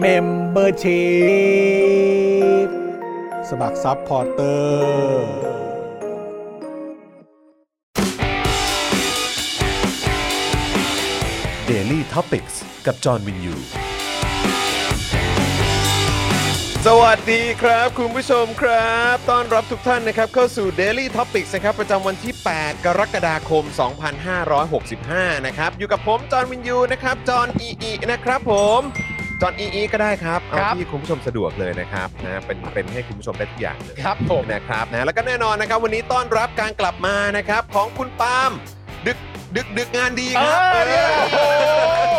เมมเบอร์ชีพสมัครซัพพอร์เตอร์ Daily t o p i c กกับจอห์นวินยู สวัสดีครับ คุณผู้ชมครับต้อนรับทุกท่านนะครับเข้าสู่ Daily Topics นะครับประจำวันที่ 8 กรกฎาคม 2565 นะครับ อยู่กับผมจอห์นวินยูนะครับจอห์นอีอีนะครับผมจอห์นอีอีก็ได้ครับ เอา ครับ ที่คุณผู้ชมสะดวกเลยนะครับนะเป็นเป็นให้คุณผู้ชมได้ทุกอย่างเลย ครับผม นะครับนะแล้วก็แน่นอนนะครับ วันนี้ต้อนรับการกลับมานะครับของคุณปาล์มดึกดึกดึกงานดีครับ เออเนี่ย เออ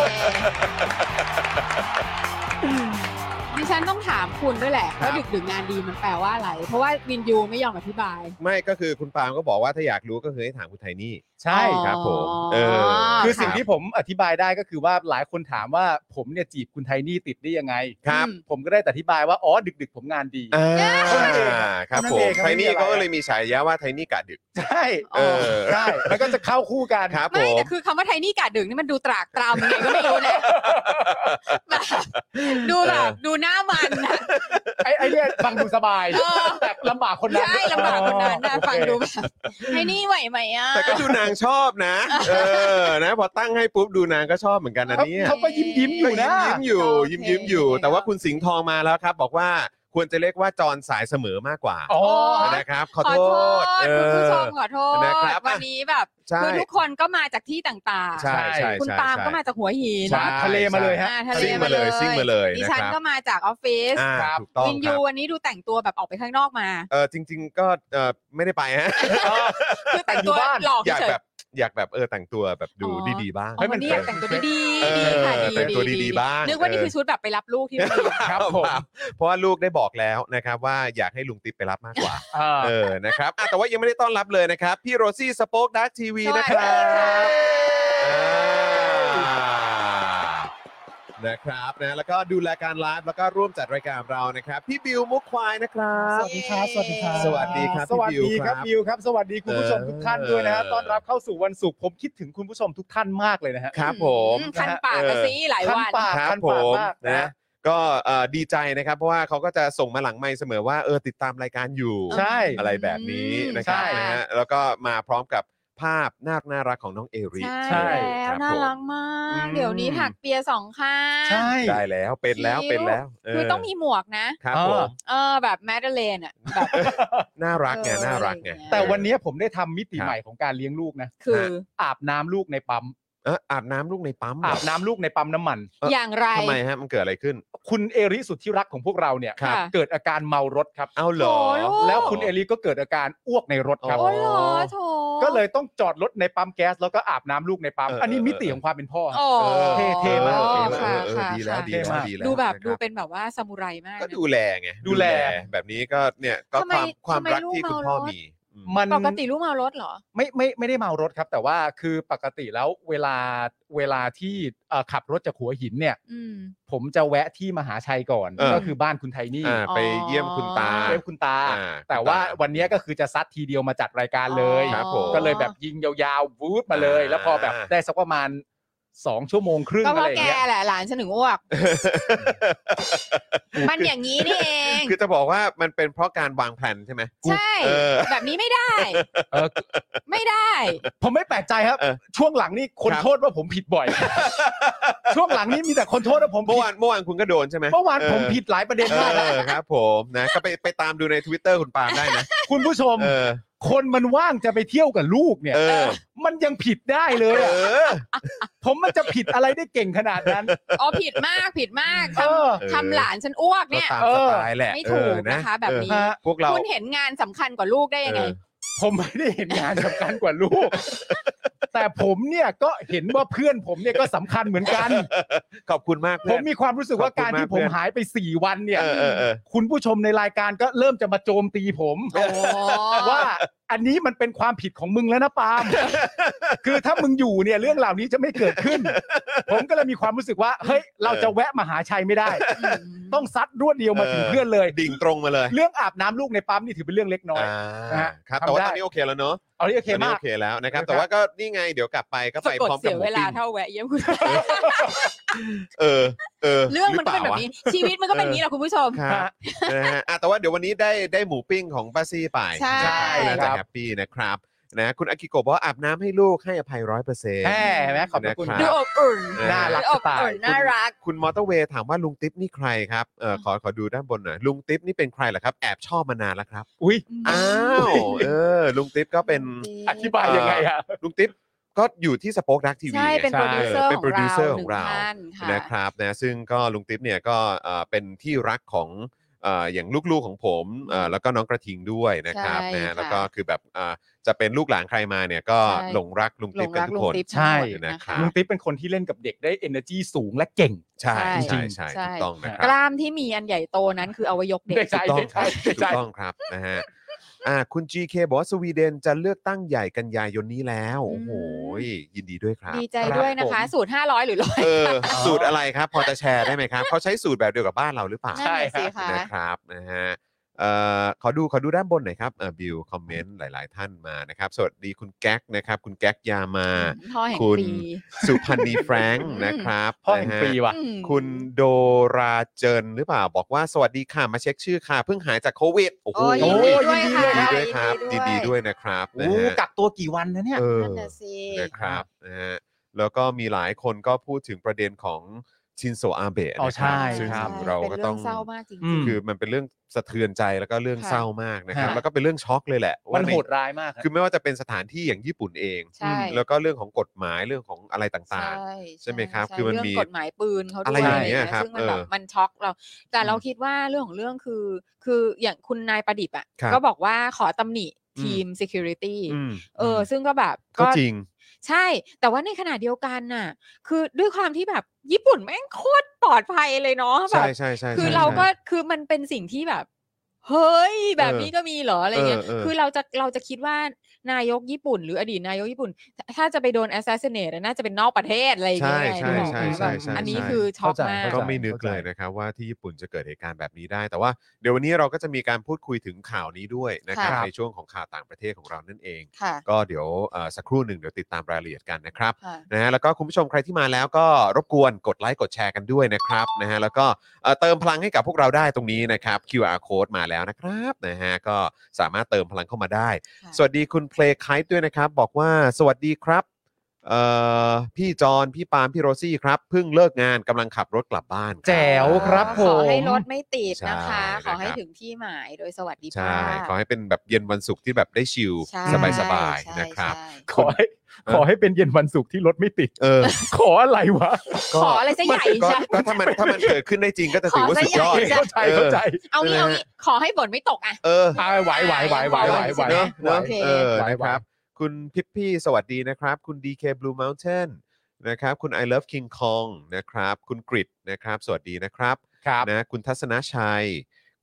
ดิฉันต้องถามคุณด้วยแหละ ครับ ว่าดึกดึกงานดีมันแปลว่าอะไร เพราะว่าวินยูไม่ยอมอธิบาย ไม่ก็คือคุณปาล์มก็บอกว่าถ้าอยากรู้ก็คือให้ถามคุณไทนี่ ใช่ อ๋อ ครับผมเออ คือ รับ สิ่งที่ผมอธิบายได้ก็คือว่าหลายคนถามว่าผมเนี่ยจีบคุณไทนี่ติดได้ยังไง ครับ อืม ผมก็ได้แต่อธิบายว่าอ๋อดึก ๆ ผมงานดี อ่าครับ นั่น ผ เอ ม งครับ ไท ไม่มี นี่ อะไร ก็เลยมีฉายาว่าไทนี่กะดึก ใช่ เออ ใช่แล้วก็จะเข้าคู่กัน ครับผ ไม่ ม แต่คือคำว่าไทนี่กะดึกนี่มันดูตรากตรำยังไงก็ไม่รู้ นะแบบดูแบบดูหน้ามันนะ ไอ้ไอ้เนี่ยฟังดูสบาย เออ แต่ลำบากคนนั้น ใช่ลำบากคนนั้นนะ โอเค ฟังดูแบบไทนี่ไหวไหมอ่ะ แต่ก็ดูนางชอบนะ เออนะพอตั้งให้ปุ๊บดูนางก็ชอบเหมือนกันนะ เขา เนี่ย เขาก็ยิ้มยิ้มๆอยู่นะ ยิ้มๆอยู่ โอเค ยิ้มยิ้มๆอยู่ แต่ว่าคุณสิงห์ทองมาแล้วครับ บอกว่าควรจะเรียกว่าจรสายเสมอมากกว่า อ๋อ นะครับ ข ข อ อ โท โท ษ ษ เอ คุณผู้ช อ มขอโทษ นะครับ วันนี้แบบ ใช่ คือทุกคนก็มาจากที่ต่าง ใช่ใช่ ๆ คุณ ใช่ ปาล์ม ใช่ ก็มาจากหัวหิน ใช่ ทะเลมาเลยฮะ อ่าทะเล ซิ่งมาเลยซิ่งมาเลย ดิ นะ ฉัน ครับ ก็มาจากออฟฟิศ อ่า ครับ ถูกต้อง วิน ค ยู รับ วันนี้ดูแต่งตัวแบบออกไปข้างนอกมา เออจริง ๆ ก็เออไม่ได้ไป ฮะ คือแต่งตัว แต่งอยู่บ้าน หลอก อยาก เฉย แบบอยากแบบเออแต่งตัวแบบดู อ๋อ ดีๆบ้าง ๆอ๋อวันนี้อยากแต่งตัวดีดี เออ ดีค่ะดี แต่งตัวดีๆบ้าง นึกว่านี่คือชุดแบบไปรับลูกที่โรงเรียน ครับผม เพราะว่าลูกได้บอกแล้วนะครับว่าอยากให้ลุงติ๊บไปรับมากกว่า เออ เออนะครับอ่ะแต่ว่ายังไม่ได้ต้อนรับเลยนะครับ พี่โรซี่สป็อคดักทีวีนะครับอ่านะครับนะแล้วก็ดูแลการไลฟ์แล้วก็ร่วมจัดรายการเรานะครับ พี่บิวมุกควายนะครับ สวัสดีครับ สวัสดีครับ สวัสดีครับ สวัส พี่บิ ดี ว ค ครั รั บบ บิวครับ สวัสดีคุณผู้ชมทุกท่านด้วยนะฮะ เออ ต้อนรับเข้าสู่วันศุกร์ผมคิดถึงคุณผู้ชมทุกท่านมากเลยนะฮะ ครับผม อืคันปากกระซีหลาย คัน วัน ปาก ครับ คัน ผ ปาก ม มาก นะ นะ ก็เอ่อดีใจนะครับ เพราะว่าเขาก็จะส่งมาหลังไมค์เสมอว่าเออติดตามรายการอยู่ ใช่ อะไรแบบนี้นะครับ ใช่ นะฮะแล้วก็มาพร้อมกับภาพน่ารักน่ารักของน้องเอริ ใช่ ใช่แล้วน่ารัก คบ มาก อืม เดี๋ยวนี้ถักเปียร์สองข้าง ใช่ ผมได้แล้วเป็นแล้วเป็นแล้วเ คือต้องมีหมวกนะ ครับ เออ ผม เออแบบแมดเดเลนอ่ะแบบ น่ารักไง เออ น่ารักไง อะไรอย่างเงี้ย แต่วันนี้ผมได้ทำมิติ ครับ ใหม่ของการเลี้ยงลูกนะ คือ อาบน้ำลูกใน ปั๊ม เอออาบน้ำลูกในปั๊มเหร อาบน้ำลูกในปั๊มน้ำมัน เอ อย่างไร ทำไมฮะมันเกิดอะไรขึ้น คุณเอริสุดที่รักของพวกเราเนี่ย ครับ เกิดอาการเมารถครับ เอาเหรอ โอ้ แล้วคุณเอริก็เกิดอาการอ้วกในรถครับ โอ้โหโถ ก็เลยต้องจอดรถในปั๊มแก๊ส แล้วก็อาบน้ำลูกในปั๊ม เอออั อันนี้มิติของความเป็นพ่อครับ โอ้ ออ เท่ๆมาก ออ เท่มาก เออเออ ค่ะ ดีแล้ว ค่ะ ดีแล้ว ค่ะ ดีแล้ว ดูแบบ นะค ดู รับ เป็นแบบว่าซามูไรมาก ก็ นะ ดูแลไง ดูแล แบบนี้ก็เนี่ยก็ ทำไม ความความ ทำไม รัก ลูก ที่คุณ เมา พ่อ รถ มีอืม มัน ปกติลูกเมารถเหรอ ไม่ไม่ไม่ได้เมารถครับ แต่ว่าคือปกติแล้วเวลาเวลาที่เอ่อขับรถจากหัวหินเนี่ย อืม ผมจะแวะที่มหาชัยก่อน เออ ก็คือบ้านคุณไทนี่ อ่าไปเยี่ยมคุณตา เล่มคุณตา อ่า แต่ว่า คุณตา วันเนี้ยก็คือจะซัดทีเดียวมาจัดรายการเลย ครับผม ก็เลยแบบยิงยาวๆวูดมาเลย แล้วพอแบบได้สักประมาณ สองชั่วโมงครึ่ง ก็เพ อะไร ราะ อย่า แก งเงี้ย แหละหลานฉันถึงอ้วก มันอย่างนี้นี่เอง คือจะบอกว่ามันเป็นเพราะการวางแผนใช่ไหม ใช่ เออ แบบนี้ไม่ได้ เออ ไม่ได้ ผมไม่แปลกใจครับ เออ ช่วงหลังนี่คน ครับ โทษว่าผมผิด บ่อย ช่วงหลังนี้มีแต่คนโทษว่าผม เมื่อ ผิด วานเมื่อวานคุณก็โดนใช่ไหม เมื่อวานผม เออ ผิดหลายประเด็น เอ มาก อครับ ผมนะก็ไปไปตามดูใน Twitter คุณปาล์มได้นะ คุณผู้ชม เออ คนมันว่างจะไปเที่ยวกับลูกเนี่ย เออ มันยังผิดได้เลย เอ อะ อ ผมมันจะผิดอะไรได้เก่งขนาดนั้น อ๋อผิดมากผิดมากท เออ ำทำหลานฉันอ้วกเนี่ย ก็ตามสไตล์แหละ ไม่ถูก เออ นะคะ แบบนี้ ฮะ พวกเรา คุณเห็นงานสำคัญกว่าลูกได้ยังไง เออ ผมไม่ได้เห็นงานสำคัญกว่าลู ก แต่ผมเนี่ยก็เห็นว่าเพื่อนผมเนี่ยก็สำคัญเหมือนกัน ขอบคุณมาก ผ เพื่ ม อน มีความรู้สึกว่าการที่ ขอบ ผ คุณ ม มาก หายไปสี่วันเนี่ย เออเออเออ คุณผู้ชมในรายการก็เริ่มจะมาโจมตีผม โอ้ ว่าอันนี้มันเป็นความผิดของมึงแล้วนะปา ล์ม คือถ้ามึงอยู่เนี่ยเรื่องเหล่านี้จะไม่เกิด ขึ้น ผมก็เลยมีความรู้สึกว่า เฮ้ย เราจะแวะมาหาชัยไม่ได้ ต้องซัดรวดเดียวมาถึง เออ เพื่อนเลย ดิ่งตรงมาเลย เรื่องอาบน้ำลูกในปั๊มนี่ถือเป็นเรื่องเล็กน้อย อ่า นะฮะ ครับ ทำ แต่ว่า ได้ ตอนนี้โอเคแล้วเนาะ เอาเรื่องโอเค ตอนนี้ มาก โอเคแล้วนะครับ นะครับ แต่ว่าก็นี่ไงเดี๋ยวกลับไปก็ สะ ไป กด พร้อมกับ เสีย หมู เวลา ปิ้ง เท่าแวะเยี่ยมคุณ เออเออ เรื่องมันก็ ห เป็นแบบ ล่าวะ นี้ ชีวิตมันก็เป็นอย่างนี้แหละคุณผู้ชม ครั ฮะ บนะฮะอ่ะแต่ว่าเดี๋ยววันนี้ได้ได้หมูปิ้งของป้าซี่ไป ใช่ น่าจะแฮปปี้นะครับนะคุณอากิโกะบอกว่าอาบน้ำให้ลูกให้อภัยร้อยเปอร์เซ็นต์ แหมแหมขอบพระคุณ นะ ดู คบ อบอุ่น เออ น่ารัก อ จะ บ ตาย อุ่นน่ารัก คุณมอเตอร์เวย์ถามว่าลุงติ๊บนี่ใครครับเออขอขอดูด้านบนหน่อยลุงติ๊บนี่เป็นใครเหรอครับ แอบชอบมานานแล้วครับ อุ้ย อ้าวเออลุงติ๊บก็เป็น อธิบายยังไงอะ ลุงติ๊บก็อยู่ที่สป็อคดักทีวี ใช่เป็น ใช่ โปรดิวเซอร์ เป็นโปรดิวเซอร์ของเรา หนึ่ท่นค่ะ นะครับนะซึ่งก็ลุงติ๊บเนี่ยก็เอ่อเป็นที่รักของเอ่ออย่างลูกๆของผมเอ่อแล้วก็น้องกระทิงด้วยนะครับ ใช่ นะ ค่ะ แล้วก็คือแบบเอ่อจะเป็นลูกหลานใครมาเนี่ยก็ ใช่ หลงรักลุง หล ติ๊บ ง กัน รัก ทุ ลุ ก ง คน ติ๊บ ใช่ ทั้งหมด นะ นะ ค คะ รับ ลุงติ๊บเป็นคนที่เล่นกับเด็กได้ energy สูงและเก่ง ใช่ ใช่ ใช่ใช่ ใช่ ถูกต้องนะค ก รับ ล้ามที่มีอันใหญ่โตนั้นคืออวัยวะเด็ ได้ ก ใช่ ถูกต้อง ได้ ครั ใช่ บถูได้ใช่ กต้องครับนะฮะอ่าคุณ GK บอกว่าสวีเดนจะเลือกตั้งใหญ่กันยายนนี้แล้วโอ้โหยินดีด้วยครับ ดีใจด้วยนะคะ สูตร 500 หรือร้อย เออสูตรอะไรครับ พอจะแชร์ได้ไหมครับ เขาใช้สูตรแบบเดียวกับบ้านเราหรือเปล่า นั่นน่ะสิคะ นะครับนะฮะเอ่อขอดูขอดูด้านบนหน่อยครับเอ่อบิวคอมเมนต์หลาย ๆ ท่านมานะครับ สวัสดีคุณแก๊กนะครับ คุณแก๊กยา มา พ่อแห่ง คุณ ปี สุพันธ์นีแฟรงค์นะครับ พ่อแห่งปี นะฮะ ว่ะ อืม คุณโดราเจินหรือเปล่า บอกว่าสวัสดีค่ะ มาเช็คชื่อค่ะ เพิ่งหายจากโควิด โอ้โห โอ้ยยินดีด้วย ยินดีค่ะด้วยครับยินดีด้วยนะครับนโอ้ะฮะ กักตัวกี่วันนะเนี่ย เออ นั่นน่ะสิ นะครับนะฮะแล้วก็มีหลายคนก็พูดถึงประเด็นของชินโซอาเบะ อ๋อ นะครับ ใช่ ซึ่ง ครับ เราก็ต้อง ป็นเรื่องเศร้ามากจริง อืม คือมันเป็นเรื่องสะเทือนใจแล้วก็เรื่อง ค่ะ เศร้ามากนะครับ ฮะ แล้วก็เป็นเรื่องช็อกเลยแหละ มัน ว่า โหดร้ายมากอะ คือไม่ว่าจะเป็นสถานที่อย่างญี่ปุ่นเอง ใช่ แล้วก็เรื่องของกฎหมายเรื่องของอะไรต่าง ใช่ไหมครับคือมัน เรื่ง มี กฎหมายปืนเขาด้วย อะไรอย่างเงี้ย ะ ครับ ซึ่งมันแบบ เออ มันช็อกเรา แต่เราคิดว่าเรื่องของเรื่องคือ คืออย่างคุณนายประดิษฐ์อ่ะ ครับ ก็บอกว่าขอตำหนิทีม security ๆอืม เออ ซึ่งก็แบบ ก็จริง ใช่ แต่ว่าในขณะเดียวกันน่ะ คือด้วยความที่แบบญี่ปุ่นแม่งโคตรปลอดภัยเลยเนาะแบ ใช่ บ ใช่ใช่ คือ ใช่ เราก็ ใช่ คือมันเป็นสิ่งที่แบบ เฮ้ย แบบนี้ก็มีเหรออะไรเงี้ย เออเออ คือเราจะเราจะคิดว่านายกญี่ปุ่น หรืออดีตนายกญี่ปุ่น ถ้าจะไปโดน assassinate น่าจะเป็นนอกประเทศอะไรอย่างเงี้ย ใช่ นึกออก ใช่ ไหม ใช่ใช่ แบบอันนี้ ใช่ คือช็อกมาก เข้าใจ ก็ไม่นึกเลยนะครับว่าที่ญี่ปุ่นจะเกิดเหตุการณ์แบบนี้ได้ แต่ว่าเดี๋ยววันนี้เราก็จะมีการพูดคุยถึงข่าวนี้ด้วยนะครับ ค่ะ ในช่วงของข่าวต่างประเทศของเรานั่นเอง ค่ะ ก็เดี๋ยวเอ่อสักครู่หนึ่งเดี๋ยวติดตามรายละเอียดกันนะครับ ค่ะ นะฮะแล้วก็คุณผู้ชมใครที่มาแล้วก็รบกวนกดไลค์กดแชร์กันด้วยนะครับนะฮะแล้วก็เอ่อเติมพลังให้กับพวกเราได้ตรงนี้นะครับ QR code มาแล้วนะครับนะฮะก็สามารถเติมพลังเข้ามาได้ ค่ะ สวัสดีคุณ Play k i t e ด้วยนะครับ บอกว่าสวัสดีครับเอ่อพี่จอนพี่ปาล์มพี่โรซี่ครับเพิ่งเลิกงานกำลังขับรถกลับบ้านครับ แจ๋วครับ ข ผ อ ม ให้รถไม่ติดนะคะ ใช่ ขอให้ นะครับ ถึงที่หมายโดยสวัสดิภา ใช่ พ ขอให้เป็นแบบเย็นวันศุกร์ที่แบบได้ชิล ใช่ สบาย ใช่ ๆนะครับ ใช่ ขอให้ขอให้เป็นเย็นวันศุกร์ที่รถไม่ติด เออ ขออะไรวะ ขออะไรซะใหญ่ ก็ ใช่ ก็ถ้ามันถ้ามันเกิดขึ้นได้จริงก็จะถือว่าสุดยอด ขอซะใหญ่ เข้าใจเข้าใจ เอางี้ เออ เอางี้ขอให้ฝนไม่ตกอ่ะ เออ อ่าไหวไหวไหวไหวไหวไหว เนอะเนอะ โอเค เออ ไหว นะ ไหว ครับ คุณพิพพี่สวัสดีนะครับ คุณ DK Blue Mountain นะครับ คุณ I Love King Kong นะครับ คุณกริดนะครับ สวัสดีนะครับ ครับ นะคุณทัศนชัย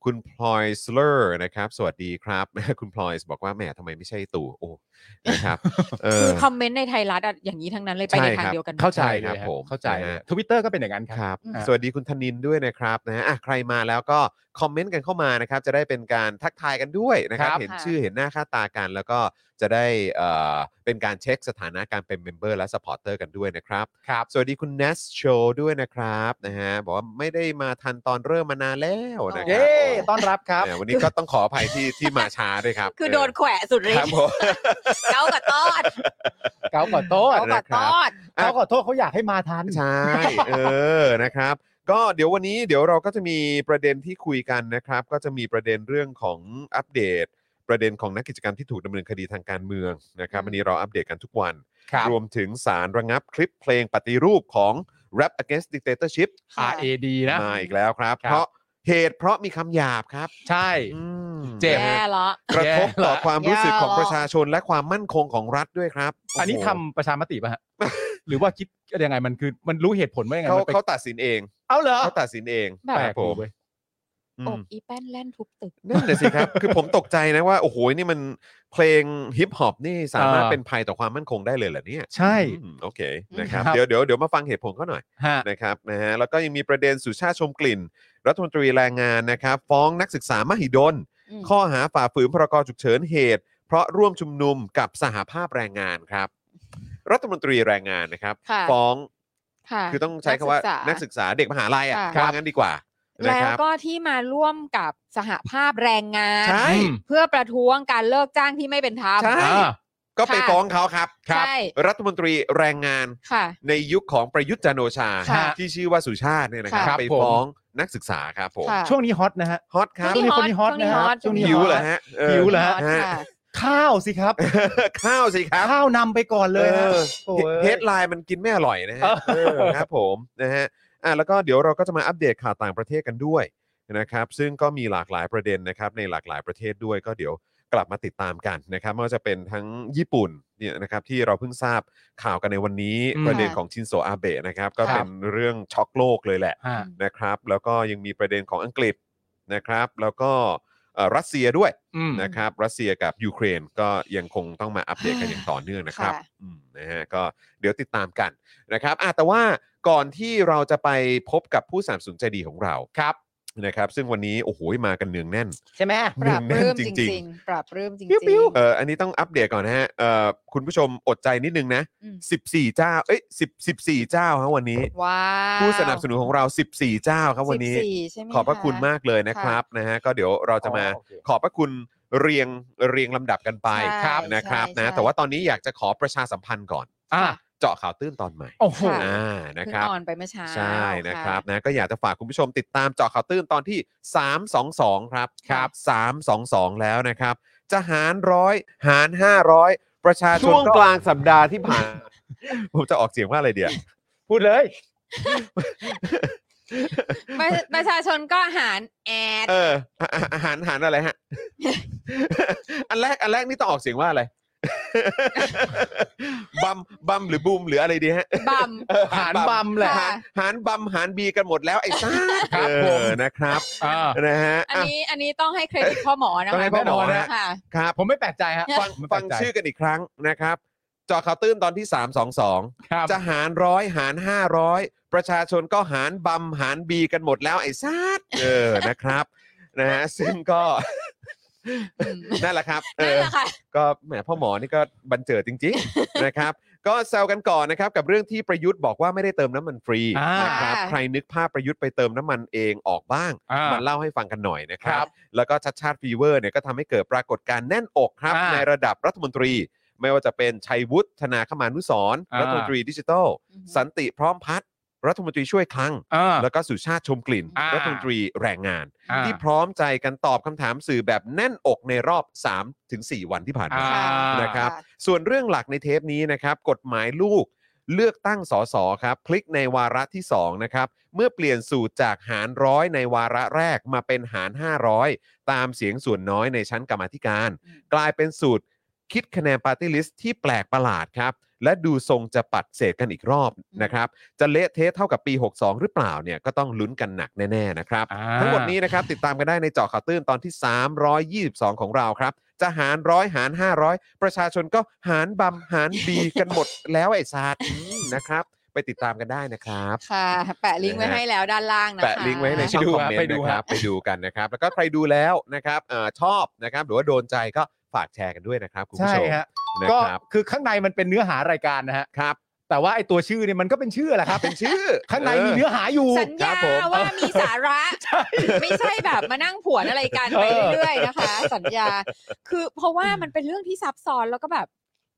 คุณพลอยสเลอร์นะครับ สวัสดีครับ คุณพลอยบอกว่าแหมทำไมไม่ใช่ตู่โอ้นะครับเอ คือ อ คอมเมนต์ในไทยรัฐอะอย่างนี้ทั้งนั้นเลยไป ใช่ ใน ครับ ทางเดียวกันหมด เข้าใจ ใช่ครับ เลย ผม เข้าใจ นะฮะ ทวิตเตอร์ก็เป็นอย่างนั้น ค ครัรับบ อืม สวัสดีคุณธนินด้วยนะครับนะฮะอ่ะใครมาแล้วก็ คอมเมนต์กันเข้ามานะครับ จะได้เป็นการทักทายกันด้วยนะครับ ครับ เห็น ค่ะ ชื่อเห็นหน้าค่าตากัน แล้วก็จะได้เอ่อเป็นการเช็คสถานะการเป็นเมมเบอร์และสปอร์เตอร์กันด้วยนะครับ ครับ สวัสดีคุณเนสโชด้วยนะครับนะฮะบอกว่าไม่ได้มาทันตอนเริ่มมานานแล้วนะครั เย้ต้อนรับครับ เอ่อวันนี้ก็ต้องขออภัยที่ที่มาช้าด้วยครับ คือโดนแขวะสุดฤท ครับ ธิ์ ผม เก้ากับตอด เกาขอโทษ เก้ากับตอด เขาขอโทษเขาอยากให้มาทัน ใช่เออนะครับ ก็เดี๋ยววันนี้เดี๋ยวเราก็จะมีประเด็นที่คุยกันนะครับ ก็จะมีประเด็นเรื่องของอัปเดต ประเด็นของนักกิจกรรมที่ถูกดำเนินคดีทางการเมืองนะครับวันนี้เราอัปเดตกันทุกวัน รวมถึงสารระงับคลิปเพลงปฏิรูปของ Rap Against Dictatorship RAD นะ มาอีกแล้วครับ ครับ เพราะเหตุเพราะมีคำหยาบครับ ใช่ อืม เจ็บ แย่แล้ว กระทบต่อความรู้สึกของ แย่หรอ ประชาชนและความมั่นคงของรัฐด้วยครับ อันนี้ โโห ทำประชามติป่ะฮะ หรือว่าคิดยังไงมันคือมันรู้เหตุผลว่ายังไง เขา มันไป เขาตัดสินเอง เอาเหรอ เขาตัดสินเอง แบบ แปล ค ก รับผม เว้ย อื อก ม อีแป้นแล่นทุบตึก นั่นแหละสิครับ คือผมตกใจนะว่า โอ้โหนี่มันเพลงฮิปฮอปนี่สามารถ อ่า เป็นภัยต่อความมั่นคงได้เลยเหรอเนี่ย ใช่ อืมโอเคนะครับ ครับ เดี๋ยวเดี๋ยวเดี๋ยวมาฟังเหตุผลเขาหน่อย ฮะ นะครับนะฮะแล้วก็ยังมีประเด็นสุชาติชมกลิ่น รัฐมนตรีแรงงานนะครับฟ้องนักศึกษามหิดล อืม ข้อหาฝ่าฝืนพรกฉุกเฉินเหตุ เพราะร่วมชุมนุมกับสหภาพแรงงานครับ รัฐมนตรีแรงงานนะครับ ค่ะ ฟ้อง ค่ะ คือต้องใช้คำว่านักศึกษาเด็กมหาลัยอ่ะ ค่ะ ว่างั้นดีกว่านะ แล้ว ครับ ก็ที่มาร่วมกับสหภาพแรงงาน ใช่ เพื่อประท้วงการเลิกจ้างที่ไม่เป็นธรรม ใช่ อ่า ก็ไปฟ้องเขาครับ ใช่ รัฐมนตรีแรงงาน ค่ะ ในยุคของประยุทธ์จันทร์โอชา ค่ะ ที่ชื่อว่าสุชาติเนี่ยนะครับ ค่ะ ไป ผม ฟ้องนักศึกษาครับผม ค่ะ ช่วงนี้ฮอตนะฮะ ฮอตครับ ช่วงนี้คนนี้ฮอตนะฮะ ช่วงนี้ ช่วงนี้ หิว ฮอต เหรอฮะเออ หิวเหรอฮะ ช่งนี้ฮอตค่ะ ข้าวสิครับ ข้าวสิครับ ข้าวนำไปก่อนเลยฮะโอ้ย เฮดไลน์มันกินไม่อร่อยนะฮะ เออ เออครับผมนะฮะอ่ะแล้วก็เดี๋ยวเราก็จะมาอัปเดตข่าวต่างประเทศกันด้วยนะครับซึ่งก็มีหลากหลายประเด็นนะครับในหลากหลายประเทศด้วยก็เดี๋ยวกลับมาติดตามกันนะครับไม่ว่าจะเป็นทั้งญี่ปุ่นเนี่ยนะครับที่เราเพิ่งทราบข่าวกันในวันนี้ อืม ประเด็นของชินโซอาเบะนะครับก็เป็นเรื่องช็อกโลกเลยแหละ ฮะ นะครับแล้วก็ยังมีประเด็นของอังกฤษนะครับ แล้วก็เอ่อรัสเซียด้วย อืม นะครับรัสเซียกับยูเครนก็ยังคงต้องมาอัปเดตกันอย่างต่อเนื่องนะครับ ค่ะ อืมนะฮะก็เดี๋ยวติดตามกันนะครับอ่ะแต่ว่าก่อนที่เราจะไปพบกับผู้สามสนุนใจดีของเราครับนะครับซึ่งวันนี้โอ้โหมากันเนืองแน่น ใช่ไหม ปราบปรื้มจ จริ ริ ง งๆ ปราบปรื้มจริง ปิ้ว เอออันนี้ต้องอัปเดตก่อนนะฮะเอ่อคุณผู้ชมอดใจนิดนึงนะ ๆอืม 14 เจ้าเอ้ย10 14 เจ้าครับวันนี้ ว้าว ผู้สนับสนุนของเรา 14 เจ้าครับวันนี้ สิบสี่ใช่ไหม ขอบพระคุณ ะ มากเลยนะครับนะฮะก็เดี๋ยวเราจะมา อ๋อโอเค ขอบพระคุณเรียงเรียงลำดับกันไป ใช่ ครับนะครับ ใช่ นะ ใช่ แต่ว่าตอนนี้อยากจะขอประชาสัมพันธ์ก่อน อ่ะ เจาะข่าวตื้นตอนใหม่ โอ้โห ค่ะ อ่านะครับ เพิ่งออนไปเมื่อเช้า ใช่นะครับ ค่ะ นะก็อยากจะฝากคุณผู้ชมติดตามเจาะข่าวตื้นตอนที่ 322 ครับ ครับ 322 แล้วนะครับ จะหารร้อยหาร 500 ประชาชนช่วงกลางสัปดาห์ที่ผ่าน ผมจะออกเสียงว่าอะไรเดียว พูดเลย ประประชาชนก็หารแอด เอออาอาอาหารอาหารอะไรฮะ อันแรกอันแรกนี่ต้องออกเสียงว่าอะไร บัมบัมหรือบูมหรืออะไรดีฮะ บัม เออ หารบัมแหละ ค่ะ หารบัมหารบีกันหมดแล้วไอ้ซ่า ครับผม เออนะครับ อ่า นะฮะ อัน อ่ะ นี้อันนี้ต้องให้เครดิตพ่อหมอนะ ต้อง คะ ให้พ่อหมอนะ ค่ะ ครับ ผมไม่แปลกใจฮะ ฟัง ผมไม่แปล ฟัง กใจ ชื่อกันอีกครั้งนะครับเจอข่าวตื้นตอนที่ 322 ครับ จะหารร้อยหาร 500 ประชาชนก็หารบัมหารบีกันหมดแล้วไอ้ซ่า เออนะครับนะฮะซึ่งก็ อืม นั่นแหละครับเอ นั่น อ แหละค่ะ ก็แหมพ่อหมอนี่ก็บันเจิดจริงๆ นะครับ ก็แซวกันก่อนนะครับ กับเรื่องที่ประยุทธ์บอกว่าไม่ได้เติมน้ำมันฟรี อ่าน นะครับใครนึกภาพประยุทธ์ไปเติมน้ำมันเองออกบ้าง อ่า มาเล่าให้ฟังกันหน่อยนะครั ครับ บ แล้วก็ชัดชาติฟีเวอร์เนี่ยก็ทำให้เกิดปรากฏการณ์แน่นอกครับ อ่า ในระดับรัฐมนตรี ไม่ว่าจะเป็นชัยวุฒิธนาคมานุสรณ์ อ่ารั รัฐมนตรีดิจิทัล อือฮึ สันติพร้อมพัฒน์รัฐมนตรีช่วยคลัง อ่า แล้วก็สุชาติชมกลิ่น อ่ารั รัฐมนตรีแรงงาน อ่า ที่พร้อมใจกันตอบคำถามสื่อแบบแน่นอกในรอบ 3-4 วันที่ผ่าน อ่า มา นะ นะค ครับ รับ ค่ะ ส่วนเรื่องหลักในเทปนี้นะครับ กฎหมายลูกเลือกตั้งสสครับ คลิกในวาระที่ 2 นะครับ เมื่อเปลี่ยนสูตรจากหารร้อยในวาระแรกมาเป็นหาร 500 ตามเสียงส่วนน้อยในชั้นกรรมาธิการ อืม กลายเป็นสูตรคิดคะแนนปาร์ตี้ลิสต์ที่แปลกประหลาดครับ และดูทรงจะปัดเศษกันอีกรอบนะครับ จะเละเทะเท่ากับปี 62 หรือเปล่าเนี่ยก็ต้องลุ้นกันหนักแน่ๆนะครับ อ่า ทั้งหมดนี้นะครับ ติดตามกันได้ในเจาะข่าวตื้นตอนที่ 322 ของเราครับ จะหารร้อยหาร 500 ประชาชนก็หารบำหารบี กันหมดแล้วไอ้ศาสตร์นะครับ ไปติดตามกันได้นะครับ ค่ะ แปะลิงก์ไว้ให้แล้วด้านล่างนะคะ แปะลิงก์ไว้ในช่องคอมเมน ไป ต์ ดู นะค ฮะ รับไปดูกันนะครับ แล้วก็ใครดูแล้วนะครับเอ่อชอบนะครับ หรือว่าโดนใจก็ฝากแชร์กันด้วยนะครับคุณผู้ ใช่ ชม ฮะ นะ ก็ ครับ คือข้างในมันเป็นเนื้อหารายการนะฮะ ครับ แต่ว่าไอตัวชื่อเนี่ยมันก็เป็นชื่อแหละครับ เป็นชื่อ ข้างในมีเนื้ อ อหาอยู่ สัญ ครั ญา บผม ว่ามีสาระ ไม่ใช่แบบมานั่งผวนอะไรกันไปเรื่อยๆนะคะ สัญญาคือเพราะว่ามันเป็นเรื่องที่ซับซ้อนแล้วก็แบบ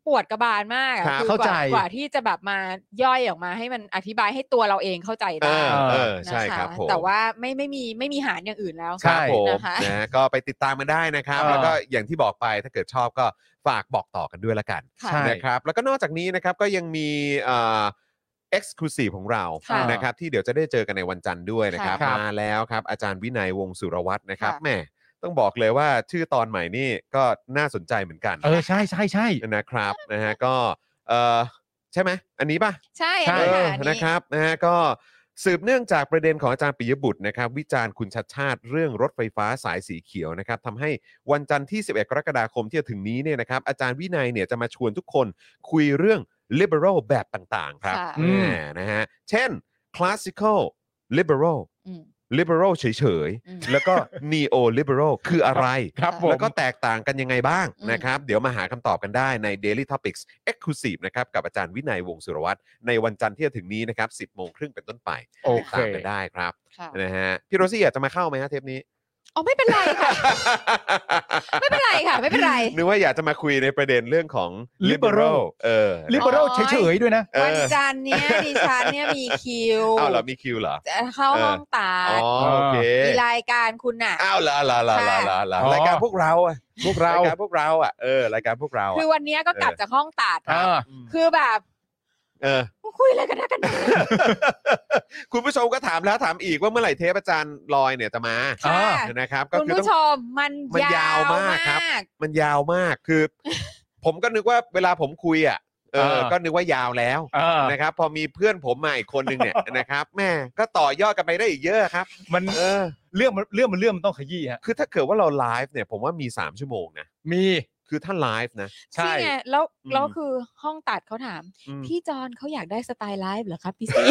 ปวดกระบาลมากอะ ครับ คือก เข้า ว่า ใจ กว่าที่จะแบบมาย่อยออกมาให้มันอธิบายให้ตัวเราเองเข้าใจได้ าเออ นะคะ ใช่ครับผม แต่ว่าไม่ไม่มีไม่มีหารอย่างอื่นแล้ว ใช่ ครับผม นะคะ นะก็ไปติดตามกันได้นะครับ เออ แล้วก็อย่างที่บอกไปถ้าเกิดชอบก็ฝากบอกต่อกันด้วยละกัน ค่ะ ใช่ นะครับแล้วก็นอกจากนี้นะครับก็ยังมีเอ็กซ์คลูซีฟของเรา ค่ะ นะครับที่เดี๋ยวจะได้เจอกันในวันจันทร์ด้วยนะครับ ค่ะครับ มาแล้วครับ อาจารย์วินัยวงศ์สุรวัตรนะครับ ค่ะ แหม่ต้องบอกเลยว่าชื่อตอนใหม่นี่ก็น่าสนใจเหมือนกัน เออใช่ใช่ใช่ นะครับนะฮะก็เอ่อใช่ไหมอันนี้ป่ะ ใช่ ใช่ อันเอนี้ค่ะ อ อัน นะ นี้ ครับนะฮะก็สืบเนื่องจากประเด็นของอาจารย์ปิยบุตรนะครับ วิจารณ์คุณชัดชาติเรื่องรถไฟฟ้าสายสีเขียวนะครับทำให้วันจันทร์ที่ 11 กรกฎาคมที่จะถึงนี้เนี่ยนะครับอาจารย์วินัยเนี่ยจะมาชวนทุกคนคุยเรื่อง liberal แบบต่างๆ ครับ ค่ะ แหมนะฮะเช่น classical liberal อืม liberal เฉย อืม ๆ แล้วก็ neo liberal คืออะไร ครับผม แล้วก็แตกต่างกันยังไงบ้าง อืม นะครับ เดี๋ยวมาหาคำตอบกันได้ใน Daily Topics Exclusive นะครับ กับอาจารย์วินัยวงศ์สุรวัตรในวันจันทร์ที่จะถึงนี้นะครับ 10 โมงครึ่งเป็นต้นไป โอ ติด เค ตามกันได้ครับ ค่ะ นะฮะพี่โรซี่อยากจะมาเข้าไหมฮะเทปนี้ อ๋อไม่เป็นไรค่ะ ไม่เป็นไรค่ะ ไม่เป็นไร นึกว่าอยากจะมาคุยในประเด็นเรื่องของ Liberal เออ liberal โอ้ย เฉยๆด้วยนะ เออ วันจันทร์เนี้ยดิฉันเนี่ยมีคิว อ้าวเหรอมีคิวเหรอ จะเข้าห้องตั อ๋อ ด โอเค มีรายการคุณน่ะ อ้าวเหรอเหรอเหรอเหรอเหรอเหรอ ค่ะ รายการพวกเราอะ พวกเรา รายการพวกเราอ่ะเออรายการพวกเรา คือ อ่ะ วันเนี้ยก็กลับ เออ จากห้องตัด อ่า คือแบบ เออ คุยอะไรกันนะกันหนา คุณผู้ชมก็ถามแล้วถามอีกว่าเมื่อไหร่เทปอาจารย์ลอยเนี่ยจะมา อ่า ค่ะ นะครับ ก็ คุณ คือต้ ผู้ อง ชมมัน มันยาย าวมามวาก ก ครับ มันยาวมากคือ ผมก็นึกว่าเวลาผมคุยอ่ะเออ เออ ก็นึกว่ายาวแล้ว อ่า นะครับ พอมีเพื่อนผมมาอีกคนนึ งเนี่ย นะครับแม่ก็ต่อยอดกันไปได้อีกเยอะครับ มัน เออ เรื่องมันเรื่องมันเรื่องมันต้องขยี้ฮะ คือถ้าเกิดว่าเราไลฟ์เนี่ย ผมว่ามี 3 ชั่วโมงนะ มี คือถ้าไลฟ์นะ ใช่ ที่ไงแล้ว อืม แล้วคือห้องตัดเขาถาม อืม พี่จอนเขาอยากได้สไตล์ไลฟ์เหรอครับพี่ซี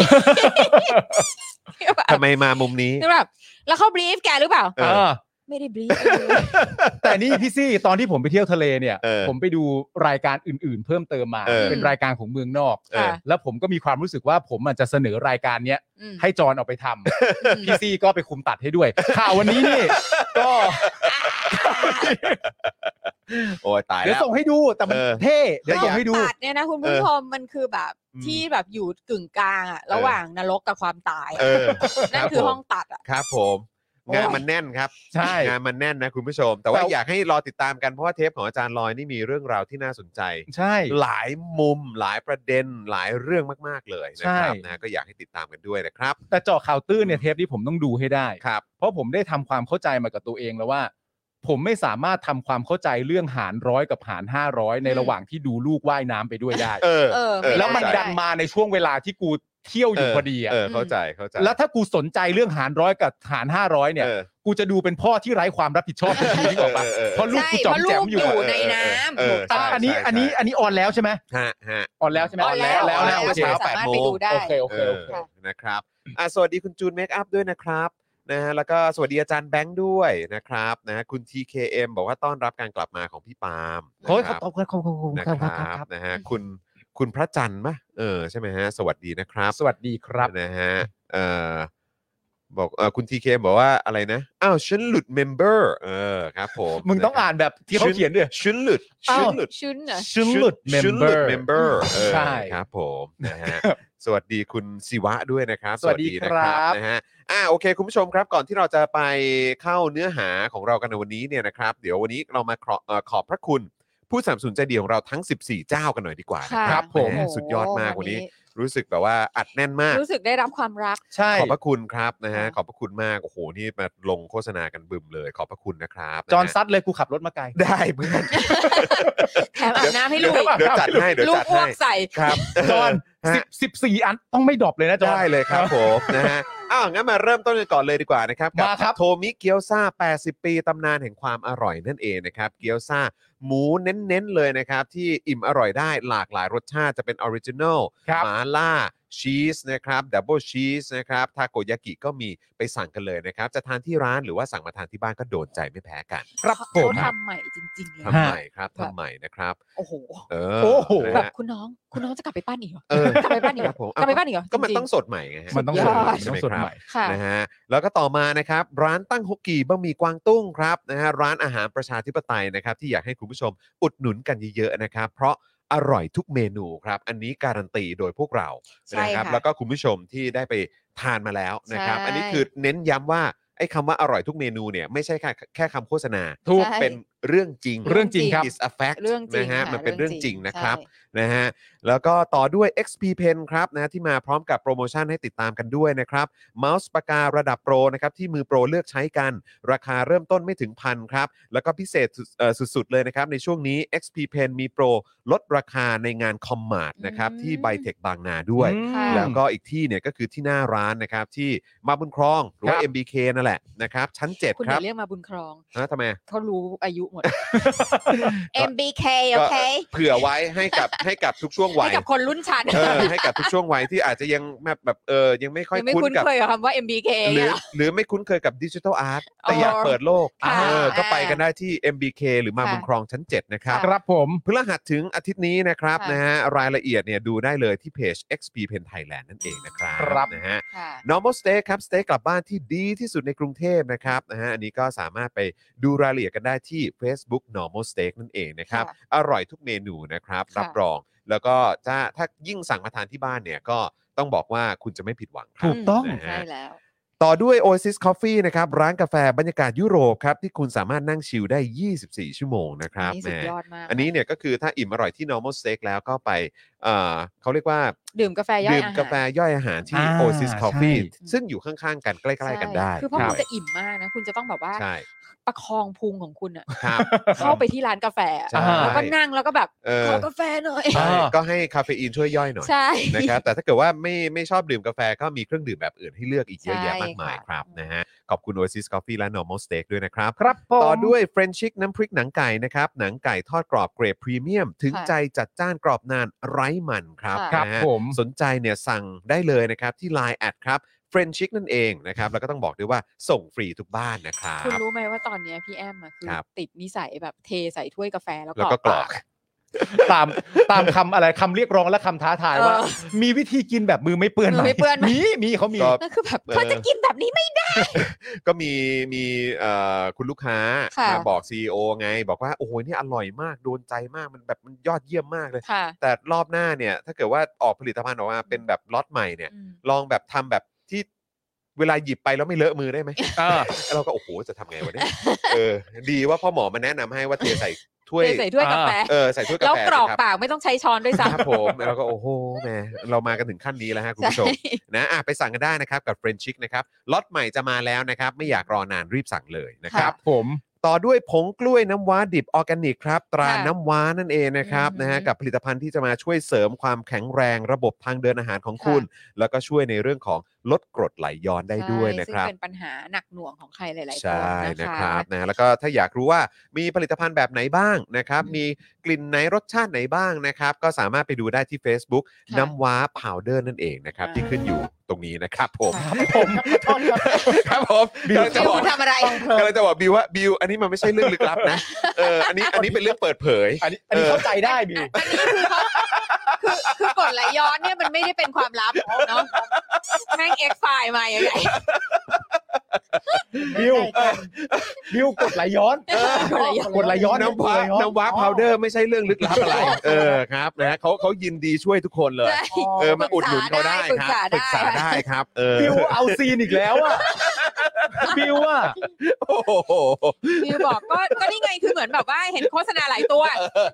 ทำไมมามุมนี้ แล้วแบบแล้วเขาบรีฟแกหรือเปล่า เออ เออ ไม่ได้บรีฟ แต่นี่พี่ซี่ตอนที่ผมไปเที่ยวทะเลเนี่ย เออ ผมไปดูรายการอื่นๆ เพิ่มเติมมา เออ นรายการของเมืองนอก เออ ค่ะ แล้วผมก็มีความรู้สึกว่าผมอาจจะเสนอรายการเนี้ย อืม ให้จอนเอาไปทำ อืม พี่ซี่ก็ไปคุมตัดให้ด้วย ข่าววันนี้นี่ ก็ โอ้ยตาย เดี๋ยว แล้ว ส่งให้ดูแต่มัน เออ เท่เดี๋ยวส่งให้ดู ห้องตัดเนี่ยนะคุณผู้ชมมันคือแบบ อืม ที่แบบอยู่กึ่งกลางอะระหว่างนรกกับความตายอะ เออ นั่น รับ คือ ผม ห้องตัดอะ ครับผม โอ้ย งานมันแน่นครับ ใช่ งานมันแน่นนะคุณผู้ชม แต่ว่า แต่ อยากให้รอติดตามกันเพราะว่าเทปของอาจารย์ลอยนี่มีเรื่องราวที่น่าสนใจ ใช่ หลายมุมหลายประเด็นหลายเรื่องมาก ๆ เลยนะครับ ใช่ นะก็อยากให้ติดตามกันด้วยนะครับ แต่เจาะข่าวตื้นเนี่ยเทปนี้ผมต้องดูให้ได้ ครับ เพราะผมได้ทำความเข้าใจมากับตัวเองแล้วว่า ผมไม่สามารถทำความเข้าใจเรื่องหารร้อยกับหารห้าร้อยใน อืม ระหว่างที่ดูลูกว่ายน้ำไปด้วยได้ เออ เออ เออ แล้วมัน ไ ดันมาในช่วงเวลาที่กูเที่ยวอยู่พอดีอ่ะ เออเข้าใจเข้าใจ แล้วถ้ากูสนใจเรื่องหารร้อยกับหารห้าร้อยเนี่ย ออ กูจะดูเป็นพ่อที่ไร้ความรับผิดชอบทันทีที่บอกปะ ออออ เพราะลูก ใช่ กูจอ เพ ม ราะลูกแจมอ อยู่ ยู่ ในน้ำ เออ ถูกต้อ ใช่ ง อันนี้ ใช่ อันนี้ ใช่ อันนี้ออนแล้วใช่ไหม ฮะฮะ ออนแล้วใช่ไหม ออนแล้ว แล้วแล้ว ออนแล้ว โอคเคสา รับแปมารถดโม ไป ง ดูได้ โอเคโอเค เอ โอ อ เค ค่ะ นะครับอ่ะสวัสดีคุณจูนเมคอัพด้วยนะครับนะฮะแล้วก็สวัสดีอาจารย์แบงค์ด้วยนะครับนะฮะคุณ TKM บอกว่าต้อนรับการกลับมาของพี่ปาล์มนะ โอ้ย ค ข รั อ บบ คุณขอบคุณขอบคุณ นะครับ ครับครับ นะฮะคุณคุณพระจันทร์มะเออใช่ไหมฮะสวัสดีนะครับ สวัสดีครับ นะฮะเอ่อบอกเอ่อคุณทีเคบอกว่าอะไรนะ อ้าว ฉันหลุดเมมเบอร์เออครับผม มึงต้องอ่านแบบที่เขาเขียนด้วย ฉันหลุด อ้า ฉั ว นหลุด ชุนเหรอ ฉันหลุด ฉันหลุด member เมมเบอร์ ใช่ ครับผมนะฮะสวัสดีคุณศิวะด้วยนะครับ สวัสดี นะครับ นะฮะอ่าโอเค คุณผู้ชมครับก่อนที่เราจะไปเข้าเนื้อหาของเรากันในวันนี้เนี่ยนะครับ เดี๋ยววันนี้เรามาขอเอ่อขอบพระคุณผู้สนับสนุนใจดีของเราทั้ง 14 เจ้ากันหน่อยดีกว่านะค ค่ะ รับ โอ้โห แหสุดยอดมากวันนี้ รู้สึกแบบว่าอัดแน่นมาก รู้สึกได้รับความรัก ใช่ ขอบพระคุณครับนะฮะ ค่ะ ขอบพระคุณมากโอ้โหนี่มาลงโฆษณากันบึมเลย ขอบพระคุณนะครับ จอห์นะ ฮะ ซัดเลยกูขับรถมาไกล ได้เพื่อน แถมอาบน้ำให้ เดี๋ ลู ยว ก เดี๋ยวจัดให้เดี๋ยว ลูก จัด อ้ว ให้ กใส่ ครับ จอห์น ฮะ สิบสิบสี่อันต้องไม่ดรอปเลยนะจอห์น ได้เลยครับผมนะฮะอ้าวงั้นมาเริ่มต้นกันก่อนเลยดีกว่านะครับกั มาครับ โทมิเกียวซา80 ปีตำนานแห่งความอร่อยนั่นเองนะครับเกียวซาหมูเน้นๆเลยนะครับ ที่อิ่มอร่อยได้หลากหลายรสชาติจะเป็นออริจินอล ครับ หมาล่า ชีสนะครับดับเบิลชีสนะครับทาโกยากิก็มีไปสั่งกันเลยนะครับ จะทานที่ร้านหรือว่าสั่งมาทานที่บ้านก็โดนใจไม่แพ้กัน ครับ ผม ทำใหม่จริงๆเลย ทำใหม่ครับทำใหม่นะครับ โอ้โห เออ โอ้โห นะ แบบ ฮะ คุณน้อง คุณน้องจะกลับไปบ้านอีกเหรอ เออก ลับไปบ้านอีกเหร ค อ รับผม กลับไปบ้านอีกเหรอ ก็มัน จริๆ ต้องสดใหม่ไงฮะ มันต้อง สุ ส ด ด ยอด ใหม่ ใช่ไหมต้องสด ครับ ใหม่ ค่ะ นะฮะแล้วก็ต่อมานะครับ ร้านตั้งฮกกีบะหมี่กวางตุ้งครับนะฮะร้านอาหารประชาธิปไตยนะครับ ที่อยากให้คุณผู้ชมอุดหนุนกันเยอะๆนะครับ เพราะอร่อยทุกเมนูครับ อันนี้การันตีโดยพวกเรา ใช่ นะครั ค่ะ แล้วก็คุณผู้ชมที่ได้ไปทานมาแล้วนะครับ ใช่ อันนี้คือเน้นย้ำว่าไอ้คำว่าอร่อยทุกเมนูเนี่ยไม่ใช่แค่แค่คำโฆษณา ถูก ใช่ เป็นเรื่องจริง เรื่องจริงครับ is a fact เรื่องจริง นะฮะ ค่ มันเป็นเรื่องจริงนะครับ ใช่ นะฮะแล้วก็ต่อด้วย XP Pen ครับนะที่มาพร้อมกับโปรโมชั่นให้ติดตามกันด้วยนะครับเมาส์ปากการะดับโปรนะครับที่มือโปรเลือกใช้กัน ราคาเริ่มต้นไม่ถึงพันครับแล้วก็พิเศษสุดเอ่อสุดๆเลยนะครับในช่วงนี้ XP Pen มีโปรลดราคาในงานคอมมาร์ทนะครับ อืม ที่ไบเทคบางนาด้วย ค่ะ แล้วก็อีกที่เนี่ยก็คือที่หน้าร้านนะครับที่มาบุญครองหรือว่า ครับ MBK นั่นแหละนะครับชั้น คุณ 7 ค อ รับ ย่าเรียกมาบุญครอง ฮะทำไม เขารู้อายุห มด MBK โอเค เผื่อไว้ให้กับให้กับทุกช่วงวั ให้ ย กับคนรุ่นฉัน เออให้กับทุกช่วงวัยที่อาจจะยังแบบแบบเออยังไม่ค่อย ยังไม่ คุ้น คุ้น กับ เคยกับคำว่า MBK หรือ อะ หรือไม่คุ้นเคยกับดิจิทัลอาร์ตแต่ อ๋ออ อยากเปิดโลก ค่ะ เออก็ไป อ่า กันได้ที่ MBK หรือมา ค่ะ บุญครองชั้น 7 นะครับ ะ ครับผม พฤหัสถึงอาทิตย์นี้นะครับ ค่ะ นะฮะรายละเอียดเนี่ยดูได้เลยที่เพจ XP Pen Thailand นั่นเองนะครับ ครับ นะฮะ ค่ะ normal steak ครับสเต็กกลับบ้านที่ดีที่สุดในกรุงเทพนะครับนะฮะอันนี้ก็สามารถไปดูรายละเอียดกันได้ที่ Facebook normal steak นั่นเองนะครับ อร่อยทุกเมนูนะครับ ค่ะ รับรอง แล้วก็ถ้าถ้ายิ่งสั่งมาทานที่บ้านเนี่ยก็ต้องบอกว่าคุณจะไม่ผิดหวังครั ถู บ กต้อง นะฮะ ใช่แล้ว ต่อด้วย Oasis Coffee นะครับ ร้านกาแฟบรรยากาศยุโรปครับ ที่คุณสามารถนั่งชิลได้ 24 ชั่วโมงนะครับ อันนี้ แห สุด ม ยอดมาก อันนี้เนี่ยก็คือถ้าอิ่มอร่อยที่ normal steak แล้วก็ไปเอ่อเขาเรียกว่า ดื่มกาแฟย่อย ดื่ม อาหาร กาแฟย่อยอาหารที่ อ่า Oasis Coffee ใช่ ซึ่งอยู่ข้างๆกันใกล้ ๆ กัน ใช่ ได้ คือเพราะ รับ คุณจะอิ่มมากนะ คุณจะต้องแบบว่า ใช่ ประคองพุงของคุณอะ ครับ เข้าไปที่ร้านกาแฟอะ ใช่ แล้วก็นั่งแล้วก็แบบ เออ ขอกาแฟหน่อย ใช่ อ่า ก็ให้คาเฟอีนช่วยย่อยหน่อย ใช่ นะครับแต่ถ้าเกิดว่าไม่ไม่ชอบดื่มกาแฟก็มีเครื่องดื่มแบบอื่นให้เลือกอีกเยอะแยะมากมาย ใช่ค่ะ ครับนะฮะขอบคุณ Oasis Coffee และ Normal Steak ด้วยนะครับ ครับผม ต่อด้วยเฟรนชิกน้ำพริกหนังไก่นะครับ หนังไก่ทอดกรอบเกรดพรีเมียม ถึงใจจัดจ้านกรอบนานไร้มันครับ ค่ะ ครับ นะฮะ ผม สนใจเนี่ยสั่งได้เลยนะครับ ที่ Line แอดครับเฟรนชิกนั่นเองนะครับ แล้วก็ต้องบอกด้วยว่าส่งฟรีทุกบ้านนะครั คุณ บ รู้ไหมว่าตอนเนี้ยพี่แอมอะคือ ครับ ติดนิสัยแบบเทใส่ถ้วยกาแฟแล้ว แล้ว ก ก็ รอก รอ ปาก ก ตามตามคำอะไรคำเรียกร้องและคำท้าทายว่า เออ มีวิธีกินแบบมือไม่เปื้อนห มือไม่เปื้อนไหม มีมีเขามี ก็ นั่นคือแบบ เออ เขาจะกินแบบนี้ไม่ ก็มีมีเอ่อคุณลูกค้า ค่ะ มาบอก CEO ไง บอกว่า โอ้โหเนี่ยอร่อยมาก โดนใจมากมันแบบมันยอดเยี่ยมมากเลย ค่ะ แต่รอบหน้าเนี่ย ถ้าเกิดว่าออกผลิตภัณฑ์ออกมาเป็นแบบล็อตใหม่เนี่ย อืม ลองแบบทำแบบที่เวลาหยิบไปแล้วไม่เลอะมือได้ไหม เออ เราก็โอ้โหจะทำไงวะเนี่ย เออ ดีว่าพ่อหมอมาแนะนำให้ว่าเทใส่ถ้วย เทใส่ถ้วยกาแฟ เออใส่ถ้วยกา แล้ว แฟ กรอก นะคบ ปากไม่ต้องใช้ช้อนด้วย ค ซ้ำ รับผมแล้วก็โอ้โหแหมเรามากันถึงขั้นนี้แล้วฮะคุณผู้ชม นะอ่ะไปสั่งกันได้นะครับกับเฟรนชิกนะครับล็อตใหม่จะมาแล้วนะครับ ไม่อยากรอนานรีบสั่งเลยนะครับ ค่ะ ผม ต่อด้วยผงกล้วยน้ำว้าดิบออร์แกนิกครับ ตรา ค่ะ น้ำว้านั่นเองนะครับ อือหือ นะฮะกับผลิตภัณฑ์ที่จะมาช่วยเสริมความแข็งแรงระบบทางเดินอาหารของคุณ ค่ แล้วก็ช่วยในเรื่องของลดกรดไหลย้อนได้ด้วยนะครับ ซึ่งเป็นปัญหาหนักหน่วงของใครหลายๆค ใช่ น นะ นะ ค คะ รับนะแล้วก็ถ้าอยากรู้ว่ามีผลิตภัณฑ์แบบไหนบ้างนะครับ อืม มีกลิ่นไหนรสชาติไหนบ้างนะครับ ก็สามารถไปดูได้ที่ Facebook ค่ะ น้ำว้าพาวเดอร์นั่นเองนะครับ อ่า ที่ขึ้นอยู่ตรงนี้นะครับผม ค่ะ ผม ครับผม บิว กำลังจะ บิ บอวก ทำอะไร กำลังจะบอกบิวว่าบิวอันนี้มันไม่ใช่เรื่องลึกลับนะเอออันนี้อันนี้เป็นเรื่องเปิดเผย อันนี้อันนี้เข้าใจได้บิว อันนี้คือเขาคือคือกดไหลย้อนเนี่ยมันไม่ได้เป็นความลับเนาะแม่งเอ็กไฟล์มาอย่างไร บิวบิวกดไหลย้อน กดไหลย้อน กดไหลย้อน น้ำว้าน้ำว้าพาวเดอร์ไม่ใช่เรื่องลึกลับอะไรเออครับนะเขาเขายินดีช่วยทุกคนเลย เออมาอุดหนุนเขาได้ครับ ป ป รึ รึ ก ก ษา ษา ได้ ได้ครับเออ บิวเอาซีนอีกแล้วอ่ะ บิวอ่ะ โอ้โห บิวบอกก็ก็นี่ไงคือเหมือนแบบว่าเห็นโฆษณาหลายตัว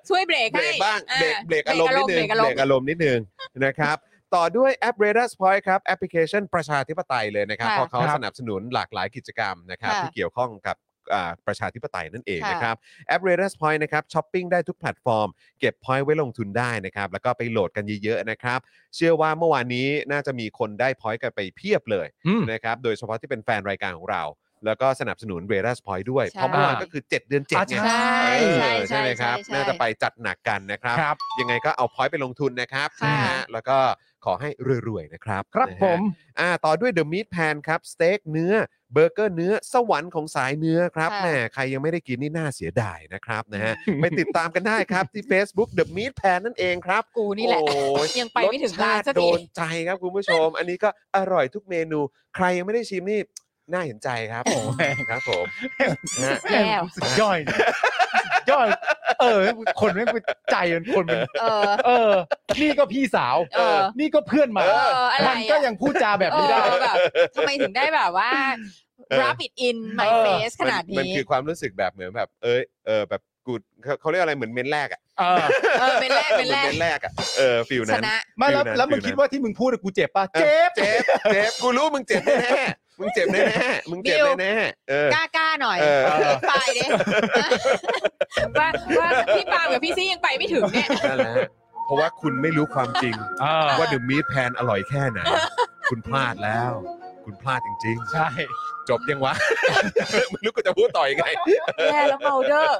ช่วยเบรก เบร ให้ กบ้าง อ่ เบรกเบรกอารมณ์นิดนึง เบเบรกอารมร ณ์ กอารมณ์นิดนึงนะครับ ต่อด้วยแอป r a d a r Point ครับ แอปพลิเคชันประชาธิปไตยเลยนะครับ ค่ะ เพราะเขา ครับ สนับสนุนหลากหลายกิจกรรมนะครับ ค่ะ ที่เกี่ยวข้องกับอ่าประชาธิปไตยนั่นเอง ค่ะ นะครับ แอป r a d a r Point นะครับช้อปปิ้งได้ทุกแพลตฟอร์ม เก็บ point ไว้ลงทุนได้นะครับ แล้วก็ไปโหลดกันเยอะๆนะครับ เชื่อว่าเมื่อวานนี้น่าจะมีคนได้ point กันไปเพียบเลย อืม นะครับโดยเฉพาะที่เป็นแฟนรายการของเรา แล้วก็สนับสนุนเวรัสพอยด้วย ใช่ เพราะเมื่อวานก็คือ 7 เดือน7 อ่ะ เนี่ย ใช่ เออใช่ไหมครับ น่าจะไปจัดหนักกันนะครับ ครับ ยังไงก็เอาพอยต์ไปลงทุนนะครับ ค่ะ นะฮะแล้วก็ ขอให้รวยๆนะครับ ครับ นะฮะ ผม อ่าต่อด้วยเดอะม a ทแพนครับ สเต็กเนื้อเบอร์เกอร์เนื้อสวรรค์ของสายเนื้อครับ ค่ะ แหมใครยังไม่ได้กินนี่น่าเสียดายนะครับนะ ฮะ ไปติดตามกันได้ครับ ที่ Facebook The Meat Pan นั่นเองครับ กูนี่แหละ โอ้ย ยังไปไม่ถึงร้านสัสชกติโด ที นใจครับคุณผู้ชม อันนี้ก็อร่อยทุกเมนู ใครยังไม่ได้ชิมนี่ น่าเห็นใจครับครับ ผมนะฮะ แก้ว สุดย่อยเลยสุดย่อยเออ คนแม่งไปใจมันคนมัน เออ เออ นี่ก็พี่สาว เออ นี่ก็เพื่อนมา เอออะไร มันก็ อะ ยังพูดจาแบบนี้ได้ เออแบบทำไมถึงได้แบบว่า เออ rub it in my เออ face ขนาด มัมัน นี้ คือความรู้สึกแบบเหมือนแบบ เอ้ยเออแบบกูเขาเขาเรียกอะไรเหมือนเมนแรกอ่ะ เออ เออเป็นแรกเป็นแรก หมือเมนแรกอ่ะเออฟิล ช นั้น นะ ไม่แล้ว ฟิลนั้น แล้วมึง ฟิลนั้น คิดว่าที่มึงพูดอะกูเจ็บปะ ออ เจ็บ เจ็บ เจ็บ กูรู้มึงเจ็บแน่ๆมึงเจ็บแน่ๆมึงเจ็บ บิว แน่ๆเออ กล้ากล้าหน่อย เออ ไปเด้ว่าว่าพี่ปาล์มกับพี่ซี่ยังไปไม่ถึงเนี่ย นั่นแหละฮะเพราะว่าคุณไม่รู้ความจริง ว่าเดอะมีทแพนอร่อยแค่ไหน คุณพลาดแล้ว คุณพลาดจริง ใช่ ๆ จบยังวะ ไม่รู้กูจะพูดต่อยังไง แย่แล้วเมาเดอร์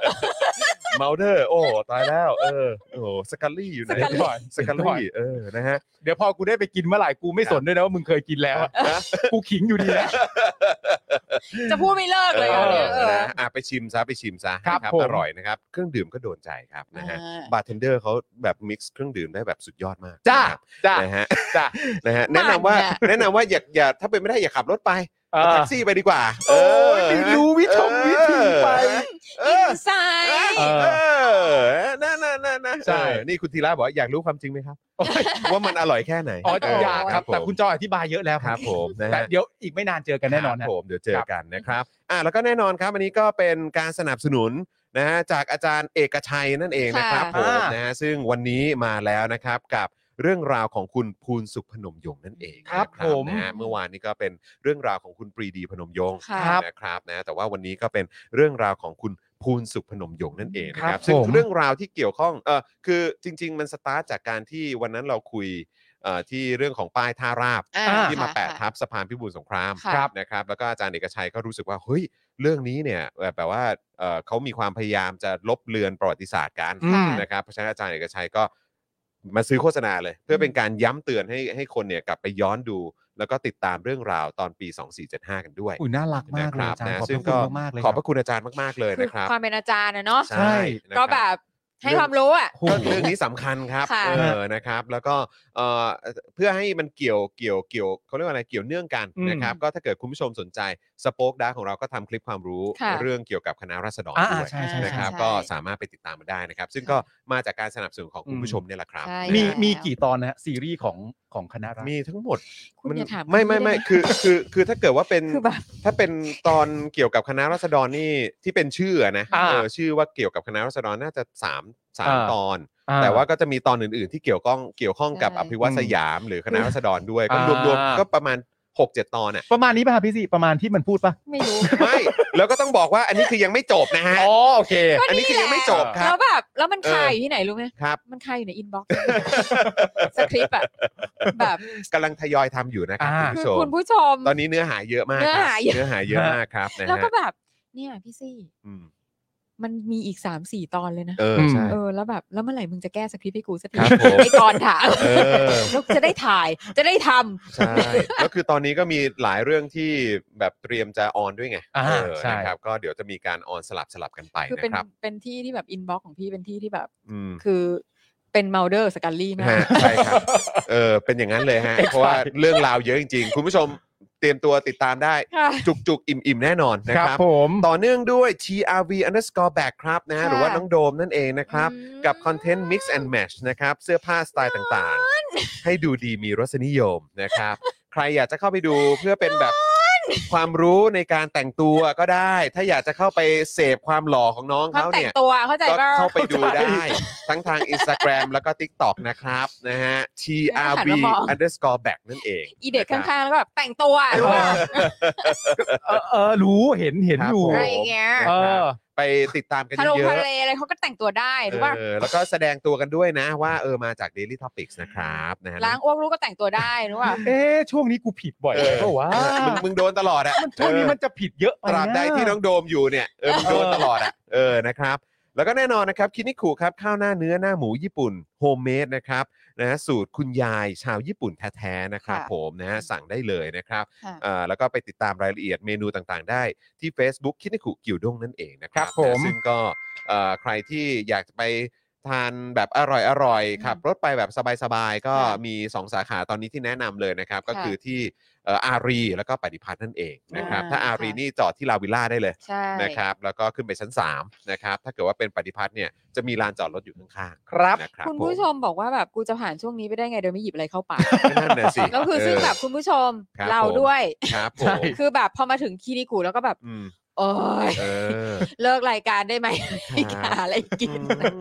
เมาเดอร์ โอ้ ตายแล้ว เออ โอ้สกัลลี่อยู่ไหน สกัลลี่ สกัลลี่เออ นะฮะ เดี๋ยวพอกูได้ไปกินเมื่อไหร่กูไม่สนด้วยนะว่ามึงเคยกินแล้วอะ นะ กูขิงอยู่ดีนะ จะพูดไม่เลิก เอ เลยเหรอเนี่ย อ เออ นะอ่ะไปชิมซะ ไปชิมซะ ครับ นะ ผม อร่อยนะครับ เครื่องดื่มก็โดนใจครับนะฮะ อ่า บาร์เทนเดอร์เขาแบบมิกซ์เครื่องดื่มได้แบบสุดยอดมาก จ้า นะครับ จ้า นะฮะ จ้ะ นะฮะแนะนำว่า ปั่นน่ะ แนะนำว่าอย่าอย่าถ้าเป็นไม่ได้อย่าขับรถไป เอ เอา อ แท็กซี่ไปดีกว่า โอ้ย เออ ไม่รู้วิชมวิธีไป เอ อิ อน ไซด์ เออเออน่าน่าน่าน่า ใช่ เออนี่คุณธีระบอกว่าอยากรู้ความจริงไหมครับ ว่ามันอร่อยแค่ไหน อ๋อ เ อยากครับ แต่คุณจอยอธิบายเยอะแล้ว ครับผมนะ แต่ ฮะ เดี๋ยวอีกไม่นานเจอกันแน่นอน ครั นะ บผมเดี๋ยวเจอกันนะครับอ่ะแล้วก็แน่นอนครับอันนี้ก็เป็นการสนับสนุนนะฮะจากอาจารย์เอกชัยนั่นเองนะครับ ค่ะ ผม อ่าน นะฮะซึ่งวันนี้มาแล้วนะครับกับเรื่องราวของคุณภูลสุขพนมยงค์นั่นเอง ครับ นะ ผม นะฮะเมื่อวานนี้ก็เป็นเรื่องราวของคุณปรีดีพนมยงค์ ค่ะ ครับ นะครับนะแต่ว่าวันนี้ก็เป็นเรื่องราวของคุณภูลสุขพนมยงค์นั่นเองนะค ครั รับบ ซึ่ง ผม เรื่องราวที่เกี่ยวข้องเออคือจริง ๆ มันสตาร์ทจากการที่วันนั้นเราคุยเอ่อที่เรื่องของป้ายท่าราบ อ่า ที่มา ค่ะ แปะ ค่ะ ทับสะพานพิบูลสงคราม ค่ะ นะครับแล้วก็อาจารย์เอกชัยก็รู้สึกว่าเฮ้ยเรื่องนี้เนี่ยแบบแบบว่าเอ่อเขามีความพยายามจะลบเลือนประวัติศาสตร์กัน อืม นะครับเพราะฉะนั้นอาจารย์เอกชัยก็มาซื้อโฆษณาเลย เพื่อเป็นการย้ำเตือนให้ให้คนเนี่ยกลับไปย้อนดู แล้วก็ติดตามเรื่องราวตอนปี 2475 กันด้วย อุ้ยน่ารักมาก นะค เลย รับ อาจารย์ นะ ขอบพ ซึ่ง ระคุ ก็ ณมากๆเลย ขอบพระคุณอาจารย์มากๆเลย คือ นะครับ ความเป็นอาจารย์นะเนาะ ใช่ นะค ก็ รับ แบบให้ความรู้อ่ะ โอ้โห ก็เรื่องนี้สำคัญครับ ค่ะ เออนะครับ แล้วก็เอ่อเพื่อให้มันเกี่ยวเกี่ยวเกี่ยวเขาเรียกว่าอะไรเกี่ยวเนื่องกัน อืม นะครับ ก็ถ้าเกิดคุณผู้ชมสนใจสป็อคดาของเราก็ทำคลิปความรู้ ค่ะ เรื่องเกี่ยวกับคณะรัษฎร อ่า ด้วย ใช่ใช่ นะครับ ใช่ ก็สามารถไปติดตามมาได้นะครับ ซึ่งก็มาจากการสนับสนุนของคุณผู้ชมเนี่ยแหละครับ ใช่ มี นะฮะ มีกี่ตอนนะฮะซีรีส์ของของคณะรัฐ มีทั้งหมด คุณอย่าถาม ไม่ไม่ไม่คือคือคือถ้าเกิดว่าเป็น คือแบบ ถ้าเป็นตอนเกี่ยวกับคณะรัษฎรนี่ที่เป็นชื่ออะนะ อ่า เออชื่อว่าเกี่ยวกับคณะรัษฎรน่าจะสามสาม อ่า ตอน อ่ แต่ว่าก็จะมีตอนอื่น ๆ ที่เกี่ยวข้องเกี่ยวข้องกับ ใช่ อภิวัตสยามหรือคณะรัษฎรด้วย ก็ อ่า รวม ๆ ก็ประมาณ 6-7 ตอนอ่ะ ประมาณนี้ป่ะครับพี่สิประมาณที่มันพูดป่ะ ไม่รู้ ไม่ แล้วก็ต้องบอกว่าอันนี้คือยังไม่จบนะฮะ อ๋อโอเค อันนี้คือยังไม่จบค แล้ รั ว บ แบบแล้วมัน เออ คาอยู่ที่ไหนรู้ไหม ครับ มันคาอยู่ในอินบ็อกซ์สคริปต์อ่ะแบบ กำลังทยอยทำอยู่นะครับ อ่า คุณผู้ชมคือคุณผู้ชม ตอนนี้เนื้อหาเยอะมากครับ เนื้อหาเยอะ เนื้อหาเยอะมากครับนะ แล้ว ฮะ ก็แบบเนี่ยพี่ซี่ อืม มันมีอีกสามสี่ตอนเลยนะ เออใช่ เออแล้วแบบแล้วเมื่อไหร่มึงจะแก้สคริปต์ให้กูสักที ครับผม ไอ้ก่อนถาม เออ แล้วจะได้ถ่ายจะได้ทำ ใช่แล้วคือตอนนี้ก็มีหลายเรื่องที่แบบเตรียมจะออนด้วยไง อ่า เออ ใช่ นะครับก็เดี๋ยวจะมีการออนสลับสลับกันไป คือเป็น นะครับ เป็นที่ที่แบบอินบ็อกของพี่เป็นที่ที่แบบ อืม คือเป็นเมาเดอร์สกัลลี่มา ฮะ ก ใช่ครับ เออเป็นอย่างนั้นเลยฮะ เพราะว่าเรื่องราวเยอะจริงๆ คุณผู้ชมเตรียมตัวติดตามได้ ค่ะ จุกๆ อิ่มๆ แน่นอนนะ ครั ครับบ ผม ต่อเนื่องด้วย TRV underscore back ครับนะฮะ ค่ะ หรือว่าน้องโดมนั่นเองนะครับ อืม กับคอนเทนต์ mix and match นะครับ เสื้อผ้าสไตล์ต่างๆ ให้ดูดีมีรสนิยมนะครับ ใครอยากจะเข้าไปดูเพื่อเป็นแบบความรู้ในการแต่งตัวก็ได้ ถ้าอยากจะเข้าไปเสพความหล่อของน้อง ความ เขา แต่ง เนี่ย ตัวเข้าใจ ก็ ป่ะ เข้าไปดู เข้าใจ ได้ ทั้งทาง Instagram แล้วก็ TikTok นะครับนะฮะ TRB หันมามอง underscore back นั่นเอง อีเด็กข้า นะ งๆแล้วก็แบบแต่งตัวรู้ป่ะ เออเออรู้เห็นเห็น ครับ อยู่ ผ อะไร ม อย่างเงี้ยคเออรับไปติดตามกัน ทะลง เยอะ ทะเลอะไรเขาก็แต่งตัวได้ ๆ รู้ป่ะ เออแล้วก็แสดงตัวกันด้วยนะว่าเออมาจาก Daily Topics นะครับนะฮะ ล้างอ้วกรู้ก็แต่งตัวได้รู้ป่ะ เอ๊ะช่วงนี้กูผิดบ่อย เออ เพราะว่า มึงมึงโดนตลอดอะ ช่วงนี้มันจะผิดเยอะไป ตราบ นะ ใดที่น้องโดมอยู่เนี่ยเออมึงโดน เออ ตลอดอะเออนะครับ แล้วก็แน่นอนนะครับคินิคุครับข้าวหน้าเนื้อหน้าหมูญี่ปุ่นโฮมเมดนะครับนะฮะสูตรคุณยายชาวญี่ปุ่นแท้ๆนะครับ ค่ะ ผมนะฮะสั่งได้เลยนะครับ ค่ะ อ่าแล้วก็ไปติดตามรายละเอียดเมนูต่างๆ ได้ที่ Facebook คินิคุกิวด้งนั่นเองนะครับ ครับผม นะซึ่งก็เอ่อใครที่อยากจะไปทานแบบอร่อยๆขับรถไปแบบสบายๆ ก็ ค่ะ มี 2 สาขาตอนนี้ที่แนะนำเลยนะครับ ก็ ค่ะ คือที่เอ่ออารีแล้วก็ปฏิพัฒน์นั่นเองนะครับ อ่า ถ้าอารี ค่ะ นี่จอดที่ลาวิลล่าได้เลย ใช่ นะครับ แล้วก็ขึ้นไปชั้น 3 นะครับ ถ้าเกิดว่าเป็นปฏิพัฒน์เนี่ยจะมีลานจอดรถอยู่ข้าง ครับ ๆนะครับ คุณผู้ชมบอกว่าแบบกูจะผ่านช่วงนี้ไปได้ไงโดยไม่หยิบอะไรเข้าปาก ผมนั่นน่ะสิ ก็คือซึ่งแบบ เ คุณผู้ชม ครับ เรา ผม ด้วย อครับผ ใช่ ม คือแบบพอมาถึงคีนิกูแล้วก็แบบ อืม โอ้ย เออ เลิกรายการ ได้ไหมไม่ ครับ หาอะไรกิน อื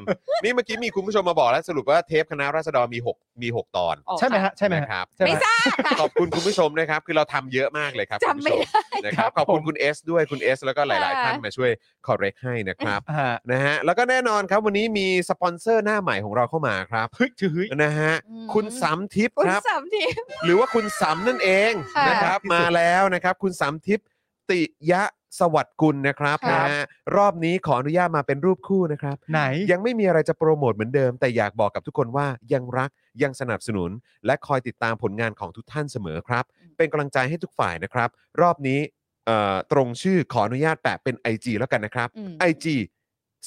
มนี่เมื่อกี้มีคุณผู้ชมมาบอกแล้วสรุปว่าเทปคณะราษฎรมี 6 มี 6 ตอน ออก ใช่ไหมฮะใช่ไหม นะ ฮะ ครับ ใช่ไหม ไม่ทราบค่ะ ขอบคุณคุณผู้ชมนะครับ คือเราทำเยอะมากเลยครับ จำไม่ได้ คุณผู้ชนะครับ ค ข รับ อบคุณ ผม คุณเอสด้วยคุณเอสแล้วก็หลาย ๆ ท่านมาช่วย correct ให้นะครับ อ่า นะฮะแล้วก็แน่นอนครับวันนี้มีสปอนเซอร์หน้าใหม่ของเราเข้ามาครับ เฮ้ยถือเฮ้ย นะฮะ อืม คุณสามทิพย์ คุณ ครับ สามที หรือว่าคุณสำนั่นเอง ค่ะ นะครับมาแล้วนะครับ คุณสำทิพย์ติยะสวัสดกุลนะครับ ครั นะ บ ฮะรอบนี้ขออนุญาตมาเป็นรูปคู่นะครับ ไหน ยังไม่มีอะไรจะโปรโมทเหมือนเดิม แต่อยากบอกกับทุกคนว่ายังรักยังสนับสนุน และคอยติดตามผลงานของทุกท่านเสมอครับ เป็นกำลังใจให้ทุกฝ่ายนะครับ รอบนี้เอ่อตรงชื่อขออนุญาตแปะเป็น IG แล้วกันนะครับ อืม IG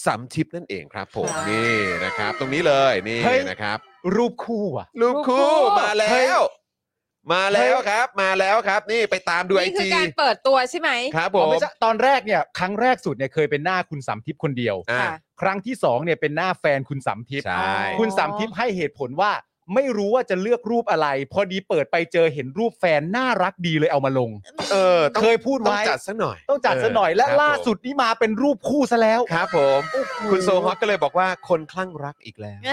สามทิปนั่นเองครับผม ค่ะ นี่นะครับ ตรงนี้เลยนี่ เฮ้ย นะครับ รูปคู่อ่ะ รูปคู่ รูปคู่ มาแล้ว มาแล้วครับ มาแล้วครับ นี่ไปตามดูไอ นี่คื จี การเปิดตัวใช่ไหม ครับผ อ๋อ ม ไม่ใช่ตอนแรกเนี่ยครั้งแรกสุดเนี่ยเคยเป็นหน้าคุณสามทิพย์คนเดียว อ่า ค่ะ ครั้งที่สองเนี่ยเป็นหน้าแฟนคุณสามทิพย์ ใช่ อ๋อ คุณสามทิพย์ให้เหตุผลว่าไม่รู้ว่าจะเลือกรูปอะไร พอดีเปิดไปเจอเห็นรูปแฟนน่ารักดีเลยเอามาลง เออต้อง เคยพูด ต้อง ไว้ จัดซะหน่อย ต้องจัดซะหน่อยและ ครับ ล่า ผม สุดนี่มาเป็นรูปคู่ซะแล้ว ครับผมคุณโซฮอตก็เลยบอกว่าคนคลั่งรักอีกแล้วเอ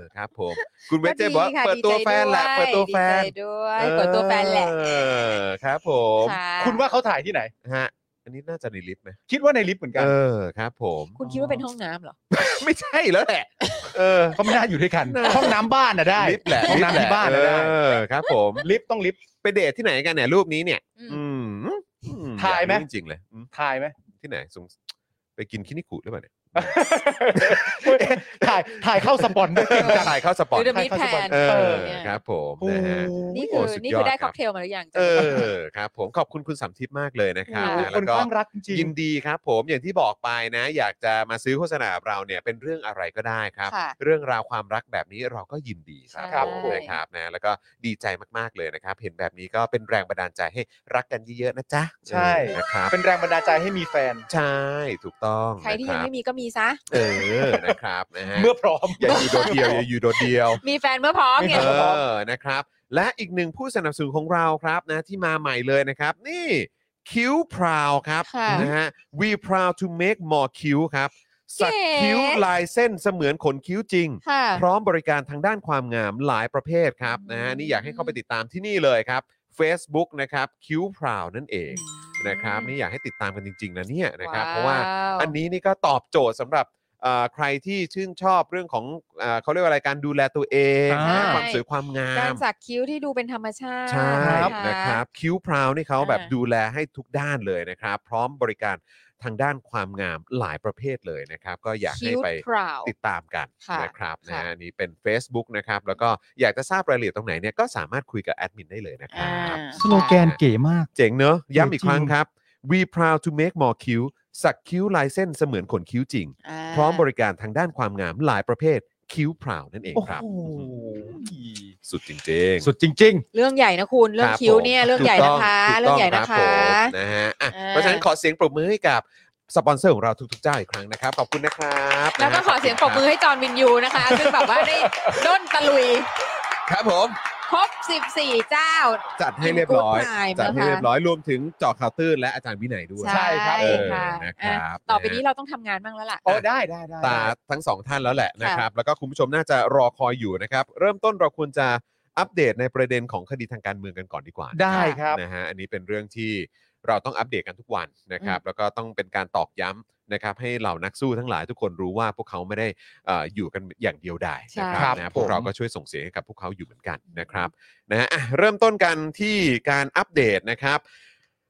อครับผม คุณเวจเจบอกว่า ค่ะ เปิดตัวแฟนแหละ ดีใจ เปิดตัวแฟน ดีใจด้วยเปิดตัวแฟนแหละ เออครับผม ค่ะ คุณว่าเขาถ่ายที่ไหน ฮะอันนี้น่าจะในลิฟต์ไหม คิดว่าในลิฟต์เหมือนกัน เออครับผม คุณคิดว่าเป็นห้องน้ำเหรอ ไม่ใช่แล้วแหละเออ เขาไม่น่าอยู่ด้วยกัน น่า ห้องน้ำบ้านน่ะได้ ลิฟต์แหละ ห้อง ลิฟต์แห น้ำ ละ ที่บ้าน เอ น่ะได้ อครับ ผม ลิฟต์ต้องลิฟต์ ไปเดทที่ไหนกันเนี่ยรูปนี้เนี่ย อืม อืมอื ถ่ายไหม อรู้จริงๆเลยอืม ถ่ายไหม ที่ไหนสงไปกินคินิคุหรือเปล่าเนี่ย ถ่ายถ่ายเข้าสปอนด้วยเก่งจัง ถ่ายเข้าสปอ ห น รือเดอะมิด ใคร แพนเขาจะบอกเออ เนี่ย ครับผม โอ้ นะฮะ นี่คือ โอ้สุดยอด นี่คือได้ ครับค็อกเทลมาหรือยังจ๊ะ เออครับผมขอบคุณคุณสำทิพย์มากเลยนะครับ ค่ะ นะ ค แล้ว น ก็ ข้างรักจริ ยิ ง นดีครับผมอย่างที่บอกไปนะ อยากจะมาซื้อโฆษณากับเราเนี่ยเป็นเรื่องอะไรก็ได้ครับ ค่ะ เรื่องราวความรักแบบนี้เราก็ยินดีครับ ใช่ ผมนะครับนะแล้วก็ดีใจมากๆเลยนะครับ เห็นแบบนี้ก็เป็นแรงบันดาลใจให้รักกันเยอะๆนะจ๊ะ ใช่ เออนะครับ เป็นแรงบันดาลใจให้มีแฟน ใช่ถูกต้อง ใครที่ นะ ยัง บ ไม่มีก็มีซะ เออนะครับนะฮะ เมื่อพร้อม อย่าอยู่โดดเดียว อย่าอยู่โดดเดียว มีแฟนเมื่อพร้อมไง นี่ย เออ นะครับ และอีกหนึ่งผู้สนับสนุนของเราครับนะที่มาใหม่เลยนะครับ นี่คิ้วพราวครับ ค่ะ นะฮะ we proud to make more คิ้วครับ สัก เก๋ คิ้วลายเส้นเสมือนขนคิ้วจริง ค่ะ พร้อมบริการทางด้านความงามหลายประเภทครับนะฮะ อืม นี่อยากให้เข้าไปติดตามที่นี่เลยครับ Facebook นะครับคิ้วพราวนั่นเองนะครับนี่อยากให้ติดตามกันจริง ๆ นะเนี่ยนะครับ เพราะว่า อันนี้นี่ก็ตอบโจทย์สำหรับเอ่อใครที่ชื่นชอบเรื่องของเออเขาเรียกว่าอะไรการดูแลตัวเอง อ่า นะความสวยความงา การ ม สักคิ้วที่ดูเป็นธรรมชาติ ใช่ น นะครับคิ้วพราวนี่เขาแบบ อ่า ดูแลให้ทุกด้านเลยนะครับ พร้อมบริการทางด้านความงามหลายประเภทเลยนะครับ ก็อยากให้ คิ้ว ไป พราว ติดตามกัน ค่ะ นะครับนะ ค่ะ ฮะอันนี่เป็น Facebook นะครับ แล้วก็อยากจะทราบรายละเอียดตรงไหนเนี่ยก็สามารถคุยกับแอดมินได้เลยนะค อ่า รับ สโลแกนเก๋มาก เจ๋งเนอะย้ำอีก จริ ค ง รั้งครับ we proud to make more คิ้วสักคิ้วลายเส้นเสมือนขนคิ้วจริง อ่า พร้อมบริการทางด้านความงามหลายประเภทคิ้วพราวนั่นเอง โอ้ ครับ โห อืมสุดจริงๆ สุดจริง เรื่องใหญ่นะคุณเรื่อง รับ คิ้วเนี่ย ผม เรื่องใหญ่ ถูกนะต้ คะ ถูก เรื่องใหญ่ ต้ นะ รับ คะ ผมนะฮะอ่ะ อ่า เพราะฉะนั้นขอเสียงปรบมือให้กับสปอนเซอร์ของเราทุกๆเจ้าอีกครั้งนะครับ ขอบคุณนะครับ แล้วก็ขอเสียงปรบมือให้จอร์นวินยูนะคะ ซึ่งแบบว่าได้ด้นตะลุย ครับผม ครบ 14 เจ้า จัดให้เรียบร้อย Good time จัดให้ นะคะ เรียบร้อยรวมถึงเจอข่าวตื้นและอาจารย์วินัยด้วย ใช่ครับ ใช่ เอ ค่ะ อนะครั อ่ะ บ ต่อไปนี้เราต้องทำงานบ้างแล้วล่ะ ๆ โอ้ได้ได้ได้ ตาทั้งสองท่านแล้วแหละ ค่ะ นะครับ แล้วก็คุณผู้ชมน่าจะรอคอยอยู่นะครับ เริ่มต้นเราควรจะอัปเดตในประเด็นของคดีทางการเมืองกันก่อนดีกว่า ได้ครับ นะฮะอันนี้เป็นเรื่องที่เราต้องอัปเดตกันทุกวันนะครับ แล้วก็ต้องเป็นการตอกย้ำนะครับ ให้เหล่านักสู้ทั้งหลายทุกคนรู้ว่าพวกเขาไม่ได้เอออยู่กันอย่างเดียวดายนะค ใช่ครั รับบ นะพวกเราก็ช่วยส่งเสียงให้กับพวกเขาอยู่เหมือนกันนะครับนะฮะอ่ะเริ่มต้นกันที่การอัปเดตนะครับ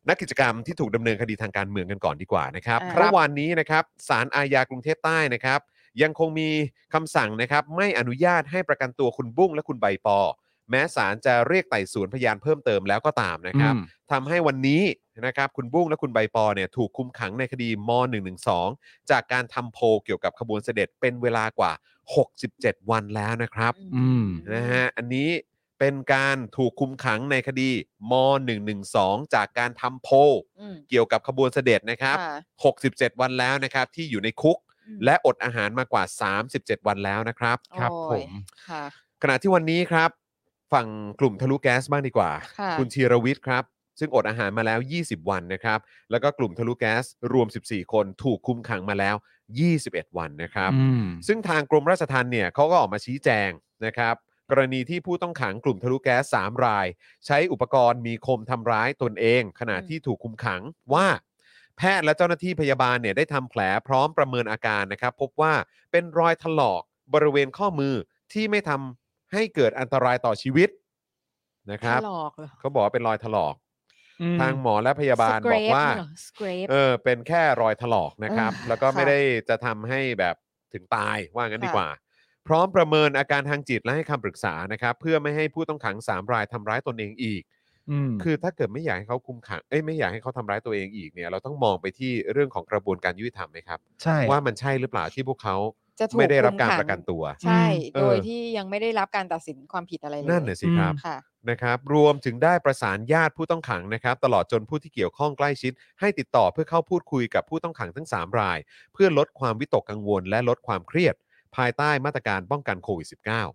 นักกิจกรรมที่ถูกดำเนินคดีทางการเมืองกันก่อนดีกว่านะครับ อ่า เมื่อวานนี้นะครับศาลอาญากรุงเทพใต้นะครับ ยังคงมีคำสั่งนะครับไม่อนุญาตให้ประกันตัวคุณบุ้งและคุณใบปอ แม้ศาลจะเรียกไต่สวนพยานเพิ่มเติมแล้วก็ตามนะครับ ทำให้วันนี้นะครับคุณบุ้งและคุณใบปอเนี่ยถูกคุมขังในคดีม .112 จากการทำโพลเกี่ยวกับขบวนเสด็จเป็นเวลากว่า 67 วันแล้วนะครับ อืม นะฮะอันนี้เป็นการถูกคุมขังในคดีม .112 จากการทำโพล อืม เกี่ยวกับขบวนเสด็จนะครับ ค่ะ 67 วันแล้วนะครับที่อยู่ในคุกและอดอาหารมากว่า 37 วันแล้วนะครับ ครับ โอ้ ผ ย ม ค่ะ ขณะที่วันนี้ครับ ฝั่งกลุ่มทะลุแก๊สบ้างดีกว่า ค่ะ คุณธีรวิทย์ครับ ซึ่งอดอาหารมาแล้ว 20 วันนะครับ แล้วก็กลุ่มทะลุแก๊สรวม 14 คนถูกคุมขังมาแล้ว 21 วันนะครับ อืม ซึ่งทางกรมราชทัณฑ์เนี่ยเขาก็ออกมาชี้แจงนะครับ กรณีที่ผู้ต้องขังกลุ่มทะลุแก๊ส 3 ราย ใช้อุปกรณ์มีคมทำร้ายตนเอง ขณะที่ถูกคุมขังว่า แพทย์และเจ้าหน้าที่พยาบาลเนี่ยได้ทำแผลพร้อมประเมินอาการนะครับ พบว่าเป็นรอยถลอกบริเวณข้อมือที่ไม่ทำให้เกิดอันตรายต่อชีวิตนะครับ หลอกเหรอ เขาบอกว่าเป็นรอยถลอก ทางหมอและพยาบาล สเร บอกว่า เนี่ยเหรสเกรป เออเป็นแค่รอยถลอกนะครับ เออ แล้วก็ไม่ ค่ะ ได้จะทำให้แบบถึงตายว่างั้น ค่ะ ดีกว่า พร้อมประเมินอาการทางจิตและให้คำปรึกษานะครับ เพื่อไม่ให้ผู้ต้องขัง 3 รายทำร้ายตนเองอีก คือถ้าเกิดไม่อยากให้เขาคุมขังเอ้ยไม่อยากให้เขาทำร้ายตัวเองอีกเนี่ยเราต้องมองไปที่เรื่องของกระบวนการยุติธรรมไหมครับ ใช่ ว่ามันใช่หรือเปล่าที่พวกเขา จะถูก ไม่ได้รับการ คุมขัง ประกันตัว ใช่ เออ โดยที่ยังไม่ได้รับการตัดสินความผิดอะไรเลย นั่นน่ะสิครับ ค่ะ นะครับรวมถึงได้ประสานญาติผู้ต้องขังนะครับ ตลอดจนผู้ที่เกี่ยวข้องใกล้ชิด ให้ติดต่อเพื่อเข้าพูดคุยกับผู้ต้องขังทั้ง 3 ราย เพื่อลดความวิตกกังวลและลดความเครียด ภายใต้มาตรการป้องกันโควิด -19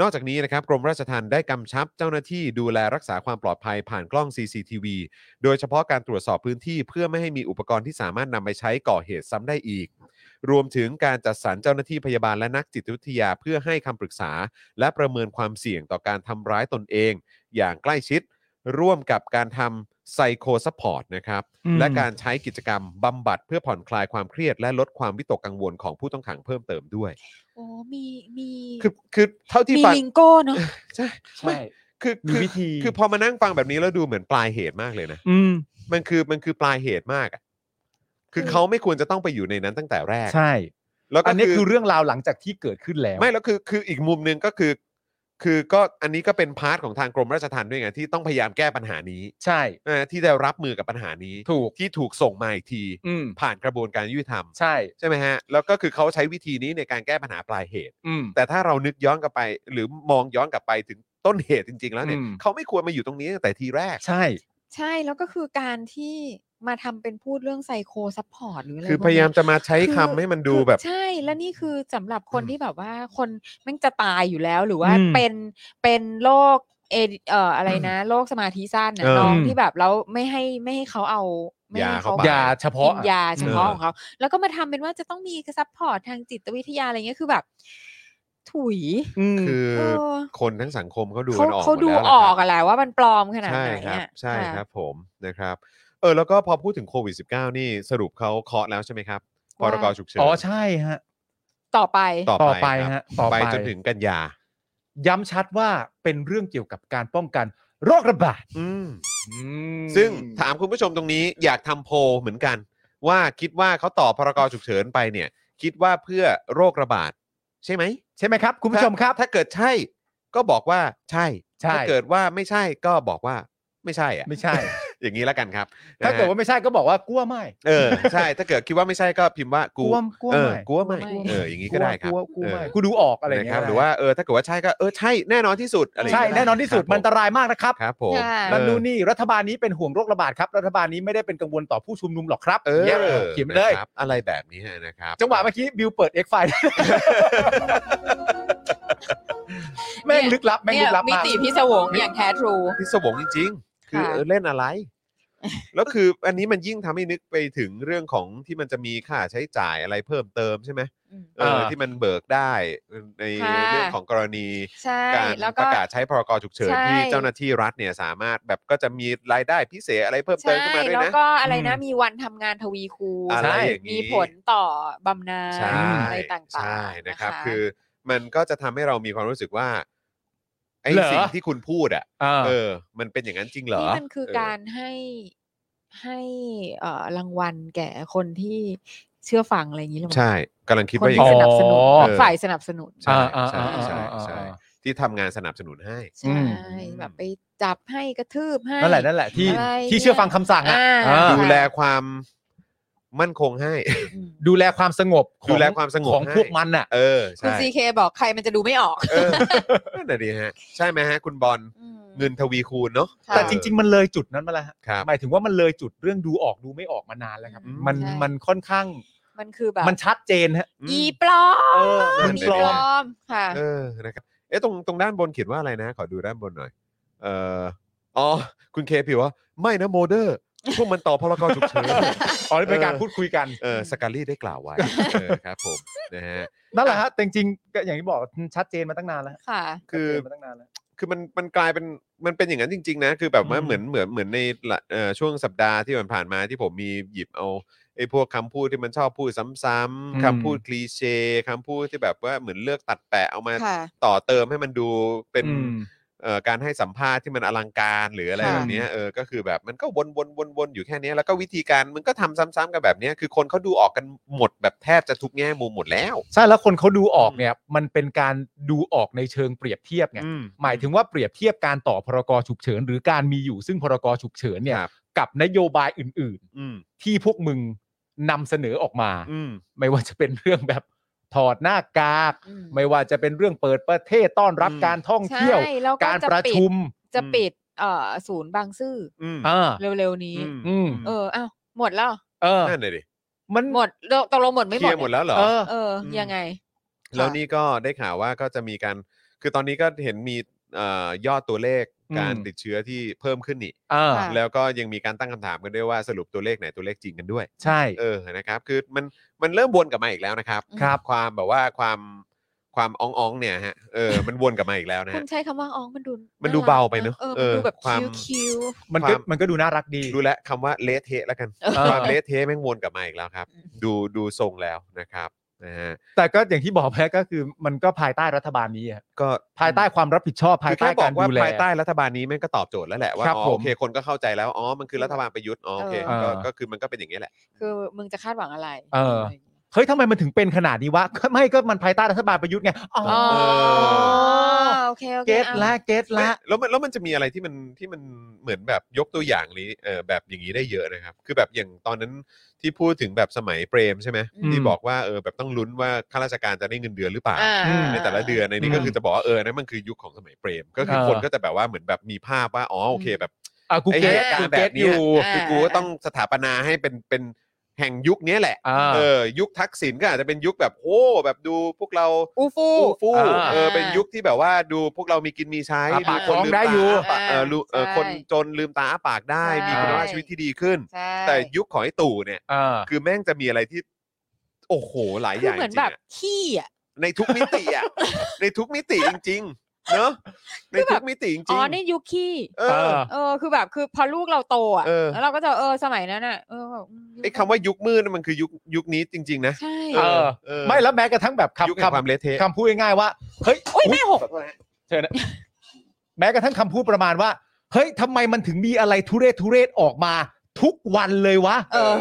นอกจากนี้นะครับกรมราชทัณฑ์ได้กำชับเจ้าหน้าที่ดูแลรักษาความปลอดภัยผ่านกล้อง CCTV โดยเฉพาะการตรวจสอบพื้นที่เพื่อไม่ให้มีอุปกรณ์ที่สามารถนำไปใช้ก่อเหตุซ้ำได้อีก รวมถึงการจัดสรรเจ้าหน้าที่พยาบาลและนักจิตวิทยาเพื่อให้คำปรึกษา และประเมินความเสี่ยงต่อการทำร้ายตนเอง อย่างใกล้ชิด ร่วมกับการทำไซโคซัพพอร์ตนะครับ และการใช้กิจกรรมบำบัดเพื่อผ่อนคลายความเครียดและลดความวิตกกังวลของผู้ต้องขังเพิ่มเติมด้วย โอ้มีมี คือคือเท่าที่ มี ฟัง ลิงโก้เนาะ ใช่ ใช่ คือ มี คือ วิธี คือพอมานั่งฟังแบบนี้แล้วดูเหมือนปลายเหตุมากเลยนะ อืม มันคือมันคือปลายเหตุมากอะคือเขาไม่ควรจะต้องไปอยู่ในนั้นตั้งแต่แรก ใช่ แล้วก็ อันนี้คือเรื่องราวหลังจากที่เกิดขึ้นแล้ว ไม่แล้วคือคืออีกมุมหนึ่งก็คือ คือก็อันนี้ก็เป็นพาร์ทของทางกรมราชทัณฑ์ด้วยไงที่ต้องพยายามแก้ปัญหานี้ ใช่ เออที่ได้รับมือกับปัญหานี้ ถูก ที่ถูกส่งมาอีกที อืม ผ่านกระบวนการยุติธรรม ใช่ ใช่ไหมฮะ แล้วก็คือเขาใช้วิธีนี้ในการแก้ปัญหาปลายเหตุ อืม แต่ถ้าเรานึกย้อนกลับไป หรือมองย้อนกลับไปถึงต้นเหตุจริง ๆ แล้วเนี่ย อืม เขาไม่ควรมาอยู่ตรงนี้ตั้งแต่ทีแรก ใช่ ใช่แล้วก็คือการที่มาทำเป็นพูดเรื่องไซโคซัพพอร์ตหรืออะไร คือ พวก พยายาม เนี้ จะมาใช้คำให้มันดู คือ แบบ ใช่และนี่คือสำหรับคน อืม ที่แบบว่าคนแมันจะตายอยู่แล้วหรือว่า อืม เป็นเป็นโรคเอดเอ่ออะไรนะโรคสมาธิสั้นนะ เออ น้องที่แบบแล้วไม่ให้ไม่ให้เขาเอาไม่ให้ ยาเข้าไป ยาเฉพาะ กินยาเฉพาะ เออ ของเขาแล้วก็มาทำเป็นว่าจะต้องมีซัพพอร์ตทางจิตวิทยาอะไรเงี้ยคือแบบ ถุย อืม คือ เออ คนทั้งสังคมเขาดู เขา กันออก เขาดู หมแล้ว ออก ล่ะ อะแหละว่ามันปลอมขนาด ใช่ ไหน ครับ อะ ใช่ ค่ะ ครับผมนะครับ เออแล้วก็พอพูดถึงโควิด -19 นี่สรุปเขาเคาะแล้วใช่ไหมครับพ ว่า รกฉุกเฉิน อ๋อ ใช่ฮะ ต่อไป ต่อไป ครับ ฮะ ต่อ ไป ไป จนถึงกันยา ย้ำชัดว่าเป็นเรื่องเกี่ยวกับการป้องกันโรคระบาด อืม อืม ซึ่งถามคุณผู้ชมตรงนี้อยากทำโพลเหมือนกัน ว่าคิดว่าเขาต่อพรกฉุกเฉินไปเนี่ย คิดว่าเพื่อโรคระบาด ใช่ไหม ใช่ไหมครับ คุณผู้ชมครับ ถ้าถ้าเกิดใช่ ก็บอกว่าใช่ ใช่ ถ้าเกิดว่าไม่ใช่ก็บอกว่าไม่ใช่อะ ไม่ใช่ อย่างนี้แล้วกันครับ ถ้าเกิด นะฮะ ว่าไม่ใช่ก็บอกว่ากลัวไม่ เออใช่ ถ้าเกิดคิดว่าไม่ใช่ก็พิมพ์ว่าก กู ลัวกลัว เออ ไม่ กูว่าไม่ กลัวไม่ เอออย่างนี้ก็ได้ครับ กลัวกลัวไม่ เออ กูดูออกอะไรอย่านะงเงี้ ค ย รับหก็ได้ รือว่าเออถ้าเกิดว่าใช่ก็เออใช่แน่นอนที่สุดอะไรย่าง ใช่ เงี้ย แน่นอนที่สุด ครับ มันอันตรายมากนะครับ ครับผม ค่ะ เออ นั่นนู่นนี่รัฐบาลนี้เป็นห่วงโรคระบาดครับ รัฐบาลนี้ไม่ได้เป็นกังวลต่อผู้ชุมนุมหรอกครับ เออ นี่ยเขียนไปเลย นะครับอะไรแบบนี้นะครับ จังหวะเมื่อกี้บิวเปิด X ไฟ ล์ แม่งลึกลับ แม่ง เนี่ ลึ ย กลับ มิ มาก ติพิศวงอย่างแท้ทรู พิศวงจริง ๆ คือ ค่ะ เออเล่น อะไร แล้วคืออันนี้มันยิ่งทำให้นึกไปถึงเรื่องของที่มันจะมีค่าใช้จ่ายอะไรเพิ่มเติมใช่ไหม อืม เออ อ่า ที่มันเบิกได้ใน ค่ะ เรื่องของกรณี ใช่ การ แล้ว ป ก็ ระกาศใช้พรกฉุกเฉิน ใช่ ที่เจ้าหน้าที่รัฐเนี่ยสามารถแบบก็จะมีรายได้พิเศษอะไรเพิ่มเติม ใช่ ขึ้นมาด้วย แล้ว นะ ก็อะไรนะ อืม มีวันทำงานทวีคูณ อะไรอย่างนี้ มีผลต่อบำนาญ ใช่ อะไรต่างๆ ใช่นะครับ ะ คือมันก็จะทำให้เรามีความรู้สึกว่าไอ้ เหรอ สิ่งที่คุณพูดอ่ะ เออ เออ มันเป็นอย่างนั้นจริงเหรอ นี่มันคือ เออ การให้ ให้เอ่อรางวัลแก่คนที่เชื่อฟังอะไรอย่างนี้หรือเปล่า ใช่กำลังคิด คน ว่าอย่าง ที่ส นั้น นับสนุน อ๋อ ฝ่ายสนับสนุน ใช่ อ่า ใช่ อ่าอ่า ใช่ อ่า ใช่ อ่า ที่ทำงานสนับสนุนให้ ใช่แบบไปจับให้กระทืบให้ นั่นแหละนั่นแหละที่ อะไร ที่เชื่อฟังคำสั่งอ่ะ อ่า อ่า ดูแลความมั่นคงให้ อืม ดูแลความสงบของ ดูแลความสงบ ของ ให้ พวกมันน่ะ เออ คุณ ใช่ ซีเคบอกใครมันจะดูไม่ออก เออนั่นแหะดีฮะ ใช่ไหมฮะ คุณบอล ม เงินทวีคูณเนาะ ค่ะ แต่จริง ๆ มันเลยจุดนั้นมาแล้วฮะ ๆครับ หมายถึงว่ามันเลยจุดเรื่องดูออกดูไม่ออกมานานแล้วครับ อืม มัน ใช่ มันค่อนข้าง มันคือแบบ มันชัดเจนฮะ อืม อีปลอ เอ ม อ มั มึ น ง อี ปลอ ปล ม อมค่ะ เออนะครับเอ๊ะตรงตรงด้านบนเขียนว่าอะไรนะ ขอดูด้านบนหน่อย เอ่ออ๋อ คุณเคผิวว่า ไม่นะโมเดอร์ พวกมันต่อพลกรฉุกเฉิน อ๋อนี่เป็นการพูดคุยกัน เออสกาลี่ได้กล่าวไว้ เออครับผมนะฮะ นั่นแหละฮะแต่จริงๆก็อย่างที่บอกชัดเจนมาตั้งนานแล้ว ค่ะ คือ ชัดเจนมาตั้งนานแล้ว คือมันมันกลายเป็นมันเป็นอย่างนั้นจริง ๆ นะ คือแบบว่า อืม เหมือนเหมือนเหมือนในละเอ่อช่วงสัปดาห์ที่ผ่านๆมาที่ผมมีหยิบเอาไอ้พวกคำพูดที่มันชอบพูดซ้ำ อืม ๆคำพูดคลีเช่คำพูดที่แบบว่าเหมือนเลือกตัดแปะเอามา ค่ะ ต่อเติมให้มันดูเป็น อืม เอ่อการให้สัมภาษณ์ที่มันอลังการหรืออะไร ค่ะ แบบเนี้ยเออก็คือแบบมันก็วนๆวนๆอยู่แค่เนี้ยแล้วก็วิธีการมันก็ทำซ้ำๆกันแบบเนี้ยคือคนเขาดูออกกันหมดแบบแทบจะทุกแง่มุมหมดแล้ว ใช่แล้วคนเขาดูออกเนี่ยมันเป็นการดูออกในเชิงเปรียบเทียบไง อืม หมายถึงว่าเปรียบเทียบการต่อพรกฉุกเฉิน หรือการมีอยู่ซึ่งพรกฉุกเฉินเนี่ย ครับ กับนโยบายอื่น อืม ๆ ที่พวกมึงนำเสนอออกมา อืม ไม่ว่าจะเป็นเรื่องแบบถอดหน้ากาก อืม ไม่ว่าจะเป็นเรื่องเปิดประเทศต้อนรับ อืม การท่องเที่ยว ใช่แล้ว การ จ ประ ด ชุม จะปิดเอ่อศูนย์บางซื่อ อืม อ่า อเร็วๆนี้ อืม อืม เอออ้าวหมดแล้ว เออ นั่นเลยดิ มัน หมดตกลงหมดไม่ เค หม ลี ด ยร์หมดแล้วเหรอ เออ เออ อืม ยังไง แล้ว ค่ะ นี่ก็ได้ข่าวว่าก็จะมีการ คือตอนนี้ก็เห็นมีเอ่อยอดตัวเลข อืม การติดเชื้อที่เพิ่มขึ้นนี่ อ่า ค่ะ แล้วก็ยังมีการตั้งคำถามกันด้วยว่าสรุปตัวเลขไหนตัวเลขจริงกันด้วย ใช่ เออ นะครับ คือมันมันเริ่มวนกลับมาอีกแล้วนะครับ ครับ ความแบบว่าความความอ่องๆเนี่ยฮะ เอ อ มันวนกลับมาอีกแล้วนะ คุ ฮะ ณใช้คำว่าอ๋องมันดู มันดู รัก เบาไปเนอะ เออ เออมันดูแบบ ความ คิ้ว มันก็ ความ มันก็ดูน่ารักดี รู้แล้วคำว่าเละเทะแล้วกัน เออ ความเละเทะแม่งวนกลับมาอีกแล้วครับ ดูดูทรงแล้วนะครับนะฮะ แต่ก็อย่างที่บอกไปก็คือมันก็ภายใต้รัฐบาลนี้อะ ก็ ภายใต้ความรับผิดชอบภาย คือ ใต้ แค่บ กา อก ร ว่า ดูแล ภายใต้รัฐบาลนี้แม่งก็ตอบโจทย์แล้วแหละว่า ครับ อ๋อ ผม โอเคคนก็เข้าใจแล้วอ๋อมันคือรัฐบาลประยุทธ์อ๋อโอเค เออ ก็ เออ ก็คือมันก็เป็นอย่างนี้ยแหละ ๆคือมึงจะคาดหวังอะไร เออ เฮ้ยทำไมมันถึงเป็นขนาดนี้วะ ไม่ก็มันภายใต้รัฐบาลประยุทธ์ไงอ๋อ อ๋อโอเคโอเค เก็ต อา ละเก็ตละ แล้วมันแล้วมันจะมีอะไรที่มันที่มันเหมือนแบบยกตัวอย่างนี้เออแบบอย่างนี้ได้เยอะนะครับ คือแบบอย่างตอนนั้นที่พูดถึงแบบสมัยเปรมใช่ไหม อืม ที่บอกว่าเออแบบต้องลุ้นว่าข้าราชการจะได้เงินเดือนหรือเปล่า อ่า อืม ในแต่ละเดือนในนี้ อืม ก็คือจะบอกว่าเออนั่นมันคือยุคของสมัยเปรม ก็คือ เออ คนก็จะแบบว่าเหมือนแบบมีภาพว่าอ๋อโอเคแบบ อ่ะกู ไอ้ เก็เหตตุการณ์ กูเก็แบตบเนี้ อย ยู่ า คือกูก็ต้องสถาปนาให้เป็นเป็นแห่งยุคเนี้ยแหละ อ่า เออยุคทักษิณก็อาจจะเป็นยุคแบบโอ้แบบดูพวกเรา อูฟู ฟูฟู อ่า เออเป็นยุคที่แบบว่าดูพวกเรามีกินมีใช้ อ่าปากท้อง ลืม ได้อยู่ าปากเออลูเออ ใช่ คนจนลืมตาอ้าปากได้ มีคุณภาพ ใช่ ชีวิตที่ดีขึ้น ใช่ แต่ยุคของไอ้ตู่เนี่ย อ่า คือแม่งจะมีอะไรที่ โอ้โหหลายอ คือย่าง เหมือน จริ แบ ง บ อะ ขี้อ่ะ ในทุกมิติอ่ะ ในทุกมิติจริงๆเนอะใน คือแบบ ทุกมิติจริ อ๋อง นี่ยุคขี้ ๆเออ เออคือแบบคือพอลูกเราโตอ่ะ เออ แล้วเราก็จะเออสมัยนั้นอ่ะเออแบบ ไอ้คำว่ายุคมืดนั่นมันคือยุคยุคนี้จริง ๆ นะ ใช่ เออ เออ ไม่แล้วแม้กระทั่งแบบ ยุค คำ แห่งความ คำ เละเทะ คำพูดง่ายๆว่า เฮ้ย โอ้ยแม่หก ขอโทษนะฮะ เชิญนะแม้กระทั่งคำพูดประมาณว่า เฮ้ยทำไมมันถึงมีอะไรทุเรศทุเรศออกมา ทุกวันเลยวะ เออ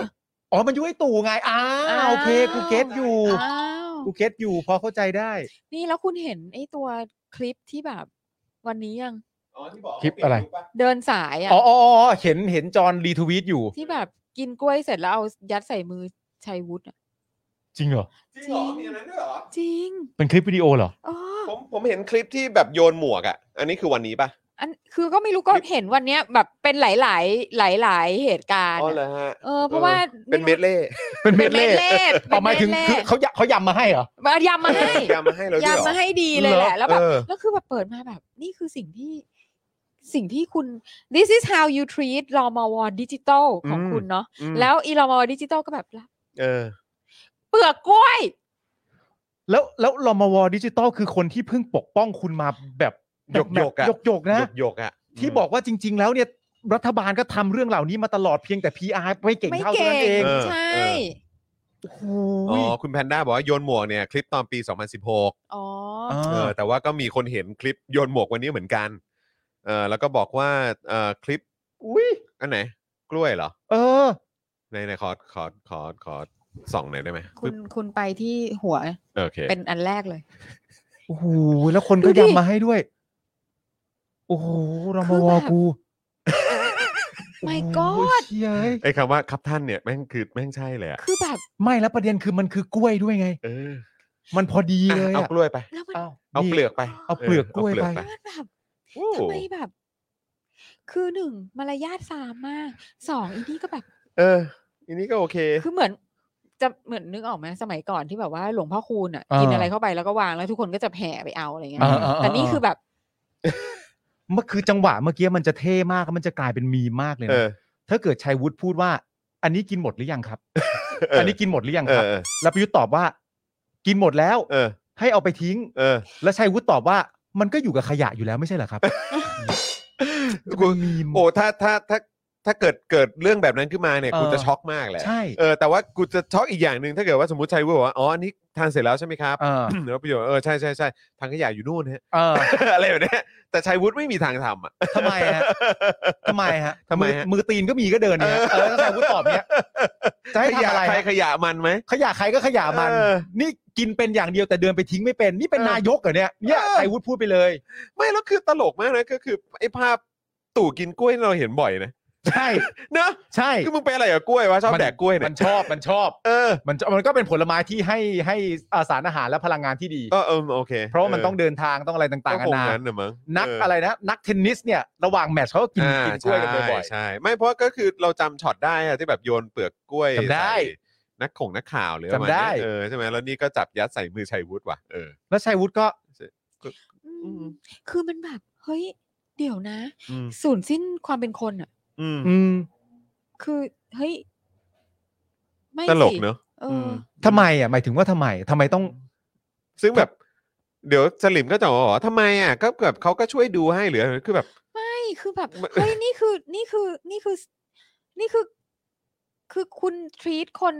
อ๋อมันยุ้ยตู่ไงอ้าวโอเคกูเก็ตอยู่ อ้าว กูเก็ตอยู่พอเข้าใจได้ นี่แล้วคุณเห็นไอ้ตัวคลิปที่แบบ วันนี้ยัง อ๋อที่บอกว่า คลิปอะไร เดินสายอ่ะ อ๋ออ๋ออ๋อเห็นเห็นจอห์นรีทวีตอยู่ ที่แบบกินกล้วยเสร็จแล้วเอายัดใส่มือชัยวุฒิอะ จริงเหรอ จริงเหรอมีอันนั้นด้วยเหรอ จริง เป็นคลิปวิดีโอเหรอ อ๋อ ผมผมเห็นคลิปที่แบบโยนหมวกอ่ะ อันนี้คือวันนี้ปะ อันคือก็ไม่รู้ก็เห็นวันเนี้ยแบบเป็นหลาย ๆ หลาย ๆ เหตุการณ์ อ๋อ อะ เหรอฮะ เออเพราะว่า เป็นเมดเล่ เป็นเม เป็น ด เม็ดเล่เล่ ต่อหมายถึง เป็น คื เม็ดอเล่ เขายำเขายำมาให้เหรอ มายำมาให้ ยำมาให้เราด้วยเหรอย ำมาให้ดีเลยแหละ แล้วแบบ เออ แล้วคือแบบเปิดมาแบบ นี่คือสิ่งที่สิ่งที่คุณ this is how you treat รอมวดิจิตอลของ อืม คุณเนาะ อืม แล้วอีรอมวดิจิตอลก็แบบรับ เออ เปลือกกล้วย แล้วแล้วรมวดิจิตอลคือคนที่เพิ่งปกป้องคุณมาแบบแบบ หยกๆอะ หยกหยกๆนะ หยกๆอ่ะ ที่บอกว่าจริง ๆ แล้วเนี่ย รัฐบาลก็ทำเรื่องเหล่านี้มาตลอดเพียงแต่ PR ไม่เก่ง ไม่ เท่า เก่ เท่านั้นเอง ง ใช่ โอ้โห อ๋อคุณแพนด้าบอกว่าโยนหมวกเนี่ยคลิปตอนปี 2016 อ๋อ เออแต่ว่าก็มีคนเห็นคลิปโยนหมวกวันนี้เหมือนกันเออแล้วก็บอกว่าเออคลิป อุ้ย อันไหน กล้วยเหรอ เออ ไหนไหนขอขอขอขอส่องหน่อยได้ไหม คุณคุณไปที่หัว โอเค เป็นอันแรกเลย โอ้โหแล้วคนก็ ดูดิ ยำมาให้ด้วย โอ้โหราม คือ ว แบบ กู ไม่ โอ้โห ก็ เชี่ยเอ้ย ไอ้คำว่าครับท่านเนี่ยแม่งคือแม่งใช่เลยอะ คือแบบ ไม่แล้วประเด็นคือมันคือกล้วยด้วยไง เออ มันพอดี อ่ะ เลย เอากล้วยไป แล้วมัน อ้ว เอา นี่ เปลือกไป เอาเปลือกกล้วย เาเ ไป มันแบบ โอ้ ทำไมแบบ คือหนึ่งมารยาทสามมากสองอีนี่ก็แบบ เอออันนี้ก็โอเค คือเหมือน จะเหมือนนึกออกไหมสมัยก่อนที่แบบว่าหลวงพ่อคูณอ่ะ อ่ากิ กินอะไรเข้าไปแล้วก็วางแล้วทุกคนก็จะแห่ไปเอาอะไรเงี้ย อ่าอ่าา แต่นี่คือแบบ เมื่อคือจังหวะเมื่อกี้มันจะเท่มากมันจะกลายเป็นมีมมากเลย เอ นะ อ ถ้าเกิดชัยวุฒิพูดว่า อันนี้กินหมดหรือยังครับ เออ อันนี้กินหมดหรือยัง เอ ครับ อ แล้วประยุทธ์ตอบว่า กินหมดแล้ว เออ ให้เอาไปทิ้ง เออ แล้วชัยวุฒิตอบว่า มันก็อยู่กับขยะอยู่แล้วไม่ใช่เหรอครับ จะเป็นมีม โอ้ถ้าถ้าถ้าถ้าเกิดเกิดเรื่องแบบนั้นขึ้นมาเนี่ย เออ กูจะช็อกมากแหละ ใช่ เออแต่ว่ากูจะช็อกอีกอย่างหนึ่งถ้าเกิดว่าสมมติชัยวุฒิบอกว่าอ๋ออันนี้ทานเสร็จแล้วใช่ไหมครับ เออ แล้วประโยชน์เออใช่ใช่ใช่ทางขยะอยู่นู่นฮะ เออ อะไรแบบเนี้ยแต่ชัยวุฒิไม่มีทางทำอ่ะ ทำไมฮะ ทำไมฮะ ทำไม อ ฮะ มือตีนก็มีก็เดินเนี่ยฮะเออแล้วชัยวุฒิตอบเนี่ย จะให้ ขยะ ทำอะไร ใคร ฮะ ขยะมันไหม ขยะใครก็ขยะมัน เออ นี่กินเป็นอย่างเดียวแต่เดินไปทิ้งไม่เป็น นี่เป็เออนนายกเหรอเนี่ยเนี่ย เออ ชัยวุฒิพูดไปเลย ไม่แล้วคือตลกมากนะก็คือไอ้ภาพตู่กินกล้วยเราเห็นบ่อยนะ ใช่ เนอะ ใช่ คือมึงเป็นอะไรกับกล้วยวะชอบ มัน แดกกล้วยเนี่ย มันชอบมันชอบ เออ มันชอบมันก็เป็นผลไม้ที่ให้ให้อ่าสารอาหารและพลังงานที่ดี เออเออโอเค เพราะว่ามันต้องเดินทางต้องอะไรต่างๆ ก็ กั คง นาน นะมั้ง นัก เ อะไรนะนักเทนนิสเนี่ยระหว่างแมตช์เขาก็กิน อ่า กินกล้วยกันบ่อใช่ยใช่ไม่เพราะก็คือเราจำช็อตได้อะที่แบบโยนเปลือกกล้วย จำได้ ใส่นักข่งนักข่าวหรือปจำระมาณเนี้ย ได้ เออใช่ไหมแล้วนี่ก็จับยัดใส่มือชัยวุฒิว่ะเออ ๆแล้วชัยวุฒิก็ อื อื ม ม คือมันแบบ เฮ้ย เดี๋ยวนะ อืม สูญสิ้นความเป็นคนอ่ะ อืม อืม คือเฮ้ย ไม่ ตลก สิ เนอะ เออ ม อ ทำไมอ่ะหมายถึงว่าทำไมทำไมต้อง ซึ่งแบบ เดี๋ยวสลิมก็จะบอกว่าทำไมอ่ะก็แบบเขาก็ช่วยดูให้หรืออะไรคือแบบ ไม่คือแบบ มัน เฮ้ยนี่คือนี่คือนี่คือ นี่คือ คือคุณทรีตคน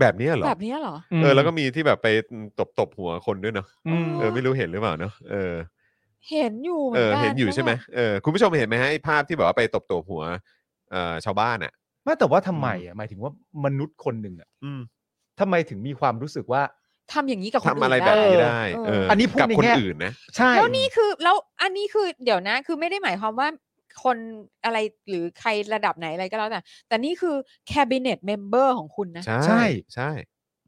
แบบเนี้ยเหรอ แบบเนี้ยเหรอ เออแล้วก็มีที่แบบไปตบตบหัวคนด้วยเนาะ อืม เออไม่รู้เห็นหรือเปล่าเนาะเออ เห็นอยู่มื เออ กั เห็นอยู่ ว่า ใช่ไหม แบบ เออคุณผู้ชมเห็นไหมฮะไอ้ภาพที่แบบว่าไปตบตบหัวเอ่อชาวบ้านอ่ะ ไม่แต่ว่าทำไมอ่ะหมายถึงว่ามนุษย์คนหนึ่งอ่ะ อืม ทำไมถึงมีความรู้สึกว่า ทำอย่างนี้กับคน ทำ น อะไรแบบนี้ เออ ได้เออ อันนี้พูด กับ ใน คน แง่ อื่นนะ ใช่ แล้วนี่คือแล้วอันนี้คือเดี๋ยวนะ คือไม่ได้หมายความว่าคนอะไรหรือใครระดับไหนอะไรก็แล้วแต่แต่นี่คือ cabinet member ของคุณนะ ใช่ใช่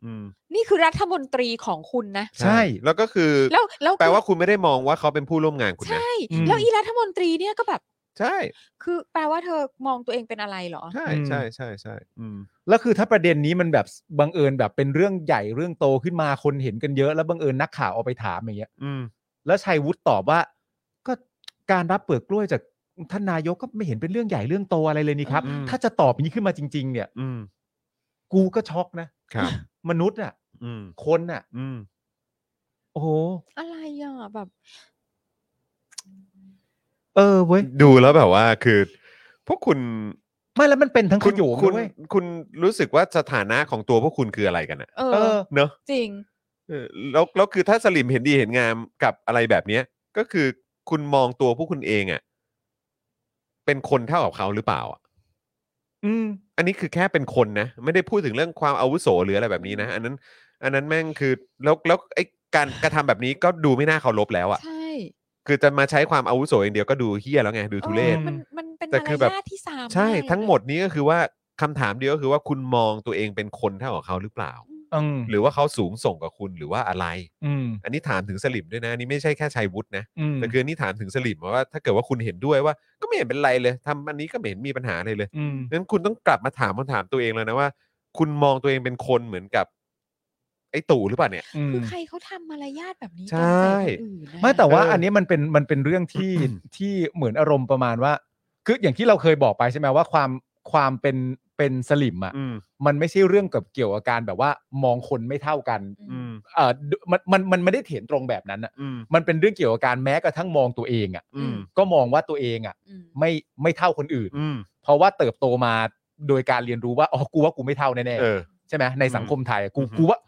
อืม นี่คือรัฐมนตรีของคุณนะ ใช่ แล้วก็คือ แล้วแล้ว แปลว่าคุณไม่ได้มองว่าเขาเป็นผู้ร่วมงานคุณนะ ใช่ แล้วอีรัฐมนตรีเนี่ยก็แบบ ใช่ คือแปลว่าเธอมองตัวเองเป็นอะไรเหรอ ใช่ใช่ใช่ใช่อืม แล้วคือถ้าประเด็นนี้มันแบบบังเอิญแบบเป็นเรื่องใหญ่เรื่องโตขึ้นมาคนเห็นกันเยอะแล้วบังเอิญนักข่าวเอาไปถามอย่างเงี้ย อืม แล้วชัยวุฒิตอบว่า ก็การรับเปลือกกล้วยจากท่านนายกก็ไม่เห็นเป็นเรื่องใหญ่เรื่องโตอะไรเลยนี่ครับ อืม ถ้าจะตอบอย่างนี้ขึ้นมาจริง ๆ เนี่ย อืม กูก็ช็อกนะครับ มนุษย์อ่ะ อืม คนอ่ะ อืม โอ้โห อะไรอ่ะแบบ เออเว้ย ดูแล้วแบบว่าคือ พวกคุณ ไม่แล้วมันเป็นทั้งข คุณ โยง คุณ ด้วย คุณรู้สึกว่าสถานะของตัวพวกคุณคืออะไรกันอะ เอ เอ อ อ เนอะ จริง เออแล้วแล้วคือถ้าสลิมเห็นดีเห็นงามกับอะไรแบบเนี้ย ก็คือคุณมองตัวพวกคุณเองอะเป็นคนเท่ากับเขาหรือเปล่าอะ อืม อันนี้คือแค่เป็นคนนะ ไม่ได้พูดถึงเรื่องความอาวุโสหรืออะไรแบบนี้นะ อันนั้น อันนั้นแม่งคือแล้วแล้วไอ้การกระทำแบบนี้ก็ดูไม่น่าเคารพแล้วอะ่ะ ใช่ คือจะมาใช้ความอาวุโสอย่างเดียวก็ดูเฮี้ยแล้วไงดูทุเรศ ออมันมันเป็น แต่ มา คื ร อแบบ ยาทที่สาม ใช่ ากเลย ทั้ง นะ หมดนี้ก็คือว่าคำถามเดียวก็คือว่าคุณมองตัวเองเป็นคนเท่ากับเขาหรือเปล่า อืม หรือว่าเขาสูงส่งกับคุณหรือว่าอะไร อืม อันนี้ถามถึงสลิมด้วยนะอันนี่ไม่ใช่แค่ชัยวุฒินะ อืม แต่คืออนนี่ถามถึงสลิมว่าถ้าเกิดว่าคุณเห็นด้วยว่า ก็ไม่เห็นเป็นไรเลยทำอันนี้ก็ไม่เห็นมีปัญหาอะไรเลย อืม นั้นคุณต้องกลับมาถามคำถามตัวเองแล้วนะว่า คุณมองตัวเองเป็นคนเหมือนกับ ไอ้ตู่หรือเปล่าเนี่ย คือใครเขาทำมารยาทแบบนี้ ใช่ ตามจคนอื่นนะ ไม่แต่ว่า เอออั อันนี้มันเป็นมันเป็นเรื่องที่ ที่เหมือนอารมณ์ประมาณว่า คืออย่างที่เราเคยบอกไปใช่ไหมว่าความความเป็นเป็นสลิมอ่ะ อืม มันไม่ใช่เรื่องกับเกี่ยวกับการแบบว่ามองคนไม่เท่ากันอือืม ม เออมันมันมันไม่ได้เถียงตรงแบบนั้นอ่ะ อืม มันเป็นเรื่องเกี่ยวกับการแม้กระทั่งมองตัวเองอ่ะ อืม ก็มองว่าตัวเองอ่ะ อืม ไม่ไม่เท่าคนอื่น อืม เพราะว่าเติบโตมาโดยการเรียนรู้ว่าอ๋อกูว่ากูไม่เท่าแน่ เออ ๆใช่ไหมในสังคมไทยอะกู อืม กูว่า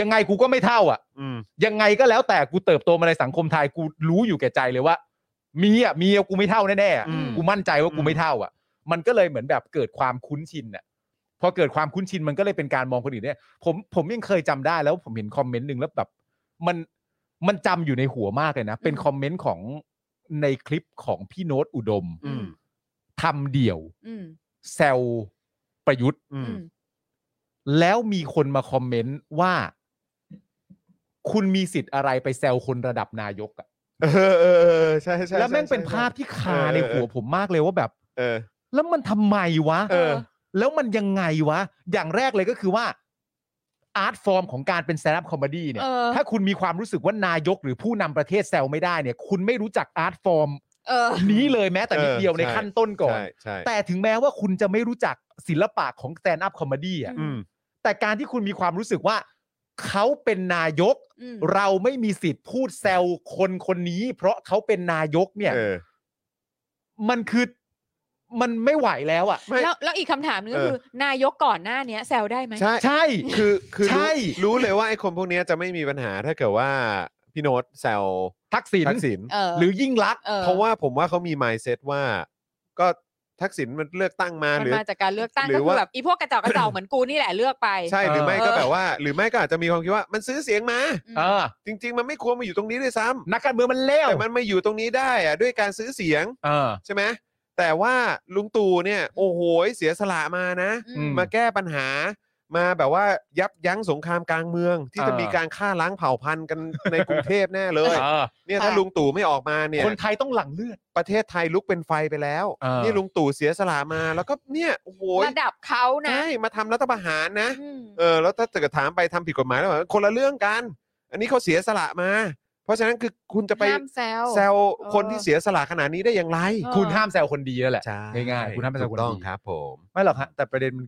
ยังไงกูก็ไม่เท่าอ่ะ อืม ยังไงก็แล้วแต่กูเติบโตมาในสังคมไทยกูรู้อยู่แก่ใจเลยว่า มีอ่ะมีอ่ะกูไม่เท่าแน่ๆอ่ะ อืม กูมั่นใจว่ากูไม่เท่าอ่ะ มันก็เลยเหมือนแบบเกิดความคุ้นชินอ่ะพอเกิดความคุ้นชินมันก็เลยเป็นการมองคนอื่นเนี่ย ผมผมยังเคยจำได้แล้วผมเห็นคอมเมนต์หนึ่งแล้วแบบมันมันจำอยู่ในหัวมากเลยนะ เป็นคอมเมนต์ของในคลิปของพี่โน้ตอุดม อืม ทำเดี่ยว อืม แซลประยุทธ์ อืม แล้วมีคนมาคอมเมนต์ว่า คุณมีสิทธิ์อะไรไปแซวคนระดับนายกอะ เออเออเออใช่ใช่ใช่ แล้วแม่ง ใช่ เป็น ใช่ ภาพที่คา เออ ในหัวผมมากเลยว่าแบบ เออ แล้วมันทำไมวะ เออ แล้วมันยังไงวะ อย่างแรกเลยก็คือว่าอาร์ตฟอร์มของการเป็นแซนด์อัพคอมดี้เนี่ย เออ ถ้าคุณมีความรู้สึกว่านายกหรือผู้นำประเทศแซวไม่ได้เนี่ย คุณไม่รู้จักอาร์ตฟอร์ม เออ นี้เลยแม้แต่นิดเดียวในขั้นต้นก่อน ใช่ใช่ แต่ถึงแม้ว่าคุณจะไม่รู้จักศิลปะของแซนด์อัพคอมดี้อ่ะ อื อืม แต่การที่คุณมีความรู้สึกว่า เขาเป็นนายก อืม เราไม่มีสิทธิ์พูดแซวคนคนนี้ เพราะเขาเป็นนายกเนี่ย เออ มันคือมันไม่ไหวแล้วอ่ะ ไม่ แล้วแล้วอีกคำถามหนึงก็ เออ คือ นายกก่อนหน้าเนี้ยแซวได้ไหม ใช่ ใช่ คือคือ ใช่ รู้รู้เลยว่าไอ้คนพวกเนี้ยจะไม่มีปัญหาถ้าเกิดว่าพี่โน้ตแซว ทักษิณ ทักษิณ เออ หรือยิ่งรักษณ์ ออ เพราะว่าผมว่าเขามี mindset ว่า ก็ทักษิณมันเลือกตั้งมา มัน หรือ มาจากการเลือกตั้ง หรื ก็ อ คือ ว่า แบบอีพวกกระจอกกระจอกเหมือนกูนี่แหละเลือกไป ใช่หรือไม่ เออ ก็แบบว่า หรือไม่ก็อาจจะมีความคิดว่ามันซื้อเสียงมา อืม เออ จริง ๆ มันไม่ควรมาอยู่ตรงนี้ด้วยซ้ำ นักการเมืองมันเลว แต่มันมาอยู่ตรงนี้ได้อะด้วยการซื้อเสียง เออ ใช่ไหมแต่ว่าลุงตู่เนี่ยโอ้โหเสียสละมานะ อืม มาแก้ปัญหามาแบบว่ายับยั้งสงครามกลางเมือง ที่ เออ จะมีการฆ่าล้างเผ่าพันธุ์กันในกรุงเทพแน่เลย เออ เนี่ยถ้า ค่ะ ลุงตู่ไม่ออกมาเนี่ย คนไทยต้องหลั่งเลือด ประเทศไทยลุกเป็นไฟไปแล้ว เออ นี่ลุงตู่เสียสละมาแล้วก็เนี่ยโอ้โห ระดับเขานะ ใช่มาทำรัฐประหารนะ อืม เออแล้วถ้าเกิดถามไปทำผิดกฎหมายแล้วบอกว่าคนละเรื่องกัน อันนี้เขาเสียสละมา เพราะฉะนั้นคือคุณจะไป ห้ามแซว แซว เออ คนที่เสียสละขนาดนี้ได้อย่างไร เออ คุณห้ามแซวคนดีแล้วแหละ ใช่ ง่ายๆคุณทำเป็น ถูกต้อง คนดี ครับ ผม ไม่หรอกฮะแต่ประเด็นมัน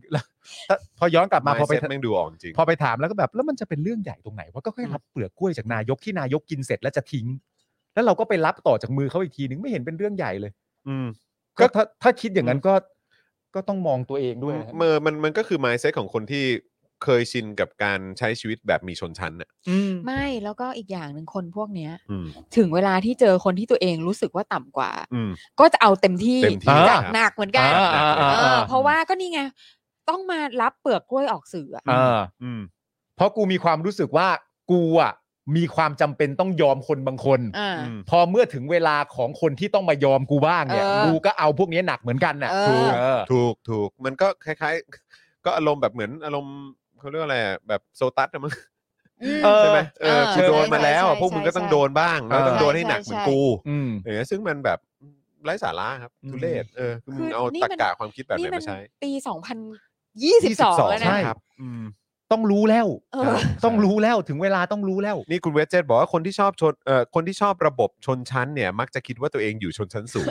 แต่พอย้อนกลับมาพอไป เซ็ตแม่งดูออกจริง พอไปถามแล้วก็แบบแล้วมันจะเป็นเรื่องใหญ่ตรงไหนว่าก็แค่รับเปลือกกล้วยจากนายกที่นายกกินเสร็จแล้วจะทิ้ง แล้วเราก็ไปรับต่อจากมือเขาอีกทีนึงไม่เห็นเป็นเรื่องใหญ่เลย อืม ก็ถ้าถ้าคิดอย่างนั้นก็ก็ต้องมองตัวเองด้วยนะฮะ เมื่อมันมันก็คือ mindset ของคนที่เคยชินกับการใช้ชีวิตแบบมีชนชั้นน่ะ อืม ไม่แล้วก็อีกอย่างหนึ่งคนพวกเนี้ย อืม ถึงเวลาที่เจอคนที่ตัวเองรู้สึกว่าต่ำกว่า อืม ก็จะเอาเต็มที่ เต็มที่ จัด อ่า หนักเหมือนกัน อ่าอ่าอ่า เอออ่าเพราะว่าก็นี่ไง ต้องมารับเปลือกกล้วยออกสื่ออะ อ่า อืม เพราะกูมีความรู้สึกว่ากูอ่ะมีความจำเป็นต้องยอมคนบางคน อ่า อืม พอเมื่อถึงเวลาของคนที่ต้องมายอมกูบ้างเนี่ย เออ กูก็เอาพวกนี้หนักเหมือนกันน่ะ เออ ถูกเออ ถูกถูกมันก็คล้ายๆ ก็อารมณ์แบบเหมือนอารมณ์เขาเรียกว่าอะไรอะแบบโซตัสนะมึง อืม เออ ใช่ไหมเออ เออ กูโดนมาแล้วอะ ใช่ใช่ พวกมึงก็ต้อง ใช่ โดนบ้างแล้วต้อง เออ โดนให้หนัก ใช่ เหมือน ใช่ กู อืม เออซึ่งมันแบบไร้สาระครับ อืม ทุเรศเออคือมึ คื ง อ เอา นี่ ตร มัรนกะความคิดแบบไหนมาใช้ ปีสองพันยี่สิบสองแล้วนะ ใช่ ครับอืม ต้องรู้แล้ว เออ ต้องรู้แล้วถึงเวลาต้องรู้แล้ว นี่คุณเวจเจตบอกว่าคนที่ชอบชนเอ่อคนที่ชอบระบบชนชั้นเนี่ย มักจะคิดว่าตัวเองอยู่ชนชั้นสูง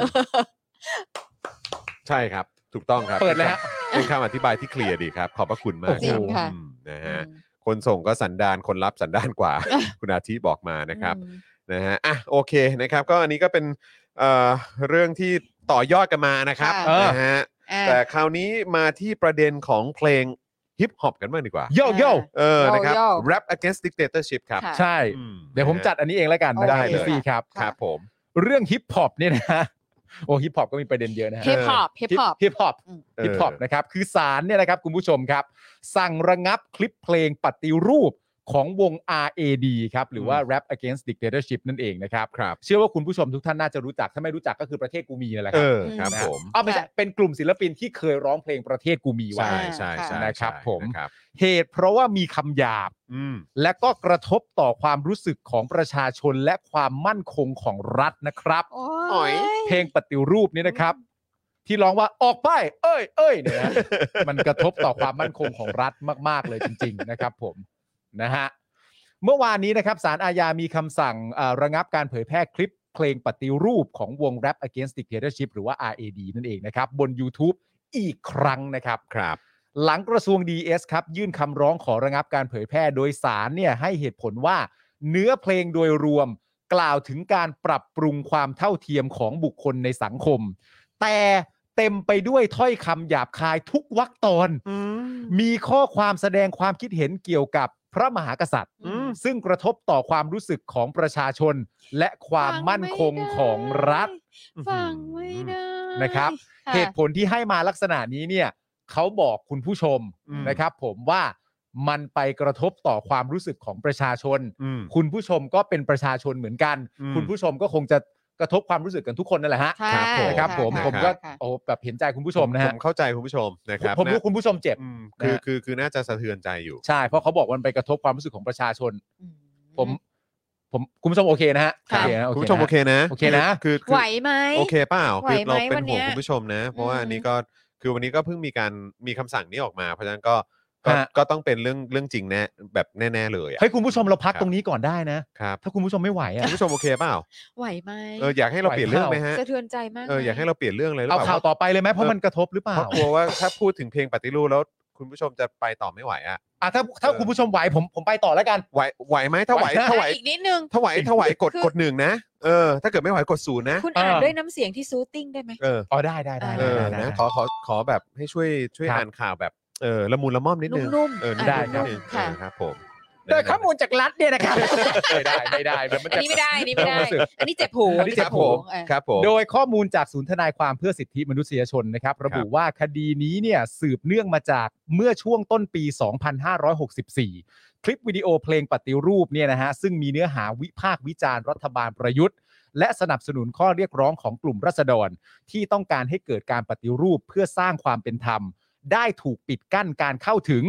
ใช่ครับ ถูกต้องครับ เปิดเลยฮะ เป็นคำอธิบายที่เคลียร์ดีครับ ขอบพระคุณมาก จริงค่ะ อืมนะฮะคนส่งก็สันดานคนรับสันดาน กว่า คุณอาทิบอกมานะครับ อืม นะฮะอ่ะโอเคนะครับ ก็อันนี้ก็เป็นเอ่อเรื่องที่ต่อยอดกันมานะครับ ค่ะ นะฮะ อ่า แต่คราวนี้มาที่ประเด็นของเพลงฮิปฮอปกันบ้างดีกว่า โยโย เออนะครับ โยโย่ rap against dictatorship ครับ ค่ะ ใช่ อืม เดี๋ยวผมจัดอันนี้เองแล้วกันนะ ได้ ครับ เลย พี่ซี่ครับ ครับ ผม เรื่องฮิปฮอปเนี่ยนะฮะโอ้ฮิปฮอปก็มีประเด็นเยอะนะฮะ ฮิปฮอปฮิปฮอป ฮิปฮอป อืม ฮิปฮอป เออ นะครับ คือศาลเนี่ยนะครับ คุณผู้ชมครับ สั่งระงับคลิปเพลงปฏิรูปของวง RAD ครับ หรือว่า Rap Against Dictatorship นั่นเองนะครับ ครับ เชื่อว่าคุณผู้ชมทุกท่านน่าจะรู้จัก ถ้าไม่รู้จักก็คือประเทศกูมีนั่นแหละค เอ รับ อครับ นะฮะ ผม อ้าวไม่ใช่เป็นกลุ่มศิลปินที่เคยร้องเพลงประเทศกูมีไว้ ใช่ใช่ใช่ นะครับ ใช่ ผม นะครับ เหตุเพราะว่ามีคำหยาบ อืม และก็กระทบต่อความรู้สึกของประชาชนและความมั่นคงของรัฐนะครับ โอ้ย เพลงปฏิรูปนี้นะครับ ที่ร้องว่าออกไป เอ้ยเอ้ยเนี่ย นะมันกระทบต่อความมั่นคงของรัฐมาก ๆ เลยจริง ๆ นะครับ ผมนะฮะเมื่อวานนี้นะครับศาลอาญามีคำสั่งเอ่อระงับการเผยแพร่คลิปเพลงปฏิรูปของวง Rap Against Dictatorship หรือว่า RAD นั่นเองนะครับ บน YouTube อีกครั้งนะครับ ครับ หลังกระทรวง DS ครับ ยื่นคำร้องขอระงับการเผยแพร่โดยสารเนี่ยให้เหตุผลว่า เนื้อเพลงโดยรวม กล่าวถึงการปรับปรุงความเท่าเทียมของบุคคลในสังคม แต่เต็มไปด้วยถ้อยคำหยาบคายทุกวรรคตอน มีข้อความแสดงความคิดเห็นเกี่ยวกับพระมหากษัตริย์ อืม ซึ่งกระทบต่อความรู้สึกของประชาชน และความมั่นคงของรัฐ ฟังไม่ได้ นะครับ ค่ะ เหตุผลที่ให้มาลักษณะนี้เนี่ยเขาบอกคุณผู้ชม อืม นะครับ ผมว่ามันไปกระทบต่อความรู้สึกของประชาชน อืม คุณผู้ชมก็เป็นประชาชนเหมือนกัน อืม คุณผู้ชมก็คงจะกระทบความรู้สึกกันทุกคนนั่นแหละฮะ ใช่ ครับผม นะครับผม ะ ผมก็ ค่ะ โอ้แบบเห็นใจคุณผู้ชมนะฮะ ผมเข้าใจคุณผู้ชมนะครับ ผมรู้ นะ คุณผู้ชมเจ็บ อืม นะ คือ ฮะ คือคือน่าจะสะเทือนใจอยู่ ใช่เพราะเขาบอกมันไปกระทบความรู้สึกของประชาชน อืม ผม ผมคุณผู้ชมโอเคนะฮะ ค่ะ นะ คุณผู้ชมโอเคนะ โอเคนะ คือคือ ไหวไหม โอเคเปล่าคือ ไหวไหม เราเป็ วัน นห่เนี้วง ย คุณผู้ชมนะ เพราะว่า อืม อันนี้ก็คือวันนี้ก็เพิ่งมีการมีคำสั่งนี้ออกมา เพราะฉะนั้นก็ก็ ฮะ ก็ต้องเป็นเรื่องเรื่องจริงแน่แบบแน่ ๆ เลยอะ เฮ้ยคุณผู้ชมเราพักตรงนี้ก่อนได้นะ ครับ ถ้าคุณผู้ชมไม่ไหวอะ คุณผู้ชมโอเคเปล่า ไหวไหม เอออยากให้เราเปลี่ยนเรื่องไหมฮะ สะเทือนใจมาก เออ ไหม อยากให้เราเปลี่ยนเรื่องเลยหรือ เอา เปล่า ข่าวต่อไปเลยไหมเอเพราะ อ มันกระทบหรือเปล่า เพราะกลัวว่าถ้าพูดถึงเพลงปฏิรูปแล้วคุณผู้ชมจะไปต่อไม่ไหวอะ อ่ะถ้าถ้า เออ คุณผู้ชมไหวผมผมไปต่อแล้วกัน ไหวไหวไหมถ้าไหว ไหวนะ ถ้าไหว อ่ะอีกนิดนึง ถ้าไหวถ้าไหวกด คือ กดหนึ่งนะเออถ้าเกิดไม่ไหวกดศูนย์นะ คุณอ่าน เออ ด้วยน้ำเสียงที่ซูตติ้งได้ไหม เออ อ๋อได้ได้ได้ เอ ได้ อ ได้ได้ นะ ขอ ขอ ขอแบบให้ช่วย ช่วย ครับ อ่านข่าวแบบ เออ ละมุนละม่อมนิดนึง นุ่มๆ เออ นิด ได้ นึงนิดนึง ค่ะ เออครับผม โดยข้อมูลจากรัฐเนี่ยนะครับ ไม่ได้ไม่ได้เดี๋ยวมัน อัน จะ นี้ไม่ได้อันนี้ไม่ได้ รู้สึก อันนี้เจ็บหู อันอันนี้นี้ค เจ็ รั บผบหู ม เออ ครับผม โดยข้อมูลจากศูนย์ทนายความเพื่อสิทธิมนุษยชนนะครับ ระบุว่าคดีนี้เนี่ยสืบเนื่องมาจากเมื่อช่วงต้นปี 2564 คลิปวิดีโอเพลงปฏิรูปเนี่ยนะฮะซึ่งมีเนื้อหาวิพากษ์วิจารณ์รัฐบาลประยุทธ์ และสนับสนุนข้อเรียกร้องของกลุ่มรัษฎร ที่ต้องการให้เกิดการปฏิรูปเพื่อสร้างความเป็นธรรม ได้ถูกปิดกั้นการเข้าถึง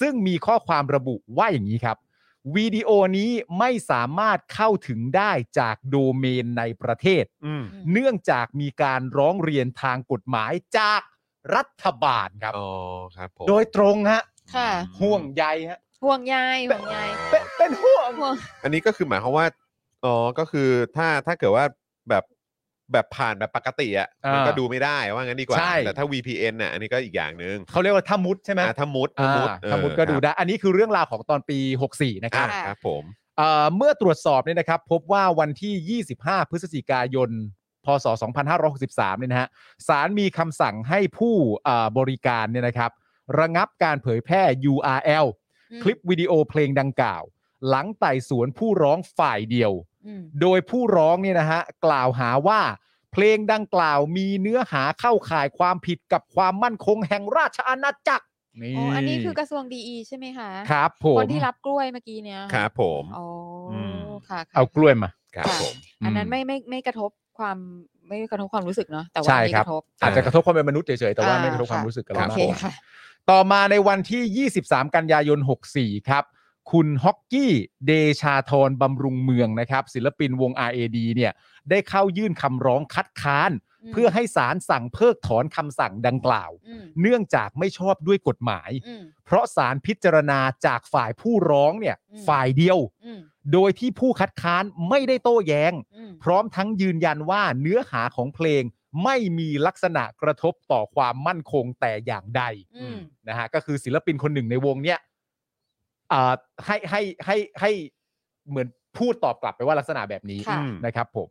ซึ่งมีข้อความระบุว่าอย่างนี้ครับ วิดีโอนี้ไม่สามารถเข้าถึงได้จากโดเมนในประเทศ อืม เนื่องจากมีการร้องเรียนทางกฎหมายจากรัฐบาลครับ อ๋อ ครับผม โดยตรงฮะ ค่ะ ห่วงใยฮะ ห่วงยายห่วงยาย เป็นเป็นห่วง ห่วง อันนี้ก็คือหมายความว่า อ๋อ ก็คือ ถ้า ถ้าเกิดว่า แบบ แบบผ่านแบบปกติอ่ะ อ่ามั มันก็ดูไม่ได้ ว่างั้นดีกว่า ใช่ แต่ถ้า VPN น่ะ อันนี้ก็อีกอย่างหนึ่ง เขาเรียกว่าถ้ามุดใช่ไหม อ่ะถ้ามุด อ่า เออ ถ้ามุดก็ดู ครับ ได้ อันนี้คือเรื่องราวของตอนปี 64 นะครับ อ่ะครับผม เอ่อเมื่อตรวจสอบเนี่ยนะครับ พบว่าวันที่ 25 พฤศจิกายน พศ 2563 เนี่ยนะฮะศาลมีคำสั่งให้ผู้เอ่อบริการเนี่ยนะครับ ระงับการเผยแพร่ URL อืม คลิปวิดีโอเพลงดังกล่าว หลังไต่สวนผู้ร้องฝ่ายเดียว อืม โดยผู้ร้องเนี่ยนะฮะกล่าวหาว่า เพลงดังกล่าวมีเนื้อหาเข้าข่ายความผิดกับความมั่นคงแห่งราชอาณาจักรนี่ อ๋ออันนี้คือกระทรวงดีอีใช่ไหมคะ ครับผม คนที่รับกล้วยเมื่อกี้เนี่ย ครับผม อ๋ออ ม ค่ะค่ะ เอากล้วยมา ครับ ค่ะ ผม อันนั้นไม่ไม่ไม่กระทบความไม่กระทบความรู้สึกเนาะแต่ว่า ใช่ อันนี้ ครั ก บ ระทบ อาจจะกระทบความเป็นมนุษย์เฉยๆ แต่ว่า อ่า ไม่กระทบความ ค่ะ รู้สึกกับ โอ เรา เค มากกว่า ค่ะ ต่อมาในวันที่ 23 กันยายน 64 ครับ คุณฮอกกี้เดชาธรบำรุงเมืองนะครับ ศิลปินวง RAD เนี่ยได้เข้ายื่นคำร้องคัดค้าน อืม เพื่อให้ศาลสั่งเพิกถอนคำสั่งดังกล่าว อืม เนื่องจากไม่ชอบด้วยกฎหมาย อืม เพราะศาลพิจารณาจากฝ่ายผู้ร้องเนี่ย อืม ฝ่ายเดียว อืม โดยที่ผู้คัดค้านไม่ได้โต้แย้ง อืม พร้อมทั้งยืนยันว่าเนื้อหาของเพลงไม่มีลักษณะกระทบต่อความมั่นคงแต่อย่างใด อืม นะฮะก็คือศิลปินคนหนึ่งในวงเนี่ยอ่าให้ให้ให้ให้เหมือนพูดตอบกลับไปว่าลักษณะแบบนี้ ค่ะ อืม นะครับผม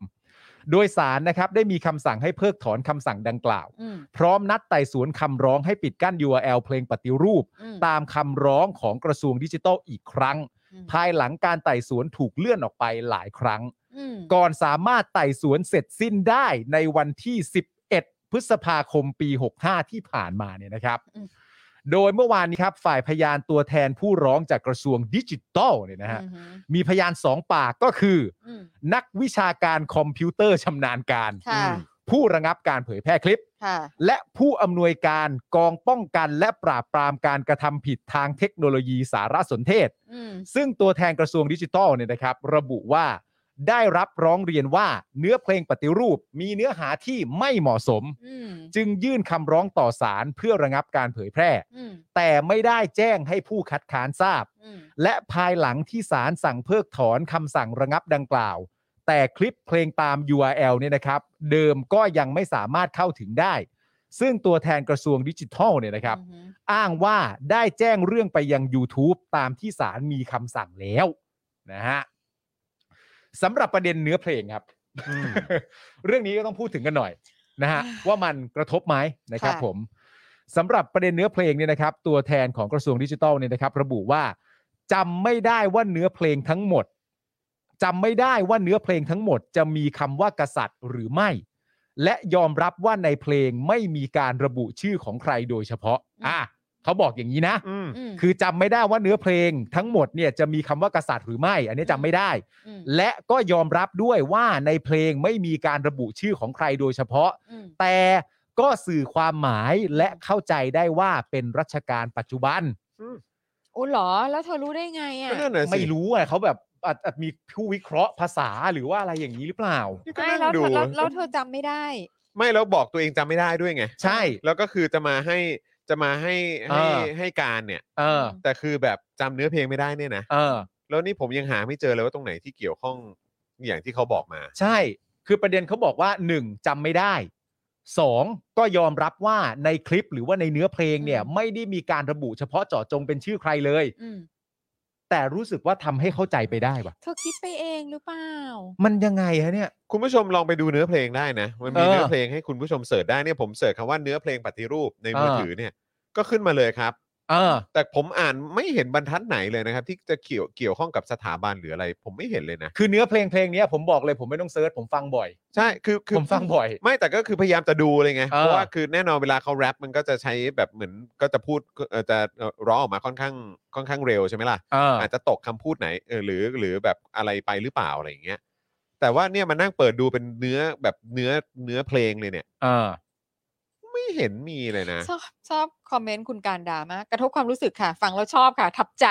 โดยสารนะครับได้มีคำสั่งให้เพิกถอนคำสั่งดังกล่าว อืม พร้อมนัดไต่สวนคำร้องให้ปิดกั้น URL เพลงปฏิรูป อืม ตามคำร้องของกระทรวงดิจิทัลอีกครั้ง ภายหลังการไต่สวนถูกเลื่อนออกไปหลายครั้ง อืม ก่อนสามารถไต่สวนเสร็จสิ้นได้ในวันที่ 11 พฤษภาคมปี 65 ที่ผ่านมาเนี่ยนะครับ โดยเมื่อวานนี้ครับ ฝ่ายพยานตัวแทนผู้ร้องจากกระทรวงดิจิทัลเนี่ยนะฮะ อืม มีพยานสองปากก็คือ อืม นักวิชาการคอมพิวเตอร์ชำนาญการ ค่ะ ผู้ระงับการเผยแพร่คลิป ค่ะ และผู้อำนวยการกองป้องกันและปราบปรามการกระทำผิดทางเทคโนโลยีสารสนเทศ อืม ซึ่งตัวแทนกระทรวงดิจิทัลเนี่ยนะครับ ระบุว่าได้รับร้องเรียนว่าเนื้อเพลงปฏิรูป มีเนื้อหาที่ไม่เหมาะสม อืม จึงยื่นคำร้องต่อศาลเพื่อระงับการเผยแพร่ อืม แต่ไม่ได้แจ้งให้ผู้คัดค้านทราบ อืม และภายหลังที่ศาลสั่งเพิกถอนคำสั่งระงับดังกล่าว แต่คลิปเพลงตาม URL เนี่ยนะครับ เดิมก็ยังไม่สามารถเข้าถึงได้ ซึ่งตัวแทนกระทรวงดิจิทัลเนี่ยนะครับ อืม อ้างว่าได้แจ้งเรื่องไปยัง YouTube ตามที่ศาลมีคำสั่งแล้วนะฮะสำหรับประเด็นเนื้อเพลงครับ อืม เรื่องนี้ก็ต้องพูดถึงกันหน่อยนะฮะ ว่ามันกระทบไหมนะครับ ค่ะ ผมสำหรับประเด็นเนื้อเพลงเนี่ยนะครับ ตัวแทนของกระทรวงดิจิทัลเนี่ยนะครับ ระบุว่าจำไม่ได้ว่าเนื้อเพลงทั้งหมดจำไม่ได้ว่าเนื้อเพลงทั้งหมด จะมีคำว่ากษัตริย์หรือไม่ และยอมรับว่าในเพลงไม่มีการระบุชื่อของใครโดยเฉพาะ อ่ะเขาบอกอย่างนี้นะ อืม อืม คือจำไม่ได้ว่าเนื้อเพลงทั้งหมดเนี่ยจะมีคำว่ากษัตริย์หรือไม่ อันนี้จำไม่ได้ อืม และก็ยอมรับด้วยว่าในเพลงไม่มีการระบุชื่อของใครโดยเฉพาะ อืม แต่ก็สื่อความหมายและเข้าใจได้ว่าเป็นรัชกาลปัจจุบัน โอ้เหรอ แล้วเธอรู้ได้ไงอ่ะ ก็นั่นน่ะสิ ไม่รู้อ่ะเขาแบบอาจอาจมีผู้วิเคราะห์ภาษาหรือว่าอะไรอย่างนี้หรือเปล่า นี่ก็ ไม่แล้นั่งว ดู เธอแล้วแล้วเธอจำไม่ได้ ไม่แล้วบอกตัวเองจำไม่ได้ด้วยไง ใช่ แล้วก็คือจะมาให้จะมาให้ให้ เออ ให้การเนี่ย เออ แต่คือแบบจำเนื้อเพลงไม่ได้เนี่ยนะ เออ แล้วนี่ผมยังหาไม่เจอเลยว่าตรงไหนที่เกี่ยวข้องอย่างที่เขาบอกมา ใช่ คือประเด็นเขาบอกว่า 1. จำไม่ได้ 2. ก็ยอมรับว่าในคลิปหรือว่าในเนื้อเพลงเนี่ย อืม ไม่ได้มีการระบุเฉพาะเจาะจงเป็นชื่อใครเลย อืม แต่รู้สึกว่าทำให้เข้าใจไปได้ว่ะ เธอคิดไปเองหรือเปล่า มันยังไงฮะเนี่ย คุณผู้ชมลองไปดูเนื้อเพลงได้นะ มันมี เออ เนื้อเพลงให้คุณผู้ชมเสิร์ชได้เนี่ยผมเสิร์ชคำว่าเนื้อเพลงปฏิรูปในมือถือเนี่ยก็ขึ้นมาเลยครับ เออ แต่ผมอ่านไม่เห็นบรรทัดไหนเลยนะครับ ที่จะเกี่ยวเกี่ยวข้องกับสถาบันหรืออะไร ผมไม่เห็นเลยนะ คือเนื้อเพลงเพลงเนี้ยผมบอกเลยผมไม่ต้องเซิร์ชผมฟังบ่อย ใช่ คือคือ ผมฟังบ่อย ไม่แต่ก็คือพยายามจะดูเลยไง เออ เพราะว่าคือแน่นอนเวลาเขาแรปมันก็จะใช้แบบเหมือนก็จะพูดเอ่อจะร้องออกมาค่อนข้างค่อนข้างเร็วใช่ไหมล่ะ เออ อาจจะตกคำพูดไหนเออหรือหรือแบบอะไรไปหรือเปล่าอะไรอย่างเงี้ย แต่ว่าเนี่ยมานั่งเปิดดูเป็นเนื้อแบบเนื้อเนื้อเพลงเลยเนี่ย เออ ไม่เห็นมีเลยนะ ชอบชอบคอมเมนต์คุณการดามากกระทบความรู้สึกค่ะ ฟังแล้วชอบค่ะ ทับใจ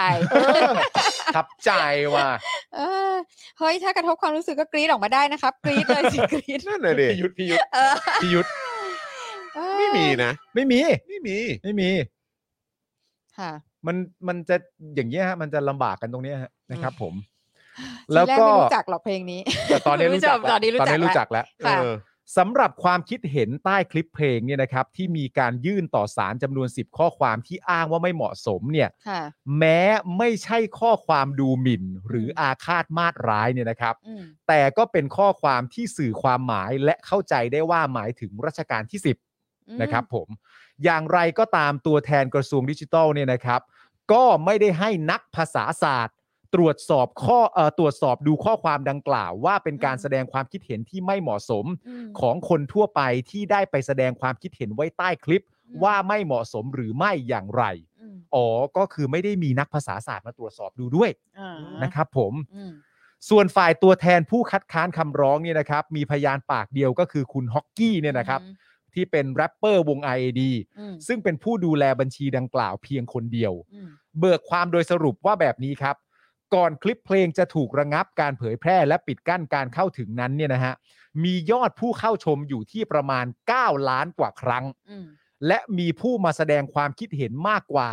ทับใจว่ะ เออเฮ้ย ถ้ากระทบความรู้สึกก็กรี๊ดออกมาได้นะครับ กรี๊ดเลยสิ กรี๊ด นั่นเลยดิ พิยุทธพิยุทธ เออ พิยุทธ เออ ไม่มีนะ ไม่มี ไม่มี ไม่มี ค่ะ มันมันจะอย่างเงี้ยฮะมันจะลำบากกันตรงเนี้ยฮะนะครับ ผม ที แล้ว แรก ก็ ไม่รู้จักหรอกเพลงนี้ แต่ตอนนี้รู้จัก คุณผู้ชมตอนนี้รู้จัก ตอนนี้รู้ แล้ว จักแล้ว ค่ะ เออ สำหรับความคิดเห็นใต้คลิปเพลงเนี่ยนะครับ ที่มีการยื่นต่อสารจำนวน 10 ข้อความที่อ้างว่าไม่เหมาะสมเนี่ย ค่ะ แม้ไม่ใช่ข้อความดูหมิ่น หรืออาฆาตมาตร้ายเนี่ยนะครับ อืม แต่ก็เป็นข้อความที่สื่อความหมายและเข้าใจได้ว่าหมายถึงรัชกาลที่ 10 อืม นะครับผมอย่างไรก็ตามตัวแทนกระทรวงดิจิทัลเนี่ยนะครับ ก็ไม่ได้ให้นักภาษาศาสตร์ ตรวจสอบข้อเอ่อตรวจสอบดูข้อความดังกล่าว ว่าเป็นการแสดงความคิดเห็นที่ไม่เหมาะสม อืม ของคนทั่วไปที่ได้ไปแสดงความคิดเห็นไว้ใต้คลิป อืม ว่าไม่เหมาะสมหรือไม่อย่างไร อืม อ๋อก็คือไม่ได้มีนักภาษาศาสตร์มาตรวจสอบดูด้วย อ่า นะครับผม อืม ส่วนฝ่ายตัวแทนผู้คัดค้านคำร้องเนี่ยนะครับ มีพยานปากเดียวก็คือคุณฮอกกี้เนี่ยนะครับ ที่เป็นแรปเปอร์วง IAD อืม ซึ่งเป็นผู้ดูแลบัญชีดังกล่าวเพียงคนเดียว อืม เบิกความโดยสรุปว่าแบบนี้ครับ ก่อนคลิปเพลงจะถูกระงับการเผยแพร่และปิดกั้นการเข้าถึงนั้นเนี่ยนะฮะมียอดผู้เข้าชมอยู่ที่ประมาณ 9 ล้านกว่าครั้ง อืม และมีผู้มาแสดงความคิดเห็นมากกว่า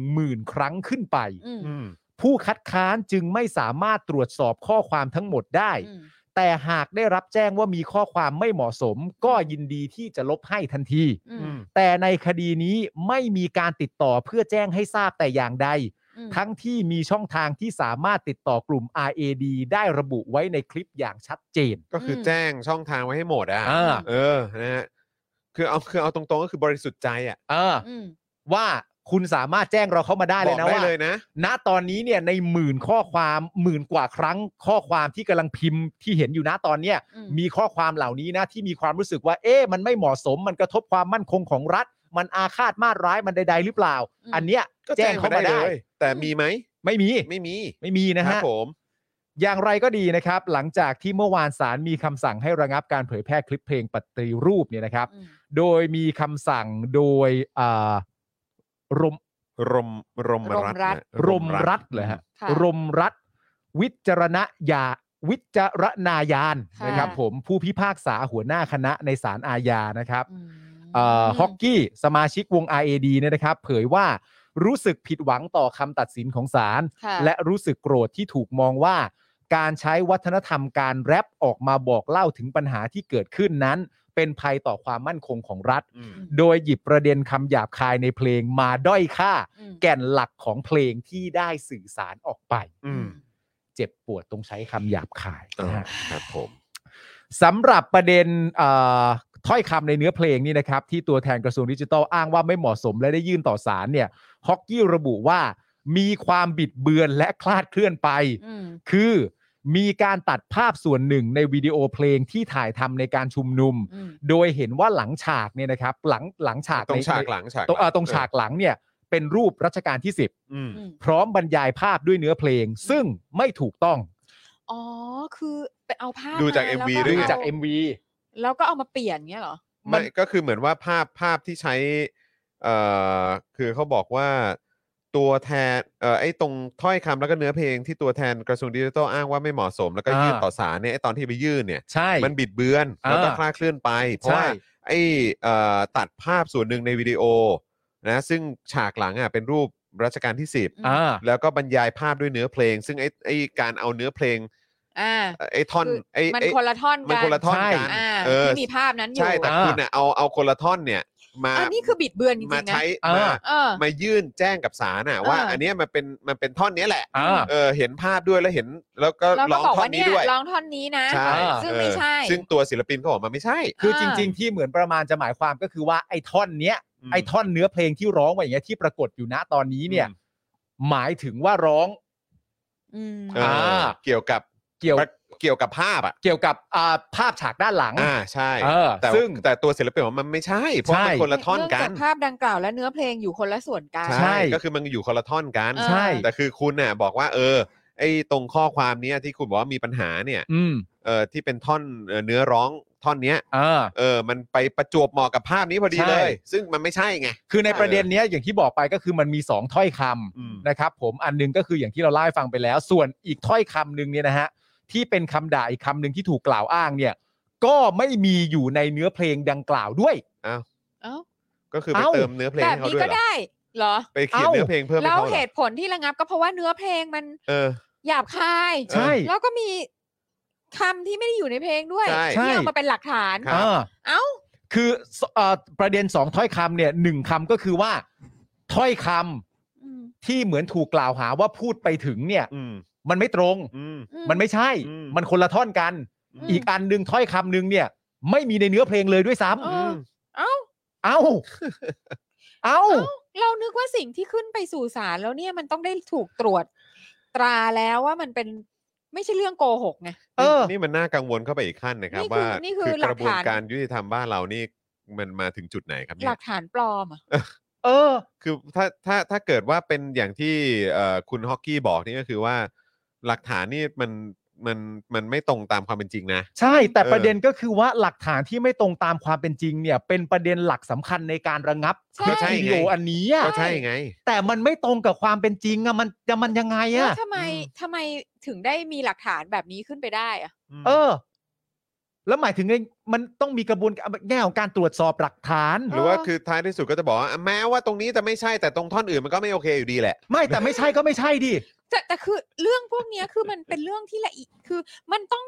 10,000 ครั้งขึ้นไป อืม อืม ผู้คัดค้านจึงไม่สามารถตรวจสอบข้อความทั้งหมดได้ อืม แต่หากได้รับแจ้งว่ามีข้อความไม่เหมาะสม ก็ยินดีที่จะลบให้ทันที อืม แต่ในคดีนี้ไม่มีการติดต่อเพื่อแจ้งให้ทราบแต่อย่างใด อืม ทั้งที่มีช่องทางที่สามารถติดต่อกลุ่ม RAD ได้ระบุไว้ในคลิปอย่างชัดเจน ก็คือแจ้งช่องทางไว้ให้หมดอ่ะ อ่า เออ นะฮะ คือเอาคือเอาตรงๆก็คือบริสุทธิ์ใจอ่ะ เออ อืม ว่าคุณสามารถแจ้งเราเข้ามาได้ บ เลย อก นะ ได้ ว่า เลยนะ ณตอนนี้เนี่ยในหมื่นข้อความหมื่นกว่าครั้งข้อความที่กำลังพิมพ์ที่เห็นอยู่นะตอนเนี้ย อืม มีข้อความเหล่านี้นะที่มีความรู้สึกว่า เอ๊ะมันไม่เหมาะสม มันกระทบความมั่นคงของรัฐ มันอาฆาตมาตร้ายมันใด ๆ หรือเปล่า อืม อันเนี้ย ก็ แจ้ แจ้ ง ง เข้า มา มา ได้ ได้ เลย แต่มีไหม ไม่มี ไม่มี ไม่มีนะ ครั ฮะ บผม อย่างไรก็ดีนะครับ หลังจากที่เมื่อวานศาลมีคำสั่งให้ระงับการเผยแพร่คลิปเพลงปฏิรูปเนี่ยนะครับ อืม โดยมีคำสั่งโดยอ่ารม รมรมรัฐนะ รมรัฐเหรอฮะ ค่ะ รมรัฐ วิจารณญาวิจารณญาณ ค่ะ นะครับผมผู้พิพากษาหัวหน้าคณะในศาลอาญานะครับ อืม เอ่อฮอกกี้สมาชิกวง RAD เนี่ยนะครับ เผยว่ารู้สึกผิดหวังต่อคำตัดสินของศาล ค่ะ และรู้สึกโกรธที่ถูกมองว่า การใช้วัฒนธรรมการแรปออกมาบอกเล่าถึงปัญหาที่เกิดขึ้นนั้น เป็นภัยต่อความมั่นคงของรัฐ อืม โดยหยิบประเด็นคำหยาบคายในเพลงมาด้อยค่า อืม แก่นหลักของเพลงที่ได้สื่อสารออกไป อืม เจ็บปวดตรงใช้คำหยาบคาย อ่า นะฮะ ครับผม สำหรับประเด็นเอ่อถ้อยคำในเนื้อเพลงนี่นะครับ ที่ตัวแทนกระทรวงดิจิทัลอ้างว่าไม่เหมาะสมและได้ยื่นต่อศาลเนี่ยฮอกกี้ระบุว่ามีความบิดเบือนและคลาดเคลื่อนไป อืม คือ มีการตัดภาพส่วนหนึ่งในวิดีโอเพลงที่ถ่ายทำในการชุมนุม อืม โดยเห็นว่าหลังฉากเนี่ยนะครับ หลังหลังฉาก ตรง ใน ฉากหลังฉาก ตรงเอ่อ หลั ตรงฉากหลังเนี่ยเป็นรูปรัชกาลที่ อืม อืม 10 พร้อมบรรยายภาพด้วยเนื้อเพลง ซึ่งไม่ถูกต้อง อ๋อคือไปเอาภาพ ดูจาก ม MV แล้ว ด้ว ดู ยไง เอา จาก MV แล้วก็เอามาเปลี่ยนเงี้ยเหรอ ไม่ก็คือเหมือนว่าภาพภาพที่ใช้เอ่อคือเขาบอกว่าตัวแทนเอ่อไอ้ตรงถ้อยคำแล้วก็เนื้อเพลงที่ตัวแทนกระทรวงดิจิทัลอ้างว่าไม่เหมาะสม แล้วก็ยื่น อ่า ต่อศาลเนี่ยไอ้ตอนที่ไปยื่นเนี่ย ใช่ มันบิดเบือน อ่า แล้วก็คลาดเคลื่อนไป เพราะ ใช่ ว่าไอ้เอ่อตัดภาพส่วนหนึ่งในวิดีโอนะซึ่งฉากหลังอ่ะเป็นรูปรัชกาลที่ อืม อ่า 10 แล้วก็บรรยายภาพด้วยเนื้อเพลง ซึ่งไอ้ไอ้การเอาเนื้อเพลง อ่า เอ่อไอ้ท่อน คือ ไอ้ มัน ไอ้ คนละท่อน มัน กัน คนละท่อน ใช่ กัน อ่า เออ ที่มีภาพนั้นอยู่ ใช่แต่ อ่า คุณเนี่ยเอาเอาคนละท่อนเนี่ยมา อันนี้คือบิดเบือนจริงๆ มา นะ ใช้ อ่าม มา เออ มายื่นแจ้งกับศาลน่ะว่า อ่า อันเนี้ยมันเป็นมันเป็นท่อนเนี้ยแหละ อ่า เออเห็นภาพด้วยแล้วเห็นแล้วก็ เรา ร้ ก็ อง บอก ท่อน ว่า นี้ เนี่ย ด้วย ร้องท่อนนี้นะ ใช่ ซึ่งไม่ใช่ เออซึ่งตัวศิลปินเขาบอกมาไม่ใช่ คือจ อ่า ริง ๆ ที่เหมือนประมาณจะหมายความก็คือว่าไอ้ท่อนเนี้ย ไอ้ท่อนเนื้อเพลงที่ร้องไว้อย่างเงี้ยที่ปรากฏอยู่ณตอนนี้เนี่ย หมายถึงว่าร้อง อืม เอออา เกี่ยวกับ เกี่ยว เกี่ยวกับภาพอ่ะ เกี่ยวกับอ่าภาพฉากด้านหลัง อ่าใช่ เออ แต่ ซึ่ง แต่ตัวศิลปินบอกว่ามันไม่ใช่ เพราะมัน ใช่ คนละท่อนกั เงจาน ภาพดังกล่าวและเนื้อเพลงอยู่คนละส่วนกัน ใช่ ก็คือมันอยู่คนละท่อนกัน ใช่ แต่คือคุณน่ะบอกว่า เออ ไอ้ตรงข้อความเนี้ยที่คุณบอกว่ามีปัญหาเนี่ย อืม เอ่อที่เป็นท่อนเอ่อเนื้อร้องท่อนเนี้ย อ่า เออมันไปประจวบเหมาะกับภาพนี้พอดี ใช่ เลย ซึ่งมันไม่ใช่ไง คือใน ใช่ ประเด็นเนี้ยอย่างที่บอกไปก็คือมันมีสองถ้อยคำ อืม นะครับ ผมอันหนึงก็คืออย่างที่เราเล่าให้ฟังไปแล้ว ส่วนอีกถ้อยคำหนึงเนี่ยนะฮะที่เป็นคำด่าอีกคำหนึงที่ถูกกล่าวอ้างเนี่ย ก็ไม่มีอยู่ในเนื้อเพลงดังกล่าวด้วย เอ้า ก็คือไป เอ้า เติมเนื้อเพลง แบบ ให้เขา นี้ ด้วยเหรอก็ได้เหรอ ไปเขียนเนื้อเพลงเพิ่มให้ แล้ว เขาเห เห รอ ตุผลที่ระงับก็เพราะว่าเนื้อเพลงมัน เออ หยาบคาย ใช่ แล้วก็มีคำที่ไม่ได้อยู่ในเพลงด้วย ใช่ ที่เอามาเป็นหลักฐาน ครับ อ่า เอ้า คือสเอ่อประเด็นสองถ้อยคำเนี่ยหนึ่งคำก็คือว่าถ้อยคำ อืม ที่เหมือนถูกกล่าวหาว่าพูดไปถึงเนี่ย อืม มันไม่ตรง อืม อื มันไม่ใช่ อืม มันคนละท่อนกัน อืม อีกอันหนึ่งถ้อยคำหนึงเนี่ย ไม่มีในเนื้อเพลงเลยด้วยซ้ เออเอ้า ำเอ้า เอ้า เอ้า เรานึกว่าสิ่งที่ขึ้นไปสู่ศาลแล้วเนี่ยมันต้องได้ถูกตรวจตราแล้วว่ามันเป็นไม่ใช่เรื่องโกหกไง เออ นี่มันน่ากังวลเข้าไปอีกขั้นนะครับ นี่คือ ว่า นี่คือ คือกระบวน หลักฐาน การยุติธรรมบ้านเรานี่มันมาถึงจุดไหนครับเนี่ หลั ย กฐานปลอมอ่ะ เออ คือถ้าถ้าถ้าเกิดว่าเป็นอย่างที่เอ่อคุณฮอกกี้บอกนี่ก็คือว่า หลักฐานนี่มันมันมันไม่ตรงตามความเป็นจริงนะ ใช่ แต่ เออ ประเด็นก็คือว่าหลักฐานที่ไม่ตรงตามความเป็นจริงเนี่ย เป็นประเด็นหลักสำคัญในการระงับคลิปวิดีโออันนี้อะ ก็ใช่ไง แต่มันไม่ตรงกับความเป็นจริงอะมันจะมันยังไง แล้ว อะ ทำไมทำไมถึงได้มีหลักฐานแบบนี้ขึ้นไปได้อ่ะ เออ แล้วหมายถึงไงมันต้องมีกระบวนการแง่ของการตรวจสอบหลักฐาน หรือว่าคือท้ายที่สุดก็จะบอกว่าอ่ะแม้ว่าตรงนี้จะไม่ใช่แต่ตรงท่อนอื่นมันก็ไม่โอเคอยู่ดีแหละ ไม่แต่ไม่ใช่ก็ไม่ใช่ดิ แต่แต่คือเรื่องพวกเนี้ยคือมันเป็นเรื่องที่ละเอียดคือมันต้อง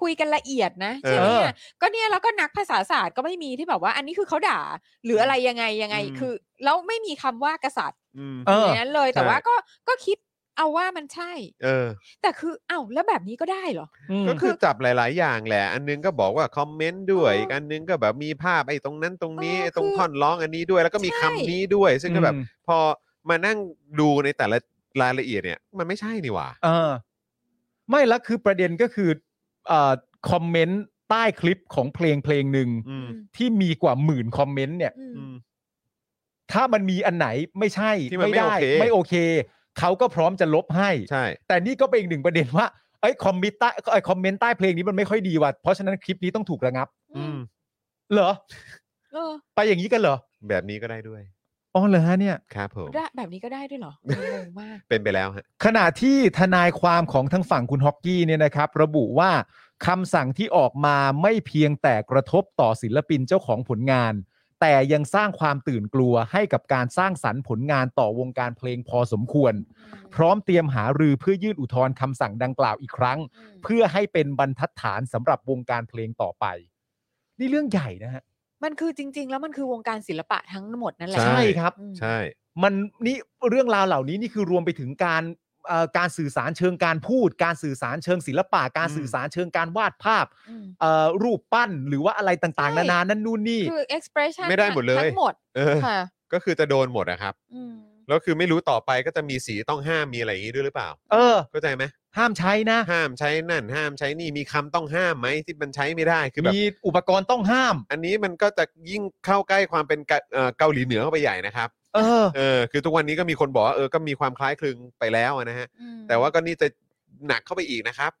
คุยกันละเอียดนะ เออ ใช่ไหมอะก็เนี่ยแล้วก็นักภาษาศาสตร์ก็ไม่มีที่แบบว่า อันนี้คือเขาด่า หรืออะไรยังไงยังไง คือแล้วไม่มีคำว่ากษัตริย์ อืม เอ อ อ ย่างนั้นเลยแต่ ใช่ ว่าก็ก็คิดเอาว่ามันใช่ เออ แต่คือเอ้าวแล้วแบบนี้ก็ได้เหรอ ก็คือจับหลาย ๆ อย่างแหละ อันนึงก็บอกว่าคอมเมนต์ด้วย เอออี กอันนึงก็แบบมีภาพไอ้ตรงนั้นตรงนี้ เออ ไอ้ตรง คือ ท่อนร้องอันนี้ด้วย แล้วก็มี ใช่ คำนี้ด้วย ซึ่งก็แบบ อืม พอมานั่งดูในแต่ละรายละเอียดเนี่ย มันไม่ใช่นี่หว่า เออไม่ละคือประเด็นก็คือเอ่อคอมเมนต์ใต้คลิปของเพลงเพลงหนึ่ง อืม ที่มีกว่าหมื่นคอมเมนต์เนี่ย อืม ถ้ามันมีอันไหนไม่ใช่ ที่มันไม่ ได้ โอเค ไม่โอเค เขาก็พร้อมจะลบให้ ใช่ แต่นี่ก็เป็นอีกหนึ่งประเด็นว่าไอ้คอมมิตใต้ไอ้คอมเมนต์ใต้เพลงนี้มันไม่ค่อยดีว่ะเพราะฉะนั้นคลิปนี้ต้องถูกระงับ อืม เหรอ เออ ไปอย่างนี้กันเหรอ แบบนี้ก็ได้ด้วย อ๋อเหรอฮะเนี่ย ครับผม ได้แบบนี้ก็ได้ด้วยเหรองงมาก เป็นไปแล้วฮะ ขณะที่ทนายความของทางฝั่งคุณฮอกกี้เนี่ยนะครับ ระบุว่าคำสั่งที่ออกมาไม่เพียงแต่กระทบต่อศิลปินเจ้าของผลงาน แต่ยังสร้างความตื่นกลัวให้กับการสร้างสรรค์ผลงานต่อวงการเพลงพอสมควร พร้อมเตรียมหารือเพื่อยื่นอุทธรณ์คำสั่งดังกล่าวอีกครั้ง เพื่อให้เป็นบรรทัดฐานสำหรับวงการเพลงต่อไป นี่เรื่องใหญ่นะฮะ มันคือจริง ๆ แล้วมันคือวงการศิลปะทั้งหมดนั่นแหละ ใช่ ครับ อืม ใช่ มันนี่เรื่องราวเหล่านี้นี่คือรวมไปถึงการเอ่อการสื่อสารเชิงการพูด การสื่อสารเชิงศิลปะการสื่อสารเชิงการวาดภาพ อืม เอ่อรูปปั้นหรือว่าอะไรต่างๆ ใช่ นานานั่นนู่นนี่ คือ expression ไม่ได้หมดเลย ทั้งหมด เออ ค่ะ ก็คือจะโดนหมดนะครับ อืม แล้วคือไม่รู้ต่อไปก็จะมีสีต้องห้ามมีอะไรอย่างนี้ด้วยหรือเปล่า เออ เข้าใจไหม ห้ามใช้นะ ห้ามใช้นั่น ห้ามใช้นี่มีคำต้องห้ามไหมที่มันใช้ไม่ได้คือแบบ มีอุปกรณ์ต้องห้าม อันนี้มันก็จะยิ่งเข้าใกล้ความเป็นเกาเอ่อเกาหลีเหนือเข้าไปใหญ่ นะครับ เออ เออคือทุกวันนี้ก็มีคนบอกว่าเออก็มีความคล้ายคลึงไปแล้วนะฮะ อืม แต่ว่าก็นี่จะหนักเข้าไปอีกนะครับ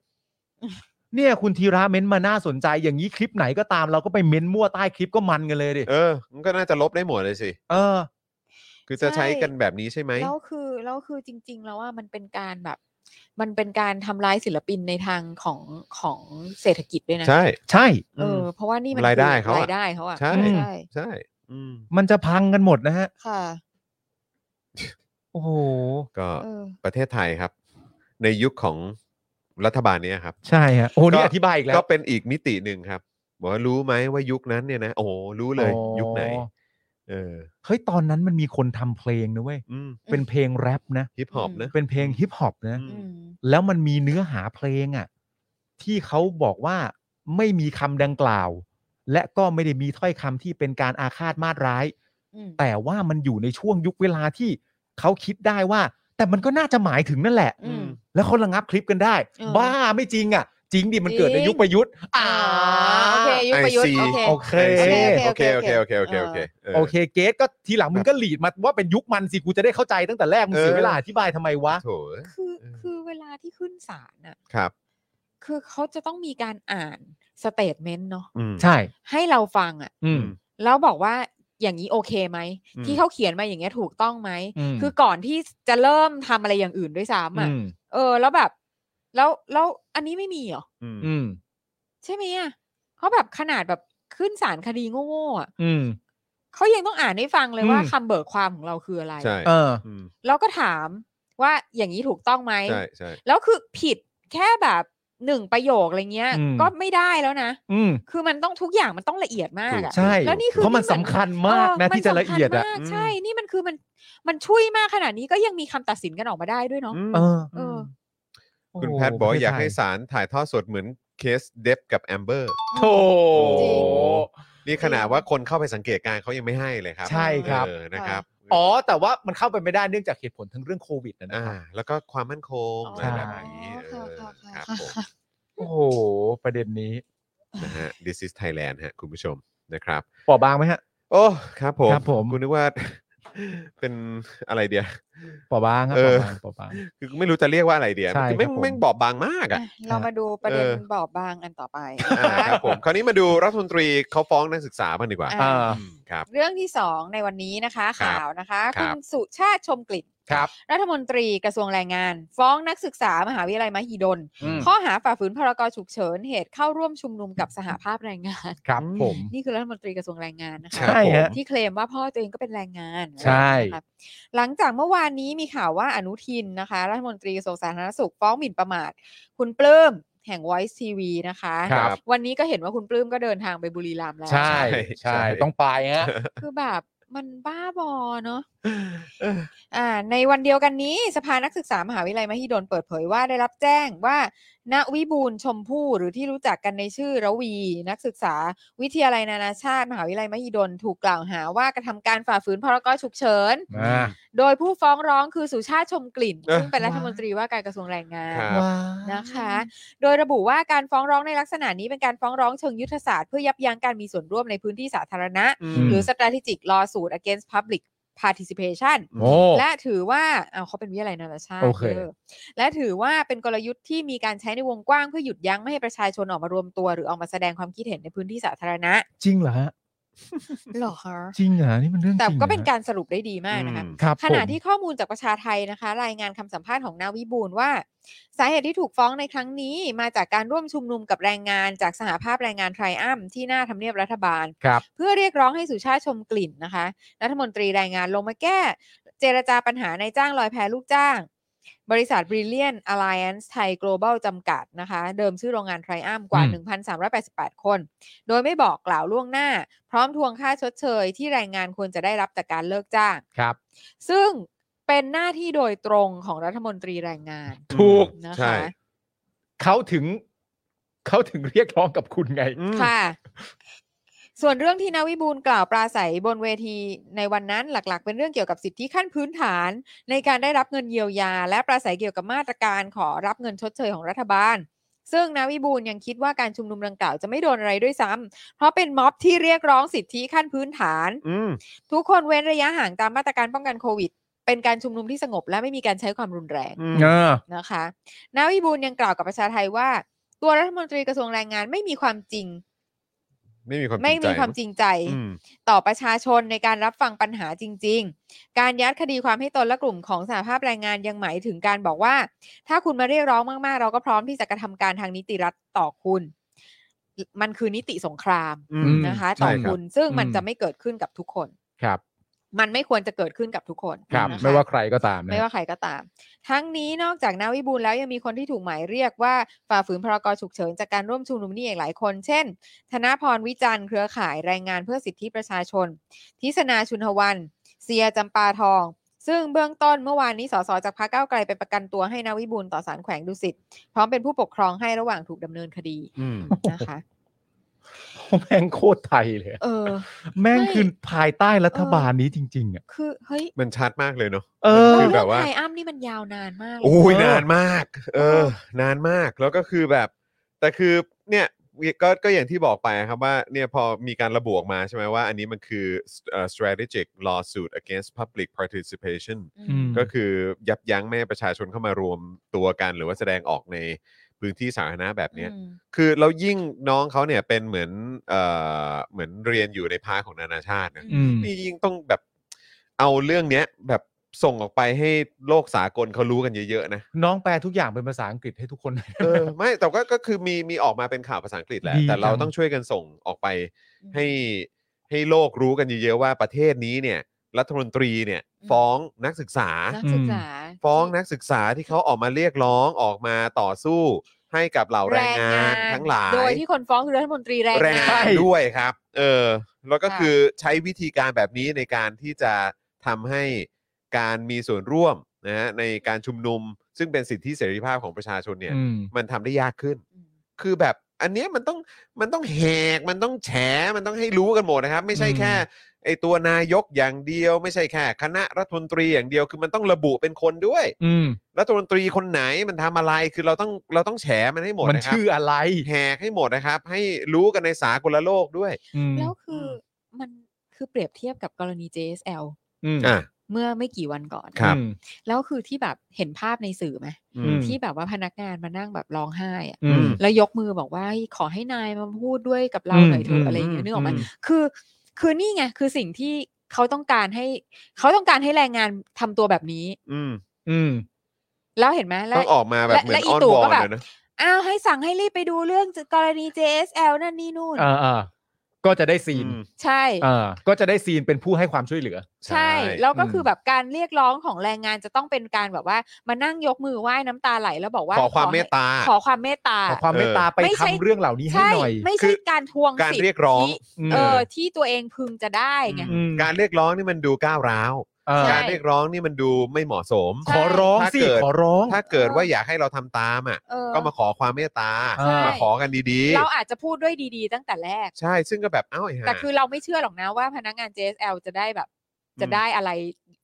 เนี่ยคุณธีระเม้นต์มาน่าสนใจอย่างนี้คลิปไหนก็ตามเราก็ไปเม้นต์มั่วใต้คลิปก็มันกันเลยดิ เออ มันก็น่าจะลบได้หมดเลยสิ เออ คือจะใช้กันแบบนี้ใช่ไหม แล้วคือแล้วคือจริง ๆ แล้วว่ามันเป็นการแบบ มันเป็นการทำร้ายศิลปินในทางของของเศรษฐกิจด้วยนะ ใช่ ใช่ เอออเพราะว่านี่มัน รายได้ คือ เขาอะ รายได้เขาอะ ใช่ อืม ใช่อืม มันจะพังกันหมดนะฮะ ค่ะ โอ้โห ก็ เออ ประเทศไทยครับ ในยุคของรัฐบาลเนี้ยครับ ใช่ฮะโอ้โหนี่ ก็ อธิบายอีกแล้ว ก็เป็นอีกมิติหนึ่งครับบอกว่ารู้ไหมว่ายุคนั้นเนี่ยนะโอ้โหรู้เลย อ๋อ ยุคไหน เออ เฮ้ย ตอนนั้นมันมีคนทำเพลงนะเว้ย อืม เป็นเพลงแรปนะ ฮิปฮอปนะ เป็นเพลงฮิปฮอปนะ อื อื ม ม แล้วมันมีเนื้อหาเพลงอ่ะ ที่เขาบอกว่าไม่มีคำดังกล่าว และก็ไม่ได้มีถ้อยคำที่เป็นการอาฆาตมาดร้าย อืม แต่ว่ามันอยู่ในช่วงยุคเวลาที่เขาคิดได้ว่า แต่มันก็น่าจะหมายถึงนั่นแหละ อืม แล้วเขาระงับคลิปกันได้ เออ บ้าไม่จริงอ่ะ จริงดิมันเกิดจในริง ยุคประยุทธ์ อ่าโอเคยุคประยุทธ์โอเค โอเค โอเค โอ โอ เค เค โอ โอเคโอเคโอเคโอเคเคโอเคเออ โอเคเกสก็ทีหลังมึงก็หลีดมาว่าเป็นยุคมันสิกูจะได้เข้าใจตั้งแต่แรกมึงเสีย เออ เวลาอธิบายทำไมวะ โถเอ้ย คือคือเวลาที่ขึ้นศาลน่ะ ครับ คือเขาจะต้องมีการอ่านสเตทเมนต์เนาะ อืม ใช่ ให้เราฟังอ่ะ อืม แล้วบอกว่าอย่างนี้โอเคไหม อืม ที่เขาเขียนมาอย่างเงี้ยถูกต้องไหม อืม คือก่อนที่จะเริ่มทำอะไรอย่างอื่นด้วยซ้ำ อื อ่ะ ม เออ แล้วแบบ แล้วแล้วอันนี้ไม่มีเหรอ อืม อืม ใช่ไหมอ่ะเขาแบบขนาดแบบขึ้นศาลคดีโง่ๆอ่ะ อืม เขายังต้องอ่านให้ฟังเลยว่า อืม คำเบิกความของเราคืออะไร ใช่ เออ ม แล้วก็ถามว่าอย่างนี้ถูกต้องไหม ใช่ใช่ แล้วคือผิดแค่แบบหนึ่งประโยคอะไรเงี้ย อืม ก็ไม่ได้แล้วนะ อืม คือมันต้องทุกอย่างมันต้องละเอียดมาก ถูก อะ ใช่ แล้วนี่คือ เพราะมันสำคัญมาก เออ นะที่จะ มันสำคัญ ละเอียดอ่ะ มากใช่ นี่มันคือมันมันช่วยมากขนาดนี้ก็ยังมีคำตัดสินกันออกมาได้ด้วยเนาะ อืม เออ เออ คุณแพทย์บอกว่าอยากให้สารถ่ายทอดสดเหมือนเคสเดฟกับแอมเบอร์ โธ่ จริง นี่ขนาดว่าคนเข้าไปสังเกตการณ์เขายังไม่ให้เลยครับ ใช่ครับ เออนะครับ อ๋อ แต่ว่ามันเข้าไปไม่ได้เนื่องจากเหตุผลทั้งเรื่องโควิดนะนะ อ่า ครับ แล้วก็ความมั่นคง อ๋อ อะไร อ แบบนี้เออ ค่ะ ครับผค่ะ ม ค่ะ โอ้โห ประเด็นนี้ นะฮะ This is Thailand ฮะคุณผู้ชมนะครับ ปอบางไหมฮะ โอ้ครับผม ครับผม คุณนึกว่า เป็นอะไรเดียว ปอบางครับ เออปอบางปอบาง คือไม่รู้จะเรียกว่าอะไรเดียว ใช่ คือไม่ ครับผม ไม่งบอบบางมากอ่ะ อ่ะเรามาดูประเด็น เออ บอบบางอันต่อไป อ่า นะ ค คะ รับผมคราวนี้มาดูรัฐมนตรีเขาฟ้องนักศึกษาบ้างดีกว่า อ่า อืมครับ เรื่องที่สองในวันนี้นะคะ ครับ ข่าวนะคะ ครั คุ บ ณสุชาติชมกลิ่น ครับ รัฐมนตรีกระทรวงแรงงาน ฟ้องนักศึกษามหาวิทยาลัยมหิดล อืม ข้อหาฝ่าฝืนพรกฉุกเฉินเหตุเข้าร่วมชุมนุมกับสหภาพแรงงาน ครับผม นี่คือรัฐมนตรีกระทรวงแรงงานนะคะ ใช่ฮะ ที่เคลมว่าพ่อตัวเองก็เป็นแรงงาน ใช่ นะครับหลังจากเมื่อวานนี้มีข่าวว่าอนุทินนะคะ รัฐมนตรีกระทรวงสาธารณสุขฟ้องหมิ่นประมาท คุณปลื้มแห่ง Voice TV นะคะ ครับ วันนี้ก็เห็นว่าคุณปลื้มก็เดินทางไปบุรีรัมย์แล้ว ใช่ ใช่ ใช่ต้องไปฮะ คือแบบมันบ้าบอเนาะ อ่าในวันเดียวกันนี้สภานักศึกษามหาวิทยาลัยมหิดลเปิดเผยว่าได้รับแจ้งว่า ณวิบูลย์ชมพู่หรือที่รู้จักกันในชื่อระวี นักศึกษาวิทยาลัยนานาชาติ มหาวิทยาลัยมหิดลถูกกล่าวหาว่ากระทำการฝ่าฝืนพรกฉุกเฉิน อ่า โดยผู้ฟ้องร้องคือสุชาติชมกลิ่น เอ้ย ซึ่งเป็นรัฐมนตรีว่าการกระทรวงแรงงาน ครับ ว้า นะคะ โดยระบุว่าการฟ้องร้องในลักษณะนี้เป็นการฟ้องร้องเชิงยุทธศาสตร์เพื่อยับยั้งการมีส่วนร่วมในพื้นที่สาธารณะ หรือ strategic lawsuit against public participation โอ้ และถือว่าเอาวเขาเป็นวิทยาลัยนานาชาติ โอเค ด้อและถือว่าเป็นกลยุทธ์ที่มีการใช้ในวงกว้างเพื่อหยุดยั้งไม่ให้ประชาชนออกมารวมตัว หรือออกมาแสดงความคิดเห็นในพื้นที่สาธารณะ จริงเหรอฮะ หรอคะ จริงเหรอนี่มันเรื่อง แต่ จริงหรอ ก็เป็นการสรุปได้ดีมากนะคะ อืม ครับ ขณะ ผม ที่ข้อมูลจากประชาไทยนะคะ รายงานคำสัมภาษณ์ของนาวิบูลย์ว่า สาเหตุที่ถูกฟ้องในครั้งนี้ มาจากการร่วมชุมนุมกับแรงงานจากสหภาพแรงงานไทรอัมป์ที่หน้าทำเนียบรัฐบาล ครับ เพื่อเรียกร้องให้สุชาติชมกลิ่นนะคะ รัฐมนตรีแรงงานลงมาแก้ เจรจาปัญหาในจ้างลอยแพลูกจ้าง บริษัท Brilliant Alliance Thai Global จำกัดนะคะ เดิมชื่อโรงงานไทรอัมกว่า อืม 1,388 คน โดยไม่บอกกล่าวล่วงหน้า พร้อมทวงค่าชดเชยที่แรงงานควรจะได้รับจากการเลิกจ้าง ครับ ซึ่งเป็นหน้าที่โดยตรงของรัฐมนตรีแรงงาน ถูก นะ ใช่ คะ เขาถึงเขาถึงเรียกร้องกับคุณไง อืม ค่ะ ส่วนเรื่องที่นาวิบูลย์กล่าวปราศัยบนเวทีในวันนั้นหลักๆ เป็นเรื่องเกี่ยวกับสิทธิขั้นพื้นฐาน ในการได้รับเงินเยียวยา และปราศัยเกี่ยวกับมาตรการขอรับเงินชดเชยของรัฐบาล ซึ่งนาวิบูลย์ยังคิดว่าการชุมนุมดังกล่าวจะไม่โดนอะไรด้วยซ้ำเพราะเป็นม็อบที่เรียกร้องสิทธิขั้นพื้นฐาน อืม ทุกคนเว้นระยะห่างตามมาตรการป้องกันโควิด เป็นการชุมนุมที่สงบและไม่มีการใช้ความรุนแรง อืม เออ นะคะนาวิบูลย์ยังกล่าวกับประชาไทยว่า ตัวรัฐมนตรีกระทรวงแรงงานไม่มีความจริง ไม่มีความ ไม่ จริมีงใจ ความจริงใจ อืม ต่อประชาชนในการรับฟังปัญหาจริง ๆ การยัดคดีความให้ตนและกลุ่มของสหภาพแรงงานยังหมายถึงการบอกว่า ถ้าคุณมาเรียกร้องมาก ๆ เราก็พร้อมที่จะกระทำการทางนิติรัฐต่อคุณ มันคือนิติสงคราม อืม นะคะ ใช่ ต่อ ครับ คุณ ซึ่งมัน อืม จะไม่เกิดขึ้นกับทุกคน ครับ มันไม่ควรจะเกิดขึ้นกับทุกคน ครับ นะคะ ไม่ว่าใครก็ตามนะ ไม่ว่าใครก็ตาม ทั้งนี้นอกจากนาวิบูลย์แล้วยังมีคนที่ถูกหมายเรียกว่าฝ่าฝืนพรกฉุกเฉินจากการร่วมชุมนุมนี่เองหลายคน เช่น ธนาพรวิจารณ์เครือข่ายแรงงานเพื่อสิทธิประชาชน ทิสนาชุนหวันเซียจำปาทอง ซึ่งเบื้องต้นเมื่อวานนี้สสจากพรรคก้าวไกลไปประกันตัวให้นาวิบูลย์ต่อศาลแขวงดุสิตพร้อมเป็นผู้ปกครองให้ระหว่างถูกดำเนินคดี อืม นะคะ แม่งโคตรไทยเลย เออ แม่ง ไม่ คือภายใต้รัฐบาลนี้จริง ๆ อ่ะ คือเฮ้ย มันชัดมากเลยเนาะ เออ คือแบบว่า เรื่องไทยอ้ำนี่มันยาวนานมากเลย โอ้ย เออ นานมาก เออ นานมากแล้วก็คือแบบ แต่คือเนี่ยก็ก็อย่างที่บอกไปครับว่าเนี่ยพอมีการระบุออกมาใช่ไหมว่าอันนี้มันคือเอ่อ strategic lawsuit against public participation อืม ก็คือยับยั้งไม่ให้ประชาชนเข้ามารวมตัวกันหรือว่าแสดงออกในพื้นที่สาธารณะแบบเนี้ย อืม คือเรายิ่งน้องเขาเนี่ยเป็นเหมือนเอ่อเหมือนเรียนอยู่ในพาร์ทของนานาชาตินะ อืม นี่ยิ่งต้องแบบเอาเรื่องเนี้ยแบบส่งออกไปให้โลกสากลเขารู้กันเยอะๆนะ น้องแปลทุกอย่างเป็นภาษาอังกฤษให้ทุกคน เออไม่แต่ก็ก็คือมีมีออกมาเป็นข่าวภาษาอังกฤษแหละ ดี แต่เรา จัง ต้องช่วยกันส่งออกไปให้ให้โลกรู้กันเยอะๆว่าประเทศนี้เนี่ยรัฐมนตรีเนี่ยฟ้องนักศึกษา นักศึกษา ฟ้องนักศึกษาที่เขาออกมาเรียกร้องออกมาต่อสู้ให้กับเหล่าแรงงานทั้งหลาย โดยที่คนฟ้องคือรัฐมนตรีแรง แรงางงาน นด้วยครับ เออ แล้วก็ ค่ะ คือใช้วิธีการแบบนี้ในการที่จะทำให้การมีส่วนร่วมนะฮะในการชุมนุม ซึ่งเป็นสิทธิเสรีภาพของประชาชนเนี่ย อืม มันทำได้ยากขึ้น คือแบบอันเนี้ยมันต้องมันต้องแหกมันต้องแฉมันต้องให้รู้กันหมดนะครับ ไม่ใช่ อืม แค่ไอตัวนายกอย่างเดียว ไม่ใช่แค่คณะรัฐมนตรีอย่างเดียวคือมันต้องระบุเป็นคนด้วย อืม รัฐมนตรีคนไหนมันทำอะไรคือเราต้องเราต้องแฉมันให้หมด มัน นะครับ ชื่ออะไร แหกให้หมดนะครับ ให้รู้กันในสากลโลกด้วย อืม แล้วคือมันคือเปรียบเทียบกับกรณี JSL อืม อ่ะ เมื่อไม่กี่วันก่อน ครับ อืม แล้วคือที่แบบเห็นภาพในสื่อไหม อืม ที่แบบว่าพนักงานมานั่งแบบร้องไห้อะ อืม แล้วยกมือบอกว่าขอให้นายมาพูดด้วยกับเรา อืม หน่อยเถ อื อะ ม อะไรอย่างเงี้ยนึกออกไหม อืม คือคือนี่ไงคือสิ่งที่เขาต้องการให้เขาต้องการให้แรงงานทำตัวแบบนี้ อืม อืม แล้วเห็นไหมแล้ว ต้องออกมาแบบเหมือ และ น และอี อ้อน ตู่ วอ ก็ น แบบ เลยนะ อ้าวให้สั่งให้รีบไปดูเรื่องกรณี JSL นั่นนี่นู่น อ่าอ่าก็จะได้ซีน อืม ใช่ อ่าก็จะได้ซีนเป็นผู้ให้ความช่วยเหลือ ใช่ ใช่ แล้วก็คือ ม อแบบการเรียกร้องของแรงงานจะต้องเป็นการแบบว่ามานั่งยกมือไหว้น้ำตาไหลแล้วบอกว่า ขอความ ให้ เมตตา ขอความเมตตา ขอความเมตตาไป ไม่ใช่ ทำเรื่องเหล่านี้ให้ ใช่ หน่อย ไม่ คื ใช่ อ การทวง การ สิทธิ เรียกร้อง อืม เออที่ตัวเองพึงจะได้ไง อืม การเรียกร้องนี่มันดูก้าวร้าว เออ ใช่ การเรียกร้องนี่มันดูไม่เหมาะสม ใช่ ขอร้อง ถ้า สิ เกิด ขอร้อง ถ้าเกิดว่าอยากให้เราทำตามอ่ะ เออ ก็มาขอความเมตตา ใช่ มาขอกันดี เราอาจจะพูดด้วยดีๆ ตั้งแต่แรก ๆ ใช่ซึ่งก็แบบเอ้าไอ้ห่า แต่คือเราไม่เชื่อหรอกนะว่าพนักงาน JSL จะได้แบบ ม จะได้อะไร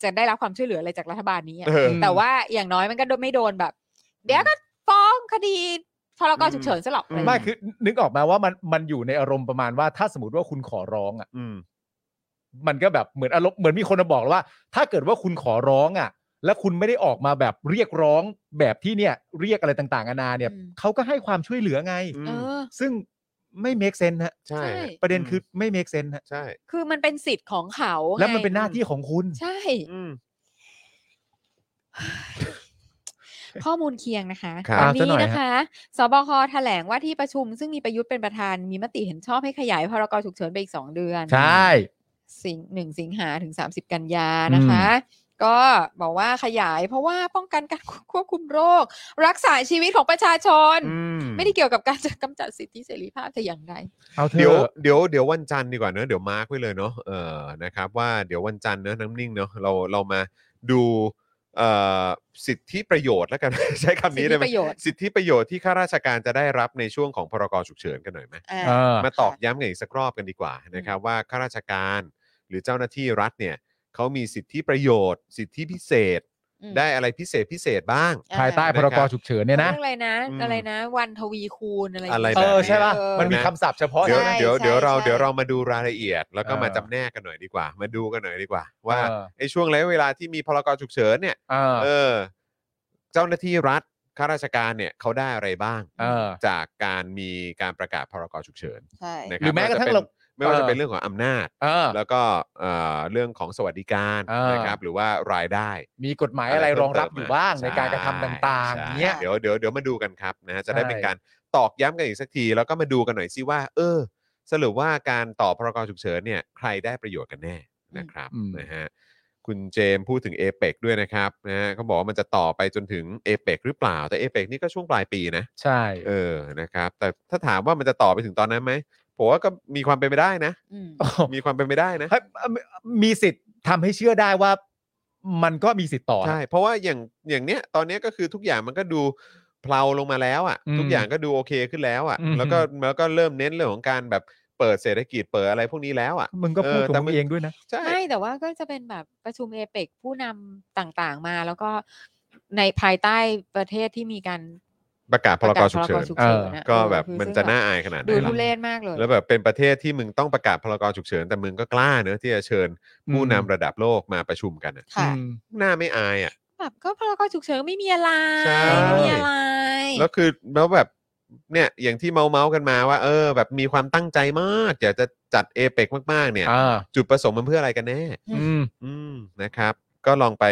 จะได้รับความช่วยเหลืออะไรจากรัฐบาลนี้อะ เออ แต่ว่าอย่างน้อยมันก็ไม่โดนแบบ เดี๋ยวก็ฟ้องคดีพรกฉุกเฉินซะหรอกอะรอย่าง ไม่ เงี้ย คือนึกออกมาว่ามันมันอยู่ในอารมณ์ประมาณว่าถ้าสมมติว่าคุณขอร้องอ่ะ อืม มันก็แบบเหมือนอารมณ์เหมือนมีคนมาบอกว่า ถ้าเกิดว่าคุณขอร้องอ่ะ แล้วคุณไม่ได้ออกมาแบบเรียกร้องแบบที่เนี่ย เรียกอะไรต่างๆนานาเนี่ย อืม เขาก็ให้ความช่วยเหลือไง อืม เออ ซึ่งไม่เมคเซนฮะ ใช่ ใช่ ประเด็นคือไม่เมคเซนฮะ ใช่ คือมันเป็นสิทธิ์ของเขาไง แล้วมันเป็นหน้าที่ของคุณ ใช่ อืม ข้อมูลเคียงนะคะ ครับ วัน เอาซะหน่ นี้ อยฮะ นะคะสบคแถลงว่าที่ประชุมซึ่งมีประยุทธ์เป็นประธาน มีมติเห็นชอบให้ขยายพรกฉุกเฉินไปอีก 2 เดือน ใช่ สิงหนึ่งสิงหาถึง 30 กันยานะคะ ก็บอกว่าขยายเพราะว่าป้องกันการควบคุมโรค รักษาชีวิตของประชาชน ไม่ได้เกี่ยวกับการจะกำจัดสิทธิเสรีภาพแต่อย่างใด เอาเถ เดี๋ยว อะ เดี๋ยวเดี๋ยววันจันทร์ดีกว่าเนอะเดี๋ยวมาร์กไว้เลยเนาะเออนะครับว่าเดี๋ยววันจันทร์เนอะน้ำนิ่งเนาะเราเรามาดู เอ่อสิทธิประโยชน์แล้วกัน ใช้คำนี้ได้ไหม สิทธิประโยชน์ สิทธิประโยชน์ที่ข้าราชการจะได้รับในช่วงของพรกฉุกเฉินกันหน่อยไหม อ่า เออ มาตอกย้ำกันอีกสักรอบกันดีกว่านะครับว่าข้าราชการหรือเจ้าหน้าที่รัฐเนี่ยเขามีสิทธิประโยชน์ สิทธิพิเศษ อืม ได้อะไรพิเศษพิเศษบ้าง อ่ ภายใต้พรกฉุกเฉินเนี่ยนะ เรื่องอะไรนะ อืม อะไรนะ วันทวีคูณอะไร อะไร ย่าง เอ เงี้ย อใช่ปะ เออ มันมีคำศัพท์เฉพาะ เดี๋ยว ใช่ เดี๋ยว ใช่ เดี๋ยวเรา ใช่ เดี๋ยวเรามาดูรายละเอียด แล้วก็มา เออ จำแนกกันหน่อยดีกว่า มาดูกันหน่อยดีกว่า ว่า เออ ไอ้ช่วงระยะเวลาที่มีพรกฉุกเฉินเนี่ย เออ เออ เจ้าหน้าที่รัฐข้าราชการเนี่ยเขาได้อะไรบ้าง เออ จากการมีการประกาศพรกฉุกเฉิน ใช่ นะคบ หรือแม้กระทั่ง ไว่จเป็นไม่เราว่าจะเป็นเรื่องของอำนาจ เออ แล้วก็เอ่อเรื่องของสวัสดิการ อ่าน นะครับหรือว่ารายได้ มีกฎหมายอะไรรองรับอยู่บ้างใน ช่ การกระทำต่าง ใช่ ๆเนี้ย เดี๋ยวเดี๋ยวเดี๋ยวมาดูกันครับนะฮะจะได้ ใช่ เป็นการตอกย้ำกันอีกสักที แล้วก็มาดูกันหน่อยซิว่า เออ สรุปว่าการต่อพรกฉุกเฉินเนี่ยใครได้ประโยชน์กันแน่นะครับนะฮะคุณเจมส์พูดถึง a p e c ด้วยนะครับนะฮะเขาบอกว่ามันจะต่อไปจนถึง a p e c หรือเปล่าแต่ a p e c นี่ก็ช่วงปลายปีนะ ใช่ เออนะครับ แต่ถ้าถามว่ามันจะต่อไปถึงตอนนั้นไหมผมว่าก็มีความเป็นไปได้นะ อืม โอ้โห มีความเป็นไปได้นะ เฮ้ยมีสิทธิ์ทำให้เชื่อได้ว่า มันก็มีสิทธิ์ต่อ ใช่ เพราะว่าอย่างอย่างเนี้ยตอนเนี้ยก็คือทุกอย่างมันก็ดูเพลาลงมาแล้วอะ่ะ อืม ทุกอย่างก็ดูโอเคขึ้นแล้วอะ่ะ อืม แล้วก็แล้วก็เริ่มเน้นเรื่องของการแบบเปิดเศรษฐกิจเปิดอะไรพวกนี้แล้วอะ่ะ มึงก็พูด เออ ของ แต่ มึ มัน งเองด้วยนะ ใช่ ไม่แต่ว่าก็จะเป็นแบบประชุมเอเปกผู้นำต่างๆมา แล้วก็ในภายใต้ประเทศที่มีการ ประกาศพรกฉุกเฉิน เออ ะ ก็แบบ คือ มัน ซึ่ง จะน่าอายขนาดไหน ดู ล่ะ ทุเรศมากเลย แล้วแบบเป็นประเทศที่มึงต้องประกาศพรกฉุกเฉินแต่มึงก็กล้าเนอะที่จะเชิญผู้นำระดับโลกมาประชุมกันอะ ค่ะ อืม หน้าไม่อายอ่ะ แบบก็พรกฉุกเฉินไม่มีอะไร ใช่ ไม่มีอะไร แล้วคือแล้วแบบเนี่ยอย่างที่เมาเมาๆกันมาว่า เออ แบบมีความตั้งใจมากอยากจะจัดเอเปกมากๆเนี่ย อ่า จุดประสงค์มันเพื่ออะไรกันแน่ อืม อืมนะครับ ก็ลองไป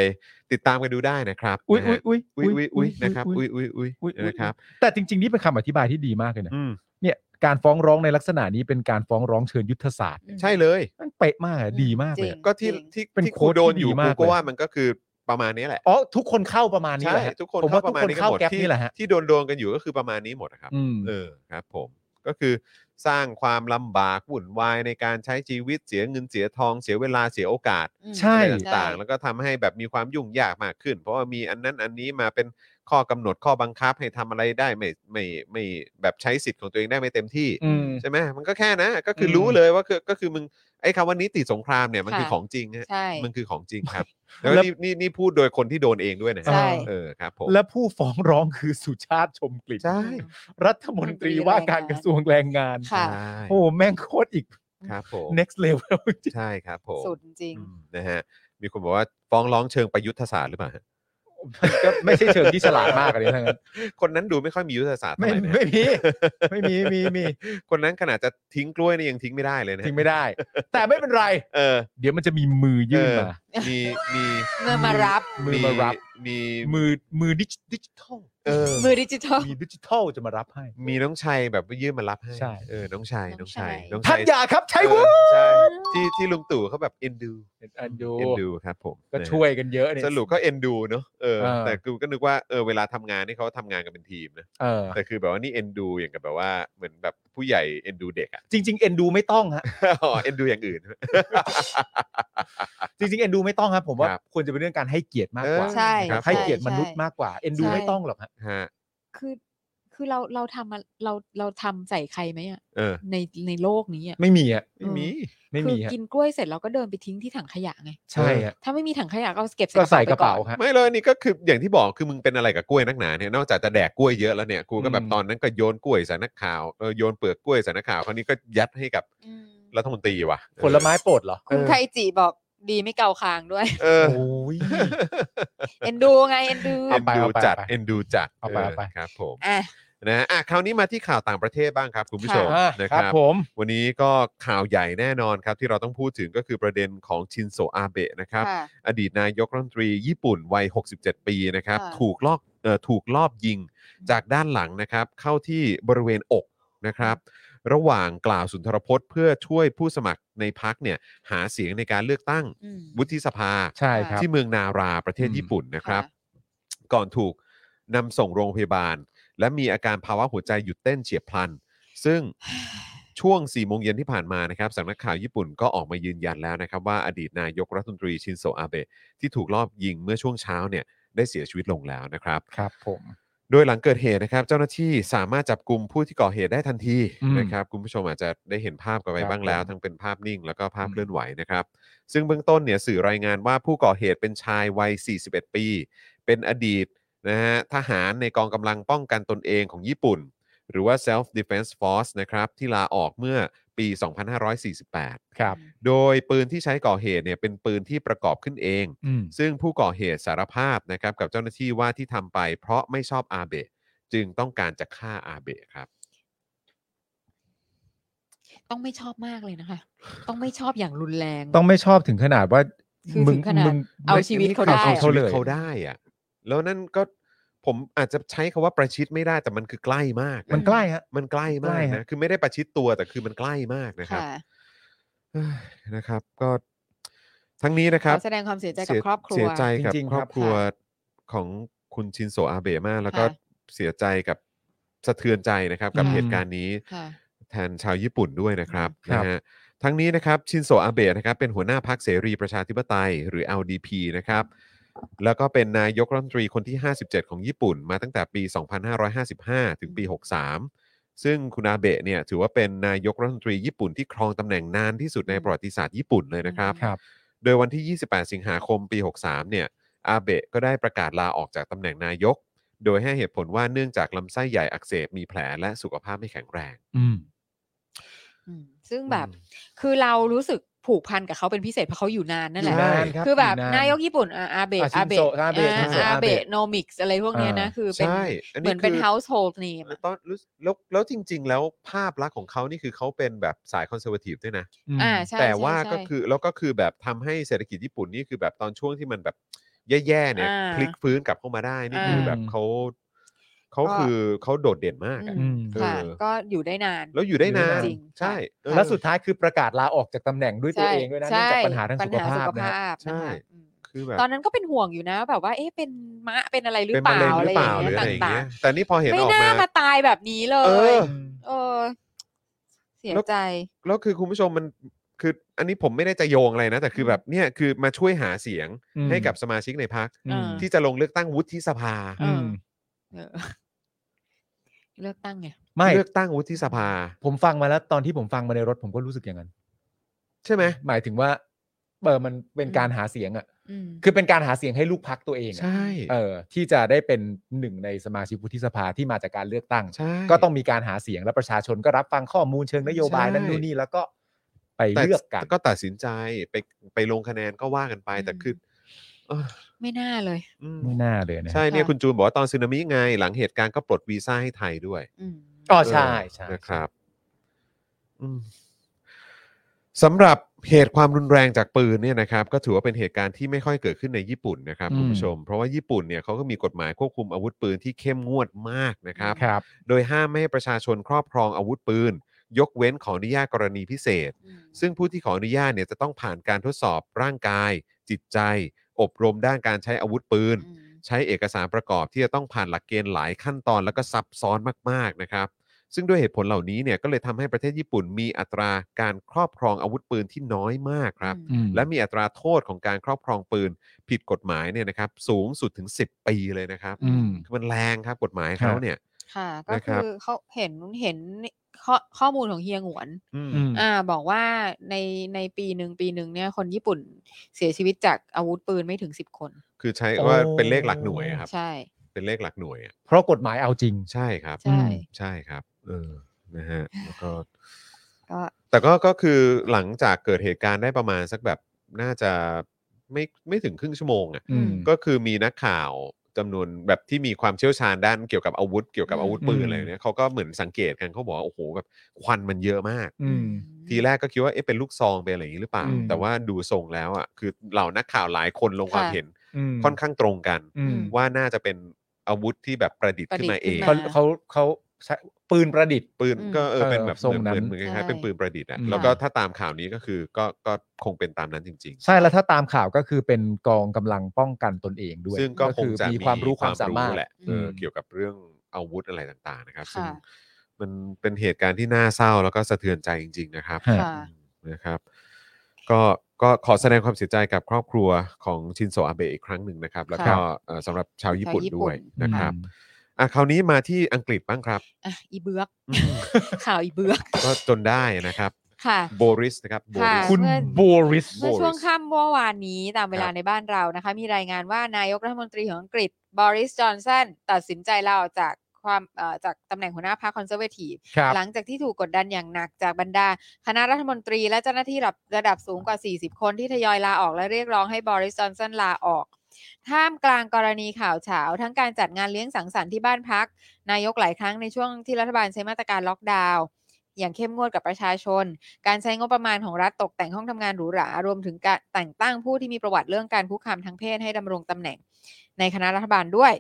ติดตามกันดูได้นะครับ อุ้ย นะ อุ้ย ฮะ อุ้ย อุ้ยอุ้ยอุ้ยนะครับอุ้ยอุ้ยอุ้ย อุ๊ยอุ๊ย นะครับ แต่จริงๆนี่เป็นคำอธิบายที่ดีมากเลยนะ อืม เนี่ยการฟ้องร้องในลักษณะนี้เป็นการฟ้องร้องเชิงยุทธศาสตร์ อืม ใช่เลย มันเป๊ะมากอะดีมากเลจริยอะ ง ก็ที่ที่ เป็น ที่ โค้ กู ด โดน ที่ดี อยู่กู มาก ก็ เลย ว่ามันก็คือประมาณนี้แหละ อ๋อทุกคนเข้าประมาณนี้ ใช่ แหละฮะ ทุกคน ผมว่าปทุกระมาณ คน นี้กัน เข้า หมด แก๊ป ที่ นี่แหละฮะ ที่โดนโดนๆกันอยู่ก็คือประมาณนี้หมดนะครับ อืม เออครับผมก็คือสร้างความลำบากวุ่นวายในการใช้ชีวิตเสียเงินเสียทองเสียเวลาเสียโอกาส อืม ใช่ อะไรต่างๆ แล้วก็ทำให้แบบมีความยุ่งยากมากขึ้น เพราะว่ามีอันนั้นอันนี้มาเป็นข้อกำหนดข้อบังคับให้ทำอะไรได้ไม่ไม่ไม่แบบใช้สิทธิ์ของตัวเองได้ไม่เต็มที่ อืม ใช่ไหมมันก็แค่นะก็คืออ ม รู้เลยว่าคือก็คือมึงไอ้คำว่านี้ติดสงครามเนี่ยมันคือ ค่ะ ของจริงฮะ ใช่ มันคือของจริงครับ แล้วก็นี่นี่นี่พูดโดยคนที่โดนเองด้วยนะฮะ ใช่ เออครับผม และผู้ฟ้องร้องคือสุชาติชมกลิ่น ใช่ รัฐมนตรีว่าการกระทรวงแรงงาน ค่ะ ใช่ โอ้แม่งโคตรอีก ครับผม next level จริง ใช่ครับผม สุดจริง อืมนะฮะมีคนบอกว่าฟ้องร้องเชิงประยุทธศาสตร์หรือเปล่าฮะ มันก็ไม่ใช่เชิงที่ฉลาดมากอะไรทั้งนั้น คนนั้นดูไม่ค่อยมียุทธศาสตร์เท่า ไม่ ไหร่นะฮะ ไม่มีไม่มีมีมี คนนั้นขนาดจะทิ้งกล้วยนี่ยังทิ้งไม่ได้เลยนะ จริงไม่ได้ แต่ไม่เป็นไร เอ อ เดี๋ยวมันจะมีมือยื่นมา มีมี เมื่อมารับ มือมารับ มี มือมือดิจิดิจิทัล เออ มือดิจิทัล มีดิจิทัลจะมารับให้ มีน้องชัยแบบว่ายื่นมารับให้ ใช่ เออน้องชัย น้ น้อ องงชั ชัย ย น้อง ท่า ชั น ย ยาครับใช่ เอ เวู อใช่ที่ที่ลุงตู่เขาแบบเอ็นดู อันดู เอ็นดูครับผม ก็ช่วยกันเยอะเนี่ย สรุปก็เอ็นดูเนาะเออ เออ แต่กูก็นึกว่าเออเวลาทำงานนี่เขาทำงานกันเป็นทีมนะ เออ แต่คือแบบว่านี่เอ็นดูอย่างกับแบบว่าเหมือนแบบผู้ใหญ่เอ็นดูเด็กอะ จริง ๆ เอ็นดูไม่ต้องฮะ อ๋อเอ็นดูอย่างอื่น จริง ๆ เอ็นดูไม่ต้องครับผมว่า ครับ ควรจะเป็นเรื่องการให้เกียรติมากกว่า เออ ใช่ ครับ ให้เกียรติมนุษย์มากกว่าเอ็นดู ใช่ ไม่ต้องหรอกฮะ ฮะ คือคือเราเราทำมาเราเราทำใส่ใครไหมอ่ะ เออ ในในโลกนี้อ่ะ ไม่มีอ่ะ ไม่มี ไม่ คื มี อ ฮะ กินกล้วยเสร็จเราก็เดินไปทิ้งที่ถังขยะไง ใช่ฮะ ถ้าไม่มีถังขยะก็เอาเก็บ ก็ใส่กระ ไปอน เป๋าฮะ ไม่เลยนี่ก็คืออย่างที่บอกคือมึงเป็นอะไรกับกล้วยนักหนาเนี่ยนอกจากจะแดกกล้วยเยอะแล้วเนี่ยกูก็แบบ อืม ตอนนั้นก็โยนกล้วยใส่นักข่าวเออโยนเปลือกกล้วยใส่นักข่าวคราวนี้ก็ยัดให้กับ อืม รัฐมนตรีว่ะ ผลไม้โปรดเหรอ คุณไคจิบอกดีไม่เกาคางด้วย เออ โอ้ย เอ็นดูไง เอ็นดู เอ็น ไป ดู เอาไป จัด เอาไป เอ็นดูจัด เอาไปเอาไป ครับผม อ่ะ นะอ่ะคราวนี้มาที่ข่าวต่างประเทศบ้างครับคุณผู้ชม อ่ะ นะ ค ค รั รั บบ ผม วันนี้ก็ข่าวใหญ่แน่นอนครับที่เราต้องพูดถึงก็คือประเด็นของชินโซอาเบะนะครับ ค่ะ อดีตนายกรัฐมนตรีญี่ปุ่นวัย 67 ปีนะครับ ค่ะ ถูกลอบเอ่อถูกลอบยิงจากด้านหลังนะครับ เข้าที่บริเวณอกนะครับ ระหว่างกล่าวสุนทรพจน์เพื่อช่วยผู้สมัครในพักเนี่ยหาเสียงในการเลือกตั้ง อืม วุฒิสภา ใช่ครับ ที่เมืองนาราประเทศ อืม ญี่ปุ่นนะครับ ค่ ก่อนถูกนำส่งโรงพยาบาล และมีอาการภาวะหัวใจหยุดเต้นเฉียบพลัน ซึ่ง ช่วง4ี่โมงเย็นที่ผ่านมานะครับสำนักข่าวญี่ปุ่นก็ออกมายืนยันแล้วนะครับ ว่าอดีตนายกรัฐมนตรีชินโซอาเบะที่ถูกลอบยิงเมื่อช่วงเช้าเนี่ยได้เสียชีวิตลงแล้วนะครับ ครับผม โดยหลังเกิดเหตุนะครับ เจ้าหน้าที่สามารถจับกลุ่มผู้ที่ก่อเหตุได้ทันที อืม นะครับคุณผู้ชมอาจจะได้เห็นภาพกันไป ครับ บ้างแล้ว ผม ทั้งเป็นภาพนิ่งแล้วก็ภาพ อืม เคลื่อนไหวนะครับ ซึ่งเบื้องต้นเนี่ยสื่อรายงานว่าผู้ก่อเหตุเป็นชายวัย 41 ปี เป็นอดีตนะฮะทหารในกองกำลังป้องกันตนเองของญี่ปุ่น หรือว่า self defense force นะครับที่ลาออกเมื่อปี 2548 ครับ โดยปืนที่ใช้ก่อเหตุเนี่ยเป็นปืนที่ประกอบขึ้นเอง อืม ซึ่งผู้ก่อเหตุสารภาพนะครับกับเจ้าหน้าที่ว่าที่ทำไปเพราะไม่ชอบอาเบะจึงต้องการจะฆ่าอาเบะครับ ต้องไม่ชอบมากเลยนะคะ ต้องไม่ชอบอย่างรุนแรง ต้องไม่ชอบถึงขนาดว่า คือถึงขนาดเอาชีวิตเขาได้ ไม่อ เอาชีวิ เล ต ย เขาได้อะแล้วนั่นก็ผมอาจจะใช้คำาว่าประชิดไม่ได้แต่มันคือใกล้มากะ มันใกล้ฮะ มันใกล้มา ใกล้ ก ฮะ นะคือไม่ได้ประชิดตัวแต่คือมันใกล้มากนะครับ ค่ะ เอ้ยนะครับ ก็ทั้งนี้นะค ข รับ อแสดงความเสียใจกับครอบครัว เสียใจกับ จริงๆ ครอบครัวของคุณชินโซอาเบะมากแล้วก็ ค่ะ เสียใจกับสะเทือนใจนะครับ กับ อืม เหตุการณ์นี้ ค่ะ แทนชาวญี่ปุ่นด้วยนะครับ ครั นะ บ ฮะทั้งนี้นะครับชินโซอาเบะนะครับเป็นหัวหน้าพักเสรีประชาธิปไตยหรือ LDP นะครับแล้วก็เป็นนายกรัฐมนตรีคนที่ 57 ของญี่ปุ่น มาตั้งแต่ปี 2555 ถึงปี 63 ซึ่งคุณอาเบะเนี่ยถือว่าเป็นนายกรัฐมนตรีญี่ปุ่นที่ครองตำแหน่งนานที่สุดในประวัติศาสตร์ญี่ปุ่นเลยนะครับ ครับ โดยวันที่ 28 สิงหาคม ปี 63 เนี่ย อาเบะก็ได้ประกาศลาออกจากตำแหน่งนายก โดยให้เหตุผลว่าเนื่องจากลำไส้ใหญ่อักเสบมีแผลและสุขภาพไม่แข็งแรง อืม อืมซึ่งแบบคือเรารู้สึกผูกพันกับเขาเป็นพิเศษเพราะเขาอยู่นานนั่นแหละ อยู่นานครับ อแบบ อยู่นาน นายกญี่ปุ่นอ่ะอาเบะ อ่ะ อาเบะ Shinzo Abe อ่ะ Shinzo อา Abe เบะโนมิกส์อะไรพวกเนี้ยนะ อ่า คือเป็น ใช่อันนี้ เหมือนเป็น คือ household name อะ ตอนรู้สึกแล้วแล้วจริง ๆ แล้วภาพลักษณ์ของเขานี่คือเขาเป็นแบบสายคอนเซอร์วทีฟด้วยนะ อืม อ่าใช่ แต่ว่า ใช่ ก็ ใช่ คือแล้วก็คือแบบทำให้เศรษฐกิจญี่ปุ่นนี่คือแบบตอนช่วงที่มันแบบแย่ๆเนี่ย อ่า พลิกฟื้นกลับเข้ามาได้นี่คืออาแบบเขาเขา ก็ คือเขาโดดเด่นมากอะ อืม ค่ะ เออ ก็อยู่ได้นาน แล้วอยู่ได้นาน จริง ใช่เออ แล้วสุดท้ายคือประกาศลาออกจากตำแหน่งด้วยตัว ใช่ เองด้วยนะเนื่องจากปัญหาทางสุขภาพ ปัญหสุขนะฮะภาพ ใช่ นะคะอืม คือแบบ ตอนนั้นก็เป็นห่วงอยู่นะ แบบว่าเอ๊ะเป็นมะเป็นอะไรหรือ เป็น เป มะ ล่า เร็ง อะ ห ไร รือ อ เปล่างย่าหรือยเงี้อะไรอย่างต่า เงี้ ง ยแต่นี่พอ ๆ เห็น ไม่ ออก น่า มา มาตายแบบนี้เล เอย อ เออ เสีย แล้ว ใจ แล้วคือคุณผู้ชมมันคืออันนี้ผมไม่ได้จะโยงอะไรนะ แต่คือแบบเนี่ยคือมาช่วยหาเสียง อืม ให้กับสมาชิกในพัก อืม อ่า ที่จะลงเลือกตั้งวุฒิสภา เออ ม เออเลือกตั้งไง ไม่ เลือกตั้งวุฒิสภา ผมฟังมาแล้วตอนที่ผมฟังมาในรถผมก็รู้สึกอย่างนั้น ใช่ไหม หมายถึงว่าเออมันเป็นการหาเสียงอ่ะ อืม คือเป็นการหาเสียงให้ลูกพักตัวเองอะ ใช่ เออ ที่จะได้เป็นหนึ่งในสมาชิกวุฒิสภาที่มาจากการเลือกตั้ง ใช่ ก็ต้องมีการหาเสียงและประชาชนก็รับฟังข้อมูลเชิงนโยบาย ใช่ นั่นนู่นนี่แล้วก็ไป แต่ เลือกกัน ก็ตัดสินใจไปไปลงคะแนนก็ว่ากันไป แต่คือเอ้อ ไม่น่าเลย อืม ไม่น่าเลยนะ ใช่เนี่ย ค่ะ คุณจูนบอกว่าตอนซึนามิไง หลังเหตุการณ์ก็ปลดวีซ่าให้ไทยด้วย อืม อ๋อใช่ใช่ นะครับอืมสำหรับเหตุความรุนแรงจากปืนเนี่ยนะครับ ก็ถือว่าเป็นเหตุการณ์ที่ไม่ค่อยเกิดขึ้นในญี่ปุ่นนะครับ อืม คุณผู้ชม เพราะว่าญี่ปุ่นเนี่ยเขาก็มีกฎหมายควบคุมอาวุธปืนที่เข้มงวดมากนะครับ ครับ โดยห้ามไม่ให้ประชาชนครอบครองอาวุธปืน ยกเว้นขออนุญาตกรณีพิเศษ อืม ซึ่งผู้ที่ขออนุญาตเนี่ยจะต้องผ่านการทดสอบร่างกาย จิตใจ อบรมด้านการใช้อาวุธปืน อืม ใช้เอกสารประกอบที่จะต้องผ่านหลักเกณฑ์หลายขั้นตอนแล้วก็ซับซ้อนมากๆนะครับ ซึ่งด้วยเหตุผลเหล่านี้เนี่ยก็เลยทำให้ประเทศญี่ปุ่นมีอัตราการครอบครองอาวุธปืนที่น้อยมากครับ อืม และมีอัตราโทษของการครอบครองปืน ผิดกฎหมายเนี่ยนะครับ สูงสุดถึง 10 ปีเลยนะครับ อืม คือมันแรงครับกฎหมายเขาเนี่ย ค่ะ ก็ นะครับ คือเขาเห็นเห็นข้อข้อมูลของเฮียหงวน อืม อืม อ่า บอกว่าในในปีหนึ่งปีหนึ่งเนี่ย คนญี่ปุ่นเสียชีวิตจากอาวุธปืนไม่ถึงสิบคน คือใช้ โอ้ ว่าเป็นเลขหลักหน่วยอะครับ ใช่ เป็นเลขหลักหน่วยอะ เพราะกฎหมายเอาจริง ใช่ครับ อื ใช่ ม ใช่ครับเออนะฮะแล้วก็ ก็ แต่ก็ก็คือหลังจากเกิดเหตุการณ์ได้ประมาณสักแบบน่าจะไม่ไม่ถึงครึ่งชั่วโมงอะ่ะ อืม ก็คือมีนักข่าวจำนวนแบบที่มีความเชี่ยวชาญด้านเกี่ยวกับอาวุธเกี่ยวกับอาวุธปืน อืม อะไรเนี่ยเขาก็เหมือนสังเกตกันเขาบอกว่าโอ้โหแบบควันมันเยอะมาก อืม ทีแรกก็คิดว่าเอ๊ะเป็นลูกซองเป็นอะไรอย่างนี้หรือเปล่า อืม แต่ว่าดูทรงแล้วอ่ะคือเหล่านักข่าวหลายคนลงความเห็น ม ค่อนข้างตรงกัน อืม ว่าน่าจะเป็นอาวุธที่แบบประดิษฐ์ขึ้นมาเอง เขาเขาเขาใช้ปืนประดิษฐ์ ปืน อืม ก็เออ เออ เป็นแบบ ทรง เหมือน นั้น เหมือนคล้ายๆ ใช่ เป็นปืนประดิษฐ์อ่ะ อืม แล้วก็ถ้าตามข่าวนี้ก็คือก็ก็คงเป็นตามนั้นจริง ใช่แล้วถ้าตามข่าวก็คือเป็นกองกำลังป้องกันตนเองด้วย ๆ ซึ่งก็คง อ จะ มีความรู้ความสามารถ แหละเอออ ม เกี่ยวกับเรื่องอาวุธอะไรต่างๆนะครับ ค่ะ ซึ่ง มันเป็นเหตุการณ์ที่น่าเศร้าแล้วก็สะเทือนใจจริง ๆ นะครับ ฮะ ค่ะ นะครับก็ก็ขอแสดงความเสียใจกับครอบครัวของชินโซอาเบะอีกครั้งหนึ่งนะครับ แล้วก็เอ่อสำหรับชาวญี่ปุ่น ชาวญี่ปุ่น ด้วยนะครับอ่ะคราวนี้มาที่อังกฤษบ้างครับ อ่ะอีเบือก อืม ข่าวอีเบือก ก็จนได้นะครับ ค่ะ โบริสนะครับโบริ ค่ะ ส คุณ เมื่อ โบริส เมื่อช่วง Boris ค่ำเมื่อวานนี้ตามเวลา ครับ ในบ้านเรานะคะ มีรายงานว่านายกรัฐมนตรีของอังกฤษบริสจอนสันตัดสินใจลาออกจากความเอ่อจากตำแหน่งหัวหน้าพรรคคอนเซอร์เวทีฟ ครับ หลังจากที่ถูกกดดันอย่างหนักจากบรรดา คณะรัฐมนตรีและเจ้าหน้าที่ระดับระดับสูงกว่า 40 คนที่ทยอยลาออกและเรียกร้องให้บริสจอนสันลาออก ท่ามกลางกรณีข่าวเฉาทั้งการจัดงานเลี้ยงสังสรรค์ที่บ้านพัก นายกหลายครั้งในช่วงที่รัฐบาลใช้มาตรการล็อกดาวน์อย่างเข้มงวดกับประชาชน การใช้งบประมาณของรัฐตกแต่งห้องทำงานหรูหรารวมถึงการแต่งตั้งผู้ที่มีประวัติเรื่องการคุกคามทางเพศให้ดำรงตำแหน่ง ในคณะรัฐบาลด้วย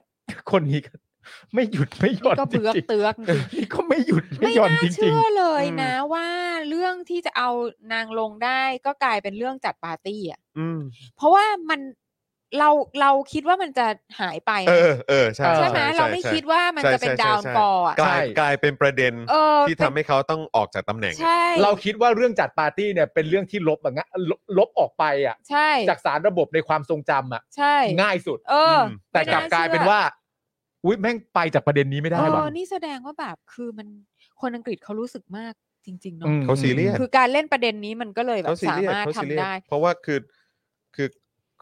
คนนี้ก็ ไม่หยุดไม่หนี่ย่อน ก็ จริ เบือก ง เตือกจริง ๆ นี่ก็ไม่หยุดไม่ ไม่ หย่อน น่า จริง เชื่อเลย อืม นะว่าเรื่องที่จะเอานางลงได้ก็กลายเป็นเรื่องจัดปาร์ตี้อ่ะ อืม เพราะว่ามันเราเราคิดว่ามันจะหายไป เอ นะ อเออใช่ ใช่ไหม ใช่ เราไม่ ใช่ คิดว่ามัน ใช่ จะเป็น ใช่ใช่ ดาวน์ ใช่ ฟอลอ่ะ กลาย ใช่ กลายเป็นประเด็น เออ ที่ทำให้เขาต้องออกจากตำแหน่ง ใช่ ๆ เราคิดว่าเรื่องจัดปาร์ตี้เนี่ยเป็นเรื่องที่ลบอะงะลบลบออกไปอ่ะ ใช่ จากสารระบบในความทรงจำอ่ะ ใช่ ง่ายสุด เออ ม แต่ ไม่ กลับกลายเป็นว่าอุ้ยแม่งไปจากประเด็นนี้ไม่ได้ เชื่อ ว่ะ เออนี่แสดงว่าแบบคือมันคนอังกฤษเขารู้สึกมากจริง ๆ เนาะ ม เขาซีเรียส คือการเล่นประเด็นนี้มันก็เลยแบ เขา บ ซี สา เรียส มารถ เขา ทำ ซีเรียส ได้ เพราะว่าคือคือ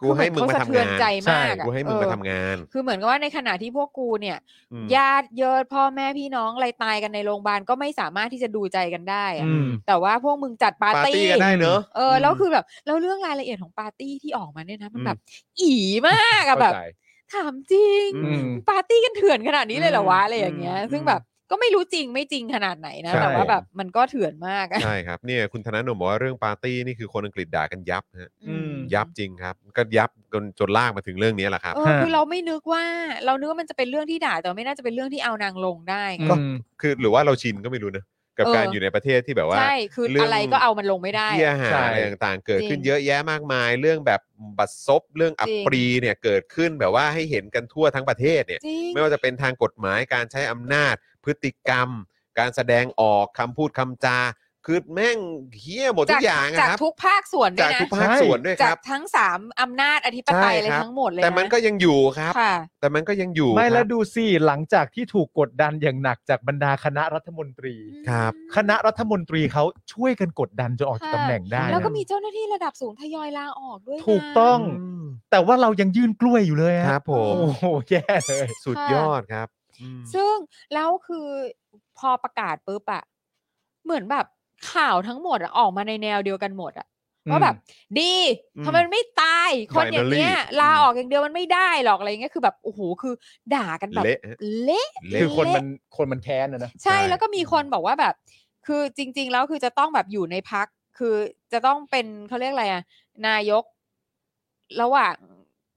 กูให้มึงมาทำ คือเหมือนเขาสะเทือง าน น ใจ ใช่ มากอะ กูให้มึง เออ มาทำงาน คือเหมือนกับว่าในขณะที่พวกกูเนี่ย อืม ญาติเยอะพ่อแม่พี่น้องอะไรตายกันในโรงพยาบาลก็ไม่สามารถที่จะดูใจกันได้อะ อืม แต่ว่าพวกมึงจัดปาร์ ปาร์ตี้กันได้เนอะ เออแล้ว อืม คือแบบแล้วเรื่องรายละเอียดของปาร์ตี้ที่ออกมาเนี่ยนะ มันแบบ อีมากอะแบบ เข้าใจ ถามจริง อืม ปาร์ตี้กันเถื่อนขนาดนี้เลยเหรอวะอะไรอย่างเงี้ย อืม ซึ่งแบบก็ไม่รู้จริงไม่จริงขนาดไหนนะ ใช่ แต่ว่าแบบมันก็เถื่อนมากอะ ใช่ครับเนี่ยคุณธนาหนุ่มบอกว่าเรื่องปาร์ตี้นี่คือคนอังกฤษด่ากันยับฮะ อืม ยับจริงครับ ก็ยับจนจนลากมาถึงเรื่องนี้แหละครับ เออคือเราไม่นึกว่า เรานึกว่ามันจะเป็นเรื่องที่ด่าแต่ไม่น่าจะเป็นเรื่องที่เอานางลงได้ไง อืม คือหรือว่าเราชินก็ไม่รู้นะ กับ เออ การอยู่ในประเทศที่แบบว่า ใช่คืออะไรก็เอามันลงไม่ได้ เที่ยหา ใช่ อะไรต่างๆ เกิดขึ้น จริง เยอะแยะมากมาย เรื่องแบบบัตรซบเรื่องอั จริง ปรีเนี่ยเกิดขึ้นแบบว่าให้เห็นกันทั่วทั้งประเทศเนี่ย จริง ไม่ว่าจะเป็นทางกฎหมายการใช้อำนาจ พฤติกรรม การแสดงออกคำพูดคำจา คือแม่งเฮี้ยหมดทุกอย่างอะ จาก ครับ ทุกภาคส่วนด้ว จาก ยนะ ทุกภาคส่วนด้วยค จา รั ก บ ทั้งสามอำนาจอธิปไตย ใช่ อะไร ครับ ทั้งหมดเลยะ แต่มันก็ยังอยู่ครับ ค่ะ แต่มันก็ยังอยู่ ๆ ไม่แล้ว ครับ ดูสิหลังจากที่ถูกกดดันอย่างหนักจากบรรดาคณะรัฐมนตรี ครับ คณะรัฐมนตรีเขาช่วยกันกดดันจนออกจาก ค่ะ ตำแหน่งได้ แล้วก็ นะ มีเจ้าหน้าที่ระดับสูงทยอยลาออกด้วยนะ ถูกต้อง อืม แต่ว่าเรายังยื่นกล้วยอยู่เลยอะ ครับผม โอ้โหแย่เลย สุดยอดครับอืม ซึ่งแล้วคือพอประกาศปุ๊บอะเหมือนแบบข่าวทั้งหมดอะออกมาในแนวเดียวกันหมดอะว่าแบบ ดี อืม ทำไมมันไม่ตายคนอย่างเงี้ย Finally ลาออกอย่างเดียวมันไม่ได้หรอกอะไรเงี้ยคือแบบโอ้โหคือ ด่ากันแบบ เละฮะ เละ เละ คือคนมันคนมันแค้นนะนะ ใช่ ใช่ แล้วก็มีคนบอกว่าแบบ คือจริง ๆ แล้วคือจะต้องแบบอยู่ในพักคือจะต้องเป็นเขาเรียกอะไรอะนายก ระหว่าง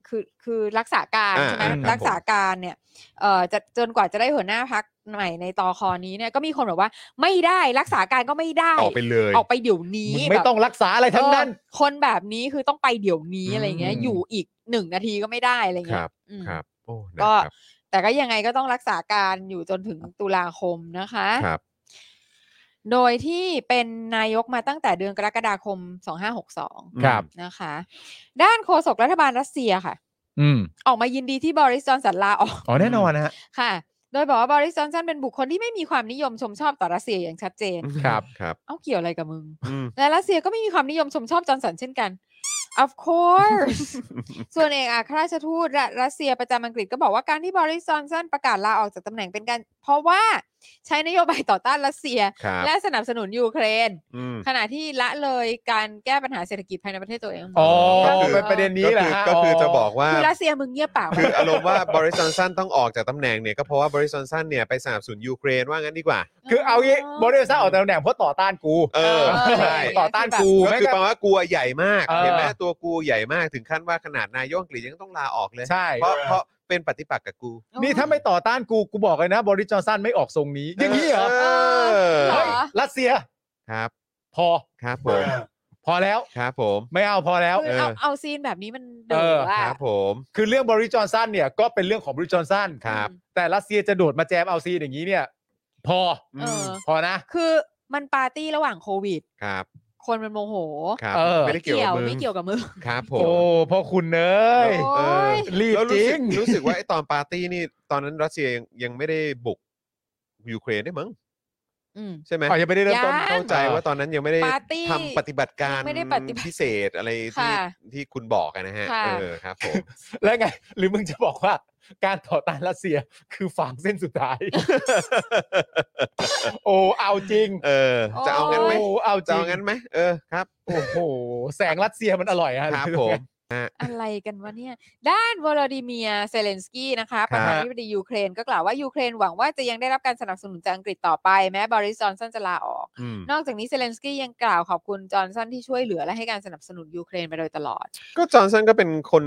คือคือรักษาการ อ่า ใช่ไหม อ่าครับ รักษาการเนี่ยเอ่อจะจนกว่าจะได้หัวหน้าพักใหม่ในตอคอนี้เนี่ยก็มีคนบอกว่าไม่ได้รักษาการก็ไม่ได้ ออกไปเลย ออกไปเดี๋ยวนี้ มึงไม่ แบบ ต้องรักษาอะไรทั้งนั้น เออคนแบบนี้คือต้องไปเดี๋ยวนี้อะไรเงี้ย อืม อยู่อีกหนึ่งนาทีก็ไม่ได้อะไรคเงี้รั ย บ อืม ครับ โอ้นะ ก็ ครับ แต่ก็ยังไงก็ต้องรักษาการอยู่จนถึงตุลาคมนะคะ ครับ โดยที่เป็นนายกมาตั้งแต่เดือนกรกฎาคม 2562 ครับ นะคะ ด้านโฆษกรัฐบาลรัสเซียค่ะ อืม ออกมายินดีที่บอริสจอนสันลาออก อ๋อแน่นอนนะฮะ ค่ะ โดยบอกว่าบอริสจอนสันเป็นบุคคลที่ไม่มีความนิยมชมชอบต่อรัสเซียอย่างชัดเจน ครับ ครับ เอ้าเกี่ยวอะไรกับมึง อืม และรัสเซียก็ไม่มีความนิยมชมชอบจอร์นสันเช่นกัน of course ส่วนเอกอัครราชทูตรัสเซียประจำอังกฤษก็บอกว่าการที่บอริสจอนสันประกาศลาออกจากตำแหน่งเป็นการ เพราะว่าใช้นโยบายต่อต้านรัสเซีย ครับ และสนับสนุนยูเครน อืม ขณะที่ละเลยการแก้ปัญหาเศรษฐกิจภายในประเทศตัวเอง อ๋อ ก็คือ เป็นประเด็นนี้ ก็ แหละ คือ ฮะ ก็คือจะบอกว่า คือรัสเซียมึงเงียบปาก คืออารมณ์ว่าบริสันสันต้องออกจากตำแหน่งเนี่ยก็เพราะว่าบริสันสันเนี่ยไปสนับสนุนยูเครนว่างั้นดีกว่า คือเอางี้บริษัทออกจากตำแหน่งเพราะต่อต้านกู เออ ใช่ ต่อต้านกู ก็คือแปลว่ากูใหญ่มาก เออ เห็นไหมตัวกูใหญ่มากถึงขั้นว่าขนาดนายกอังกฤษยังต้องลาออกเลย ใช่ เพราะเพราะเป็นปฏิปักษ์กับกู นี่ถ้าไม่ต่อต้านกู กูบอกเลยนะบริจอนสันไม่ออกทรงนี้ อย่างนี้เหรอ อ เหรอ รัสเซีย ครับ พอ ครับผม พอแล้ว ครับผม ไม่เอาพอแล้ว คือเอาเอาซีนแบบนี้มันเดือ เออ ว่า ครับผม คือเรื่องบริจอนสันเนี่ยก็เป็นเรื่องของบริจอนสัน ครับ แต่รัสเซียจะโดดมาแจมเอาซีนอย่างนี้เนี่ย พอ เออ พอนะ คือมันปาร์ตี้ระหว่างโควิด ครับ คนมันโมโห ครับ เออ ไม่ได้เกี่ยวกับมึง ไม่เกี่ยวกับมือ ครับผ โอ้ ม พ่อคุณเอ้ย โอ้ เออ ย รีบ แล้ว จ รู้ ริ สึ ง กรู้สึกว่าไอ้ตอนปาร์ตี้นี่ตอนนั้นรัสเซียยังยังไม่ได้บุกยูเครนได้วยมั้ง อืม ใช่ไหม อ๋อยังไม่ได้เริ่มต้น ยัง เข้าใจว่าตอนนั้นยังไม่ได้ ปาร์ตี้ ทำปฏิบัติการ ไม่ได้ปฏิบัติ พิเศษอะไรที่ ค่ะ ที่คุณบอกอะนะฮะ ค่ะ เออครับผม แล้วไง หรือมึงจะบอกว่า การต่อต้านรัสเซียคือฝั่งเส้นสุดท้าย โอ้เอาจริง เออ จะเอางั้นไหม โอ้เอาจ จะ ริ เอา ง งั้นไหมเออครับ โอ้โหแสงรัสเซียมันอร่อยฮะ ครับผม อะไรกันวะเนี่ย ด้านวลาดิเมียร์เซเลนสกี้นะคะประธานาธิบดียูเครนก็กล่าวว่ายูเครนหวังว่าจะยังได้รับการสนับสนุนจากอังกฤษต่อไปแม้บริสจอนสันจะลาออก อืม นอกจากนี้เซเลนสกี้ยังกล่าวขอบคุณจอห์นสันที่ช่วยเหลือและให้การสนับสนุนยูเครนไปโดยตลอด ก็จอห์นสันก็เป็นคน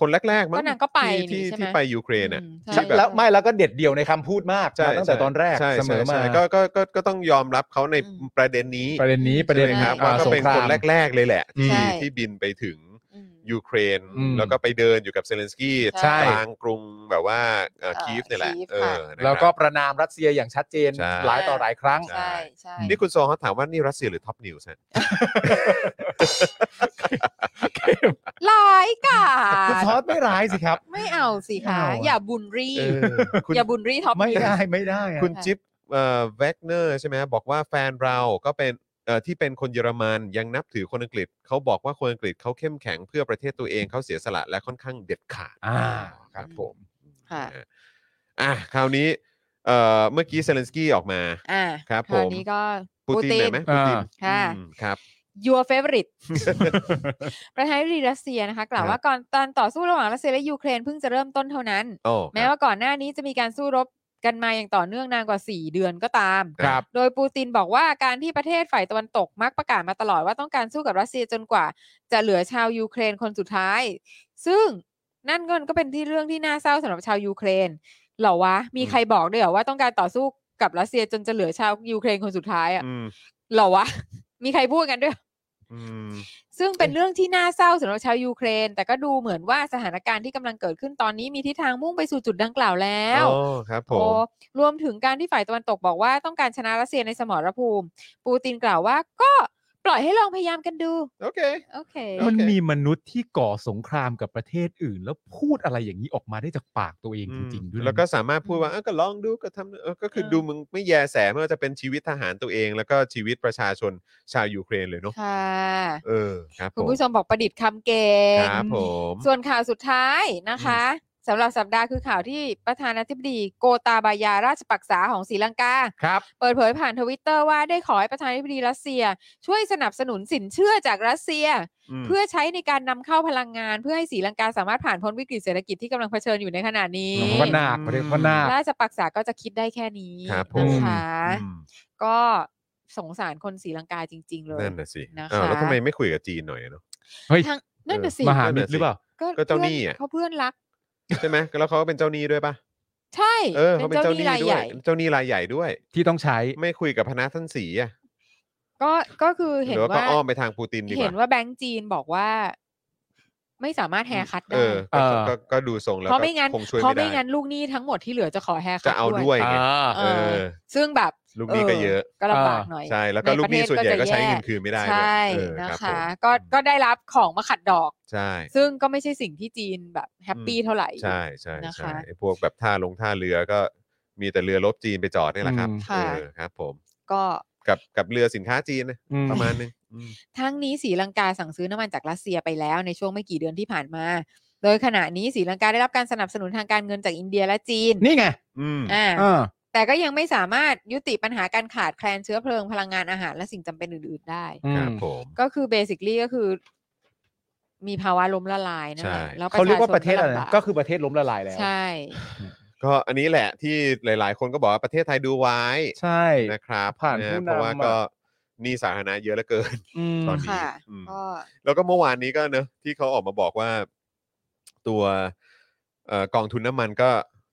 คนแรก ๆ มั้ง ก็นางก็ไป ที่ที่ นี่ใช่ไหม ที่ไปยูเครนอ่ะ อืม ที่ ใช่ ใช่แล้วไม่แล้วก็เด็ดเดี่ยวในคำพูดมาก ใช่ มาตั้งแต่ตอนแรก ใช่ เสมอ ใช่ มา ใช่ก็ก็ก็ก็ต้องยอมรับเขาใน อืม ประเด็นนี้ ประเด็นนี้ประเด็น ใช่ไหมครับ อ่า ว่าก็ สง เป็น ครา ค ม นแรก ๆ เลยแหละ ที่ ใช่ ที่บินไปถึง อืม ยูเครน อืม แล้วก็ไปเดินอยู่กับเซเลนสกี้ ใช่ กลางกรุงแบบว่าเอ่อ เอ่อ คีฟเนี่ยแหละ คีฟ เอ ค่ะ อนะครับ แล้วก็ประนามรัสเซียอย่างชัดเจน ใช่ หลายต่อหลายครั้ง ใช่ใช่ นี่คุณโซฮอตถามว่านี่รัสเซียหรือท็อปนิวส์ฮะ หลายกา คุณซอสไม่ร้ายสิครับ ไม่เอาสิคะ ไม่เอาอะ อย่าบุนรี่ เออคุณ อย่าบุนรี่ท็อป ไม่ นิวส์ ได้ไม่ได้อะ คุณจิ๊บเอ่อแวกเนอร์ใช่ไหมฮะบอกว่าแฟนเราก็เป็นเอ่อที่เป็นคนเยอรมันยังนับถือคนอังกฤษเขาบอกว่าคนอังกฤษเขาเข้มแข็งเพื่อประเทศตัวเองเขาเสียสละและค่อนข้างเด็ดขาด อ่าครับผม ค่ะ อ่ะคราวนี้เอ่อเมื่อกี้เซเลนสกี้ออกมา อ่า ครับ คราว ผม นี้ก็ ปูตินเลยไหม ปู ปู ติ ติน น ค่ะ อืมครับ your favorite ประธานาธิบดีรัสเซียนะคะ กล่าว ครับ ว่าก่อนตอนต่อสู้ระหว่างรัสเซียและยูเครนเพิ่งจะเริ่มต้นเท่านั้น โอ้ แม้ว่าก่อนหน้านี้จะมีการสู้รบกันมาอย่างต่อเนื่องนานกว่า 4 เดือนก็ตาม ครับ โดยปูตินบอกว่าการที่ประเทศฝ่ายตะวันตกมักประกาศมาตลอดว่าต้องการสู้กับรัสเซียจนกว่า จะเหลือชาวยูเครนคนสุดท้าย ซึ่งนั่นก็ก็เป็นที่เรื่องที่น่าเศร้าสำหรับชาวยูเครนเหรอวะมีใครบอกด้วยเหรอว่าต้องการต่อสู้กับรัสเซียจนจะเหลือชาวยูเครนคนสุดท้ายอะ อืม เหรอวะ มีใครพูดกันด้วย อืม ซึ่งเป็นเรื่องที่น่าเศร้าสำหรับชาวยูเครน แต่ก็ดูเหมือนว่าสถานการณ์ที่กำลังเกิดขึ้นตอนนี้มีทิศทางมุ่งไปสู่จุดดังกล่าวแล้ว อ๋อครับผม โอ้รวมถึงการที่ฝ่ายตะวันตกบอกว่าต้องการชนะรัสเซียในสมรภูมิ ปูตินกล่าวว่าก็ปล่อยให้ลองพยายามกันดู โอเค โอเค โอ มัน เค มีมนุษย์ที่ก่อสงครามกับประเทศอื่น แล้วพูดอะไรอย่างนี้ออกมาได้จากปากตัวเองจริง ๆ ด้วยนะ แล้วก็สามารถพูดว่าเอ้าก็ลองดูก็ทำเออก็คือ เออ ดูมึงไม่แยแสไม่ว่าจะเป็นชีวิตทหารตัวเอง แล้วก็ชีวิตประชาชนชาวยูเครนเลยเนาะ ค่ะ เออครับผ คุณ ม ผู้ชมบอกประดิษฐ์คำเก่ง ครับผม ส่วนข่าวสุดท้ายนะคะสำหรับสัปดาห์คือข่าวที่ประธานาธิบดีโกตาบายาราชปักษาของศรีลังกา ครับ เปิดเผยผ่านทวิตเตอร์ว่าได้ขอให้ประธานาธิบดีรัสเซีย ช่วยสนับสนุนสินเชื่อจากรัสเซีย ม เพื่อใช้ในการนำเข้าพลังงาน เพื่อให้ศรีลังกาสามารถผ่านพ้นวิกฤตเศรษฐกิจที่กำลังเผชิญอยู่ในขณะนี้ พระนาคประเทศพระนาค ราชปักษาก็จะคิดได้แค่นี้ ครับผม นะคะ อืม ก็สงสารคนศรีลังกาจริง ๆ เลย นั่นน่ะสิ นะคะ อ้าวแล้วทำไมไม่คุยกับจีนหน่อยอะเนาะ เฮ้ย ทางนั่นน่ะสิ มหามิตรหรือเปล่า ก็เจ้าหนี้อะ พื่เขาเพื่อนรัก ใช่ไหมแล้วเขาก็เป็นเจ้าหนี้ด้วยปะ ใช่ เออเขาเป็นเจ้าหนี้ด้วยเจ้าหนี้รายใหญ่ด้วย ที่ต้องใช้ ไม่คุยกับพนักท่านสีอะ ก็ก็คือ ห เห็ รื น อว่าก็ ว่า อ้อมไปทางปูตินดีก เห็น ว่า ว่าแบงก์จีนบอกว่า ไม่สามารถแฮร์คัต เอ ได้ อ เออ ก็ก็ก็ดูทรงแล้ว เพราะไม่งั้น ก็คงช่วย เพราะ ไม่ ไม่ ได้ งั้นลูกหนี้ทั้งหมดที่เหลือจะขอแฮร์คั จะ ต เอาด้วยไง เอ เอ อ อ ซึ่งแบบ ลูกหนี้ก็เยอะ ก็ลำบากหน่อย ใช่แล้วก็ ใน ลูก ประ หนี้ เทศ ส่วนใหญ่ ก็ ก็ จะ ใช้ แย่ เงินคืนไม่ได้ด้วย ใช่ เออ นะ รับ คะ ผม ก็ก็ได้รับของมาขัดดอก ใช่ ซึ่งก็ไม่ใช่สิ่งที่จีนแบบแฮปปี้เท่าไหร่ ใช่ใช่ นะคะ ใช่ไอ้พวกแบบท่าลงท่าเรือก็มีแต่เรือรบจีนไปจอดนี่แหละครับ อืม ค่ะ เออครับ ผม ก็ กับกับเรือสินค้าจีนนะ อืม ประมาณนึงอืม ทั้งนี้ศรีลังกาสั่งซื้อน้ำมันจากรัสเซียไปแล้วในช่วงไม่กี่เดือนที่ผ่านมา โดยขณะนี้ศรีลังกาได้รับการสนับสนุนทางการเงินจากอินเดียและจีน นี่ไง อืม อ่า อ่า แต่ก็ยังไม่สามารถยุติปัญหาการขาดแคลนเชื้อเพลิงพลังงานอาหารและสิ่งจำเป็นอื่น ๆ ได้ ครับผม ก็คือเบสิคลี่ก็คือ มีภาวะล้มละลายนนแหละแล้ว เขาเรียกว่าประเทศอะไร ลำ นะ บา ก็คือประเทศล้มละลายแล้ว ใช่ ก็อันนี้แหละที่หลาย ๆ คนก็บอกว่าประเทศไทยดูไว้ ใช่ นะครับ ผ่านผู้ ะเพราะว่า ำอะ ก็หนี่สาธารณะเยอะเหลือเกิน อืม ตอนนี้ ค่ะ อืม ก็ แล้วก็เมื่อวานนี้ก็เนอะที่เขาออกมาบอกว่าตัวเอ่อกองทุนน้ำมันก็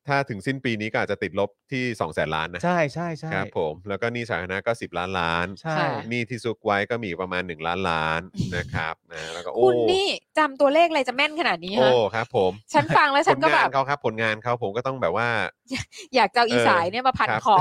ถ้าถึงสิ้นปีนี้ก็อาจจะติดลบที่2 0 0แสนล้านนะ ใช่ใช่ใช่ ครับผมแล้วก็หนี่สาธารณะก็ 10 ล้านล้าน ใช่ ค่ะ หนี้ที่ซุกไว้ก็มีประมาณ 1 ล้านล้านนะครับนะแล้วก็โอ้ คุณนี่จำตัวเลขอะไรจะแม่นขนาดนี้ โอ้ ฮะ ครับ ผม ฉันฟังแล้ว ผ ฉัน ล ก็แบ งาน บ เขาครับผลงานเขาผมก็ต้องแบบว่า อยากจะเอาอีสายเนี่ยมาพัน ครับ คอ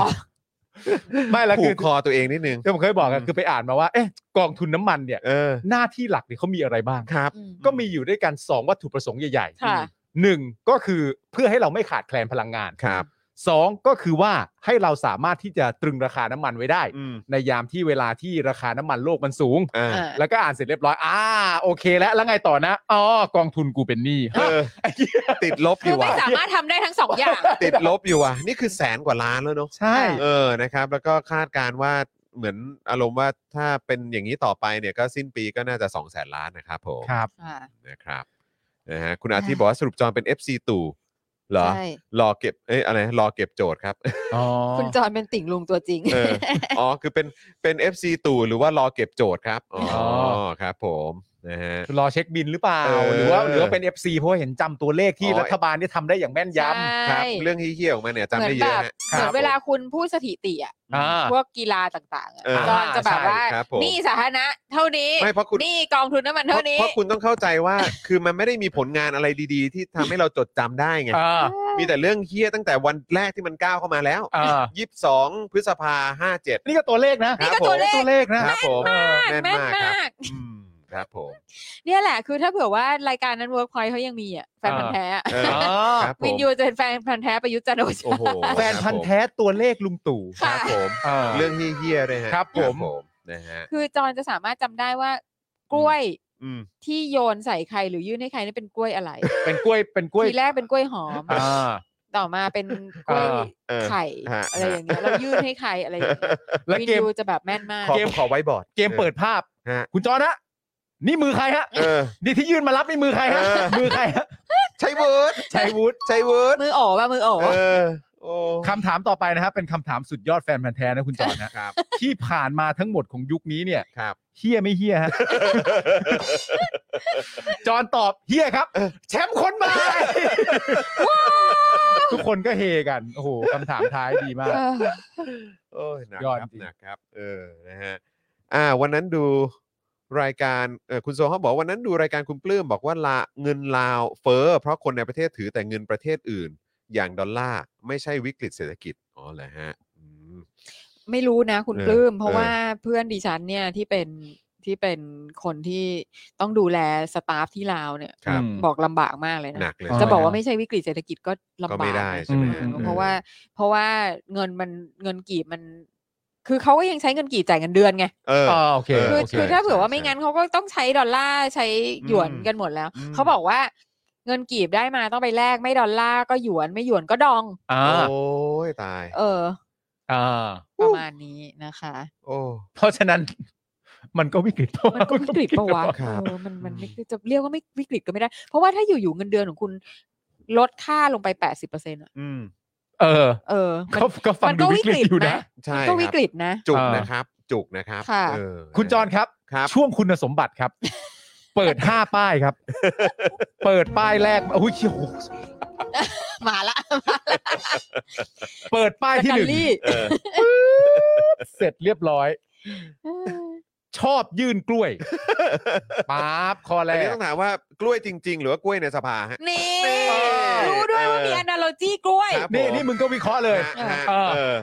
ไม่แล้ว ผู คื ก อ คอตัวเองนิดนึง ที่ผมเคยบอกกัน อืม คือไปอ่านมาว่าเอ๊ะกองทุนน้ำมันเนี่ย เออ หน้าที่หลักเนี่ยเขามีอะไรบ้าง ครับ อืม ก็มีอยู่ด้วยกัน 2 วัตถุประสงค์ใหญ่ ค่ะ ๆหนึ่งก็คือเพื่อให้เราไม่ขาดแคลนพลังงาน ครับ สองก็คือว่าให้เราสามารถที่จะตรึงราคาน้ำมันไว้ได้ อืม ในยามที่เวลาที่ราคาน้ำมันโลกมันสูง อ่า อ่า แล้วก็อ่านเสร็จเรียบร้อย อ่า โอเคแล้วแล้วไงต่อนะ อ๋อ กองทุนกูเป็นหนี้ เออติดลบอ คือยู่ ไม่ ว่ะ สามารถทำได้ทั้งสองอย่าง ติดลบอยู่ว่ะนี่คือแสนกว่าล้านแล้วเนาะ ใช่ เออ นะครับ แล้วก็คาดการณ์ว่าเหมือนอารมณ์ว่าถ้าเป็นอย่างนี้ต่อไปเนี่ยก็สิ้นปีก็น่าจะ 2 0 0แสนล้านนะครับผม ครับ ค่ะ นะครับนะฮะคุณอาทิตย์บอกว่าสรุปจอนเป็น FC ตู่เหรอ ใช่ รอเก็บ เอ้ยอะไรรอเก็บโจทย์ครับ อ๋อ คุณจอนเป็นติ่งลุงตัวจริง เอ ออ๋อ คือเป็นเป็น FC ตู่หรือว่ารอเก็บโจทย์ครับอ๋อ อ๋อ ครับ ผมนะฮะ รอเช็คบินหรือเปล่า เออ หรือว่าหรือว่าเป็น FC เพราะว่าเห็นจำตัวเลขที่ อ๋อ รัฐบาลได้ทำได้อย่างแม่นยำ ครับ ใช่ เรื่องเฮี้ยๆของมันเนี่ยจำ เหมือ ได้เยนแบ อะ บ ฮะ เหมือนเวลาคุณพูดสถิติอ่ะ อ่า พวกกีฬาต่างๆอะ เออ จอนจะแบบว่า ใช่ครับผม นี่สาธารณะเท่านี้ ไม่เพราะคุณ นี่กองทุนน้ำมัน เพ เท่า ราะ นี้ เพราะคุณต้องเข้าใจว่า คือมันไม่ได้มีผลงานอะไรดีๆ ที่ทำให้เราจดจำได้ไง อ่า มีแต่เรื่องเฮี้ยตั้งแต่วันแรกที่มันก้าวเข้ามาแล้ว อ่า ยี่สิบสองพฤษภาห้าเจ็ด นี่ก็ตัวเลขนะ นี่ก็ตัวเลข ตัวเลขนะ ครับผม แม่นมากแม่นมาก อืมครับผม เนี่ยแหละคือถ้าเผื่อว่ารายการนั้นเวิร์กพอยต์เขายังมีอ่ะแฟนพันธ์แท้อะ เออครับผ วิน ม ยูจะเป็นแฟนพันธ์แท้ประยุทธ์จันทร์โอชา โอ้โห แฟนพันธ์แท้ตัวเลขลุงตู่ครัค่ะบผม อ่า เรื่องเฮี้ยๆเลยฮะ ครับผม นะฮะ คือจอนจะสามารถจำได้ว่ากล้วย อืม ที่โยนใส่ใครหรือยื่นให้ใครนี่เป็นกล้วยอะไร เป็นกล้วยเป็นกล้วย ทีแรกเป็นกล้วยหอม อ่า ต่อมาเป็นกล้วย อ่า เออ ไข่ ฮะ อะไรอย่างเงี้ยเรายื่นให้ใครอะไรอย่างเงี้ย แล้ว วิน เกม ยูจะแบบแม่นมาก ขอ เกม ขอไว้บอร์ด เกมเปิดภาพ ฮะ คุณจอนะ นี่มือใครฮะ เออ นี่ที่ยื่นมารับนี่มือใครฮะ เออ มือใครฮะ ใช้เวิร์ด ชัยวุฒิ ใช้เวิร์ด มือโอ๋ว่ามือโอ๋ เออโอ้ คำถามต่อไปนะครับเป็นคำถามสุดยอดแฟนพันธ์แท้นะคุณจอนะครับที่ผ่านมาทั้งหมดของยุคนี้เนี่ย ครับ เฮี้ยไม่เฮี้ย ฮะ จอนตอบเฮี้ยครับ แชมป์คนใหม่ทุกคนก็เฮกัน โอ้โหคำถามท้ายดีมาก เออ โอ้ยหนัก ยอด ครับ จริง หนักครับ เออนะฮะอ่า วันนั้นดูรายการเออคุณโซเขาบอกวันนั้นดูรายการคุณปลื้มบอกว่าลาเงินลาวเฟ้อเพราะคนในประเทศถือแต่เงินประเทศอื่น อย่างดอลลาร์ไม่ใช่วิกฤตเศรษฐกิจอ๋อเหรอฮะอืม ไม่รู้นะคุณ เออ ปลื้มเพราะ เออ ว่าเพื่อนดิฉันเนี่ยที่เป็นที่เป็นคนที่ต้องดูแลสตาฟที่ลาวเนี่ย ครับ อืม บอกลำบากมากเลย หนั นะ กเลย จะบอก อ๋อ ว่าไม่ใช่วิกฤตเศรษฐกิจก็ลำ ก็ บา ไม่ ก ได้ นะ ใช่ไหมฮ อืม เพราะว่าเพราะว่าเงินมันเงินกีบมัน คือเขาก็ยังใช้เงินกีบจ่ายเงินเดือนไง เออ อ๋อโอเค เอ คือ โอ โเ เค คือถ้าเผื่อว่าไม่ ใช่ งั้นเขาก็ต้องใช้ดอลลาร์ใช้หยวน อืม กันหมดแล้ว อืม เขาบอกว่าเงินกีบได้มาต้องไปแลกไม่ดอลลาร์ก็หยวนไม่หยวนก็ดอง อ่า โอ้ยตาย เออ อ่า ประมาณนี้นะคะ โอ้ เพราะฉะนั้น มันก็วิกฤตปะ มันก็วิกฤตปะวะ ค เอ รับ อมันมัน อืม ไม่จะเรียกว่าไม่วิกฤตก็ไม่ได้ เพราะว่าถ้าอยู่ๆเงินเดือนของคุณลดค่าลงไปแปดสิบเปอร์เซ็นต์ อืม เออ เออมั ก็ก็ฟัง มัน ดู ก็ วิ วิ ก กฤฤตต อยู่ นะ นะ ใช่ มัน ค ก็ รับ วิกฤตนะ จุก อ่าน นะครับ จุกนะครับ ค่ะ เออ คุณจรครับ ครับ ช่วงคุณสมบัติ ครับ เปิดห้าป้าย ครับ เปิดป้ายแรกโอ้ยโห มาละ เปิดป้ายที่หนึ่ง สกัลลี่ เออ เสร็จเรียบร้อย เออ ชอบยื่นก ล้วยป๊าบคอ อั แร นนี้ ก ต้องถามว่ากล้วยจริง ๆ หรือว่ากล้วยในสภาฮะ นี่ นี่ รู้ด้วยว่ามี เออ อนาโลจีกล้วย ครับ นี่นี่มึงก็วิเคราะห์เลย ฮะฮะ เออ เออ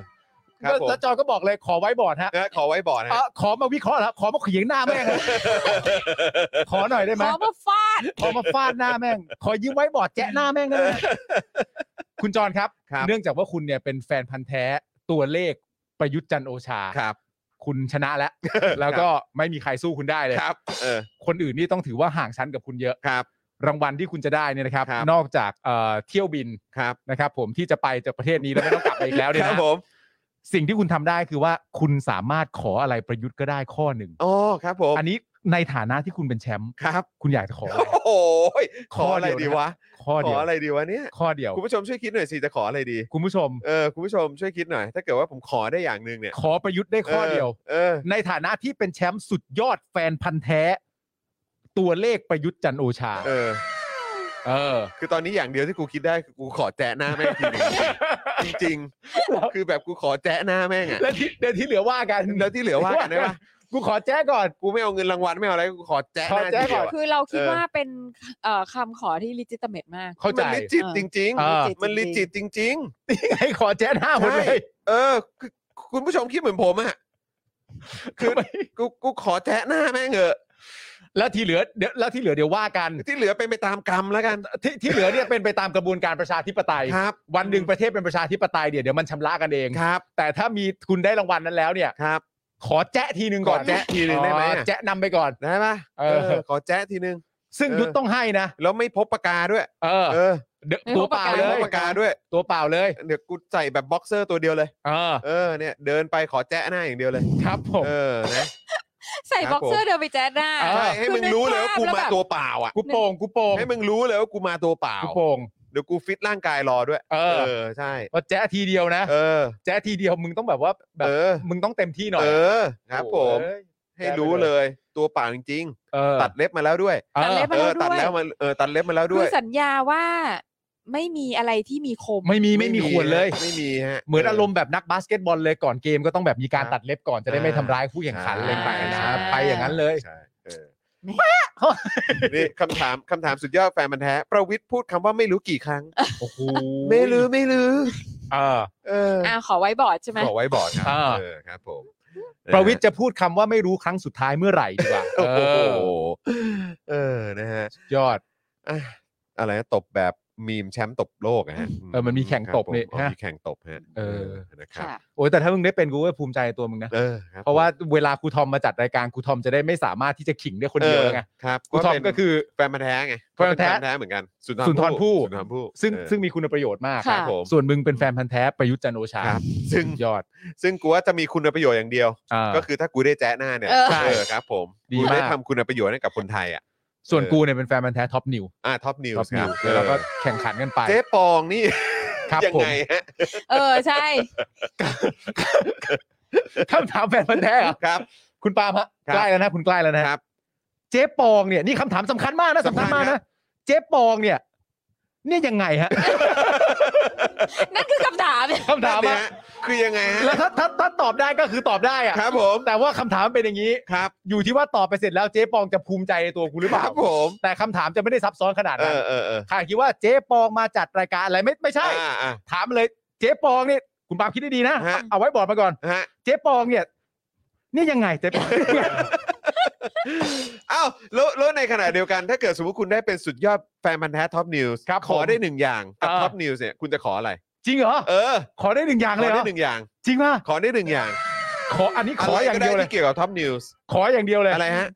ครับผม แล้วจอก็บอกเลยขอไว้บอร์ดฮะ เออขอไว้บอร์ดนะ เอ่ ฮะ อขอมาวิเคราะห์แล้วขอมาเขียงหน้าแม่ง เลยขอหน่อยได้ไห ข ม อมาฟาด ขอมาฟาดหน้าแม่ง ขอยืมไว้บอร์ดแจ๊ะหน้าแม่งได้ไหม คุณจรครับ ครับ เนื่องจากว่าคุณเนี่ยเป็นแฟนพันธ์แท้ตัวเลขประยุทธ์จันทร์โอชา ครับ คุณชนะแล้ว แล้วก็ไม่มีใครสู้คุณได้เลย ครับ เออ คนอื่นนี่ต้องถือว่าห่างชั้นกับคุณเยอะ ครับ รางวัลที่คุณจะได้เนี่ยนะครับ ครับ นอกจากเอ่อเที่ยวบิน ครับ นะครับผมที่จะไปจากประเทศนี้แล้วไม่ต้องกลับมาอีกแล้วเนี่ย ครับ นะ ผม สิ่งที่คุณทำได้คือว่าคุณสามารถขออะไรประยุทธ์ก็ได้ข้อหนึ่ง อ๋อครับผม อันนี้ในฐานะที่คุณเป็นแชมป์ ครับ คุณอยากจะขออะไร โอ้โหยข ข้ อ อ อะไร เดียวนะ ดีวะ ข้อ ข เดี อ ยว อะไรดีวะเนี่ย ข้อเดียว คุณผู้ชมช่วยคิดหน่อยสิจะขออะไรดี คุณผู้ชม เออคุณผู้ชมช่วยคิดหน่อย ถ้าเกิดว่าผมขอได้อย่างหนึ่งเนี่ย ขอประยุทธ์ได้ข้อเดียว เออ ในฐานะที่เป็นแชมป์สุดยอดแฟนพันธ์แท้ ตัวเลขประยุทธ์จันทร์โอชา เออ เออ คือตอนนี้อย่างเดียวที่กูคิดได้คือกูขอแจ๊ะหน้าแม่งทีหนึงจริงๆคือแบบกูขอแจ๊ะหน้าแม่งอะ แล้วที่เดี๋ยวที่เหลือว่ากัน แล้วที่เหลือว่ากันได้ปะ กูขอแจ้ก่อน กูไม่เอาเงินรางวัลไม่เอาอะไรกูขอแจ๊ะหน้า ขอแจ๊ะ ทีเดียว ก่น อะ คือเราคิด เออ ว่าเป็นเอ่อคำขอที่ลิจิตเมตมาก เข้าใจ มันลิจิตจริง เออ ๆ มันลิจิตจริง ๆ นี่ไงขอแจ้หน้าหมดเล ใช่ ย เออคือ คุณผู้ชมคิดเหมือนผมอะคือกูกูขอแทะหน้าแม่งเหอะ แล้วที่เหลือเดี๋ยวแล้วที่เหลือเดี๋ยวว่ากัน ที่เหลือเป็นไปตามกรรมแล้วกัน ที่ที่เหลือเนี่ยเป็นไปตามกระบวนการประชาธิปไตย ครับ วันหนึ่งประเทศเป็นประชาธิปไตยเดี๋ยวเดี๋ยวมันชำระกันเอง ครับ แต่ถ้ามีคุณได้รางวัลนั้นแล้วเนี่ย ครับ ขอแจ๊ะทีหนึ่งก่อน ขอแจ๊ะทีหนึ่งได้ไหมอะ อ๋อแจ๊ะนำไปก่อน ได้ปะ เออ เออขอแจ๊ะทีนึง ซึ่ง เออ ยุทธต้องให้นะ แล้วไม่พบปากกาด้วย เออ เออ เดี๋ยว ไม่ ตัว พก เป ปากาล่ากเล ไม่พ ย บปากกาด้วย ตัวเปล่าเลย เดี๋ยวกูใส่แบบบ็อกเซอร์ตัวเดียวเลย เออ เออเนี่ยเดินไปขอแจ๊ะหน้าอย่างเดียวเลย ครับผม เออนะ ใส่ คบ็รับอกเซอ ผม ร์เดินไปแจ๊ดหน้า เออ ใช่ให้มึงรู้เลยว่ากูมาตัวเปล่าอ่ะ กูโป่งกูโป่ง ให้มึงรู้เลยว่ากูมาตัวเปล่า กูโป่ง เดี๋ยวกูฟิตร่างกายรอด้วย เออ ใช่ พอแจ๊ะทีเดียวนะ เออ แจ๊ะทีเดียวมึงต้องแบบว่าแบ เอบ อ มึงต้องเต็มที่หน่อย เออ ครับผม โอ้ย ให้รู้เลยตัวเปล่าจริง เออ ๆ ตัดเล็บมาแล้วด้วย ออ ตัดเล็บ เออ ตัดแล้วมาเออ ตัดเล็บมาแล้ว คื ด้ว อย สัญญาว่าไม่มีอะไรที่มีคม ไม่มีไม่มีขวนเลย ไม่มีฮะ เหมือนอารมณ์แบบนักบาสเกตบอลเลยก่อนเกมก็ต้องแบบมีการ ครับ ตัดเล็บก่อนจะได้ไม่ อ่า ทำร้ายผู้แข่งขันอะไรต่างๆนะ อ่า ไปอย่างนั้นเลย ใช่เออนี่คำถามคำถามสุดยอดแฟนมันธุ์แท้ ประวิทย์พูดคำว่าไม่รู้กี่ครั้ง โอ้โห ไม่รู้ไม่รู้ เออ เออ อ่าขอไว้บอร์ดใช่ไหม ขอไว้บอร์ดครั อ่า เออครับผม ประวิทย์จะพูดคำว่าไม่รู้ครั้งสุดท้ายเมื่อไหร่ดีกว่า โอ้โห เออ เออนะฮะ ยอด อ่ะอะไรนะตบแบบมีมแชมป์ตบโลกอะฮะ เออมันมีแข่ง ครับ ตบนี่ ผมอ๋อ ฮะ มีแข่งตบฮะ เออ นะครับ ค่ะ โอ้ยแต่ถ้ามึงได้เป็นกูก็ภูมิใจในตัวมึงนะ เออคบ เพราะว่าเวลาครูทอมมาจัดรายการครูทอมจะได้ไม่สามารถที่จะขิงได้คนเดียวแล้วไง ออครับ ครูทอมก็คือ แฟนมาแท้ไง แฟนพันธุ์แท้ ก็เป็แท้เหมือนกันสุนทร สุนทรภู่ สุนทรภู่ ซึ่ง เออ ซึ่งมีคุณประโยชน์มาก ค่ะ ครับผม ส่วนมึงเป็นแฟนพันธ์แท้ประยุทธ์จันทร์โอชา ครับซึ่ง ยอด ซึ่งกูว่าจะมีคุณประโยชน์อย่างเดียว อ่า ก็คือถ้ากูได้แจ๊ะหน้าเนี่ย เออ เออครับ ผม ดี กูได้ มาก ทำคุณประโยชน์ให้กับคนไทยอ่ะ ส่วนกูเนี่ยเป็นแฟนพันธ์แท้ท็อปนิว อ่ะท็อปนิว ท็อป ส์ นิว ครับ แล้วก็ เอ แข่งขันกันไป อเจ๊ปองนี่ ครับ ยัง ผม ไงฮะ เออใช่ คำถามแฟนพันธ์แท้เหรอ ครับ คุณปาล์มฮะ ครับ ใกล้แล้วนะคุณใกล้แล้วนะครับเจ๊ปองเนี่ยนี่คำถามสำคัญมากนะสำคัญสำมากคัญครั นะ บ เจ๊ปองเนี่ย เนี่ยยังไงฮะ นั่นคือคำถาม คำถาม เนี่ยอะคือยังไงฮะ แล้วถ้าถ้าถ้าตอบได้ก็คือตอบได้อะ ครับผม แต่ว่าคำถามเป็นอย่างนี้ ครับ อยู่ที่ว่าตอบไปเสร็จแล้วเจ๊ปองจะภูมิใจในตัวกูหรือคเปล่า รับผม แต่คำถามจะไม่ได้ซับซ้อนขนาด เอ นั้น อเออเออ ใครคิดว่าเจ๊ปองมาจัดรายการอะไรไม่ไม่ใช่ อ่าอ่า ถามเลยเจ๊ปองเนี่ยคุณปาล์มคิดได้ดีนะ ฮะ เอาไว้บอร์ดมาก่อน ฮะ เจ๊ปองเนี่ยเนี่ยยังไงเจ๊ปอง อ้าวแล้วแล้วในขณะเดียวกันถ้าเกิดสมมติคุณได้เป็นสุดยอดแฟนพันธ์แท้ท็อปนิวส์ ครับ ขอ ผม ได้หนึ่งอย่างกับ เออ ท็อปนิวส์เนี่ยคุณจะขออะไร จริงเหรอ เออ ขอได้หนึ่งอย่าง ข เล อย เหร ได้ อ หนึ่งอย่าง จริงป่ะ ขอได้หนึ่งอย่าง ขออันนี้ขออย่าง ะไรก็ เดียวเลย ที่เกี่ยวกับท็อปนิวส์ ขออย่างเดียวเลย อะไรฮะ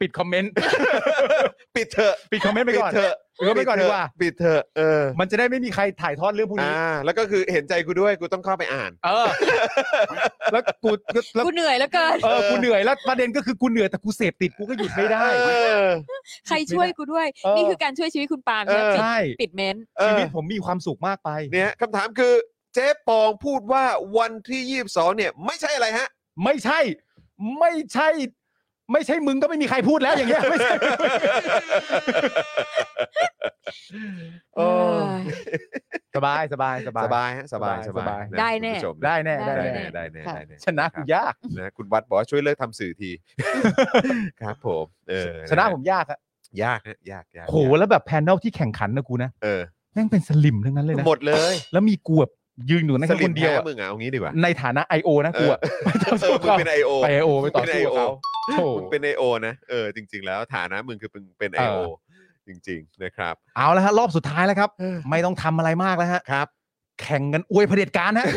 ปิดคอมเมนต์ ปิดเถอะ ปิดคอมเมนต์ไป ปิด ก่อน เถอะ ปิดคอมเมนต์ก่อนดีกว่า ปิดเถอะเออ มันจะได้ไม่มีใครถ่ายทอดเรื่องพวกนี้ อ่าแล้วก็คือเห็นใจกูด้วยกูต้องเข้าไปอ่าน เออ แล้วกูแล้ว กูเหนื่อยแล้วเกิน เออกูเหนื่อยแล้วประเด็นก็คือกูเหนื่อยแต่กูเสพติดกูก็หยุดไม่ได้ เออ ใครช่วยกูด้วย เออ นี่คือการช่วยชีวิตคุณปาล์มใช่ไหม เออ ปิด ใช่ ปิดเมนต์ เออชีวิตผมมีความสุขมากไป เนี่ยคำถามคือเจ๊ปองพูดว่าวันที่ยี่สิบสองเนี่ย ไม่ใช่อะไร ฮะ ไม่ใช่ ไม่ใช่ ไม่ใช่มึงก็ไม่มีใครพูดแล้วอย่า งเงี้ยไม่ใช่ เออ เออ สบายสบายสบาย สบายฮะสบายส สบาย บายนะ ได้แน่ คุณผู้ชมนะ ได้แน่ได้ ได้ แน่ แน่ได้แน่ได้แน่ ชนะกูยาก นะคุณวัดบอกว่าช่วยเลิกทำสื่อ ที ครับผมเออ ชนะผมยากอะ ยากฮะยากยาก โหแล้วแบบแพนเนลที่แข่งขันนะกูนะ เออ แม่งเป็นสลิมทั้งนั้นเลยนะ หมดเลย แล้วมีกูแบบยืนอยู่นั่นแค่คนเดียว สลิม อะ แพ้มึงอ่ะเอางี้ดีกว่า ในฐานะ I.O. นะกูอะ เออ ไปต่อ เอ สู้ อมึง เขา เป็นไอโอ ไป I.O. ไปต่อ เป็นไอ สู้กับ โอ เขาโธ่ มึงเป็นไอโอนะเออจริง ๆ แล้วฐานะมึงคือมึงเป็นไอ เอ โอ อ จริง ๆ นะครับ เอาแล้วฮะรอบสุดท้ายแล้วครับ ไม่ต้องทำอะไรมากแล้วฮะ ครับ แข่งกันอวยเผด็จการฮะ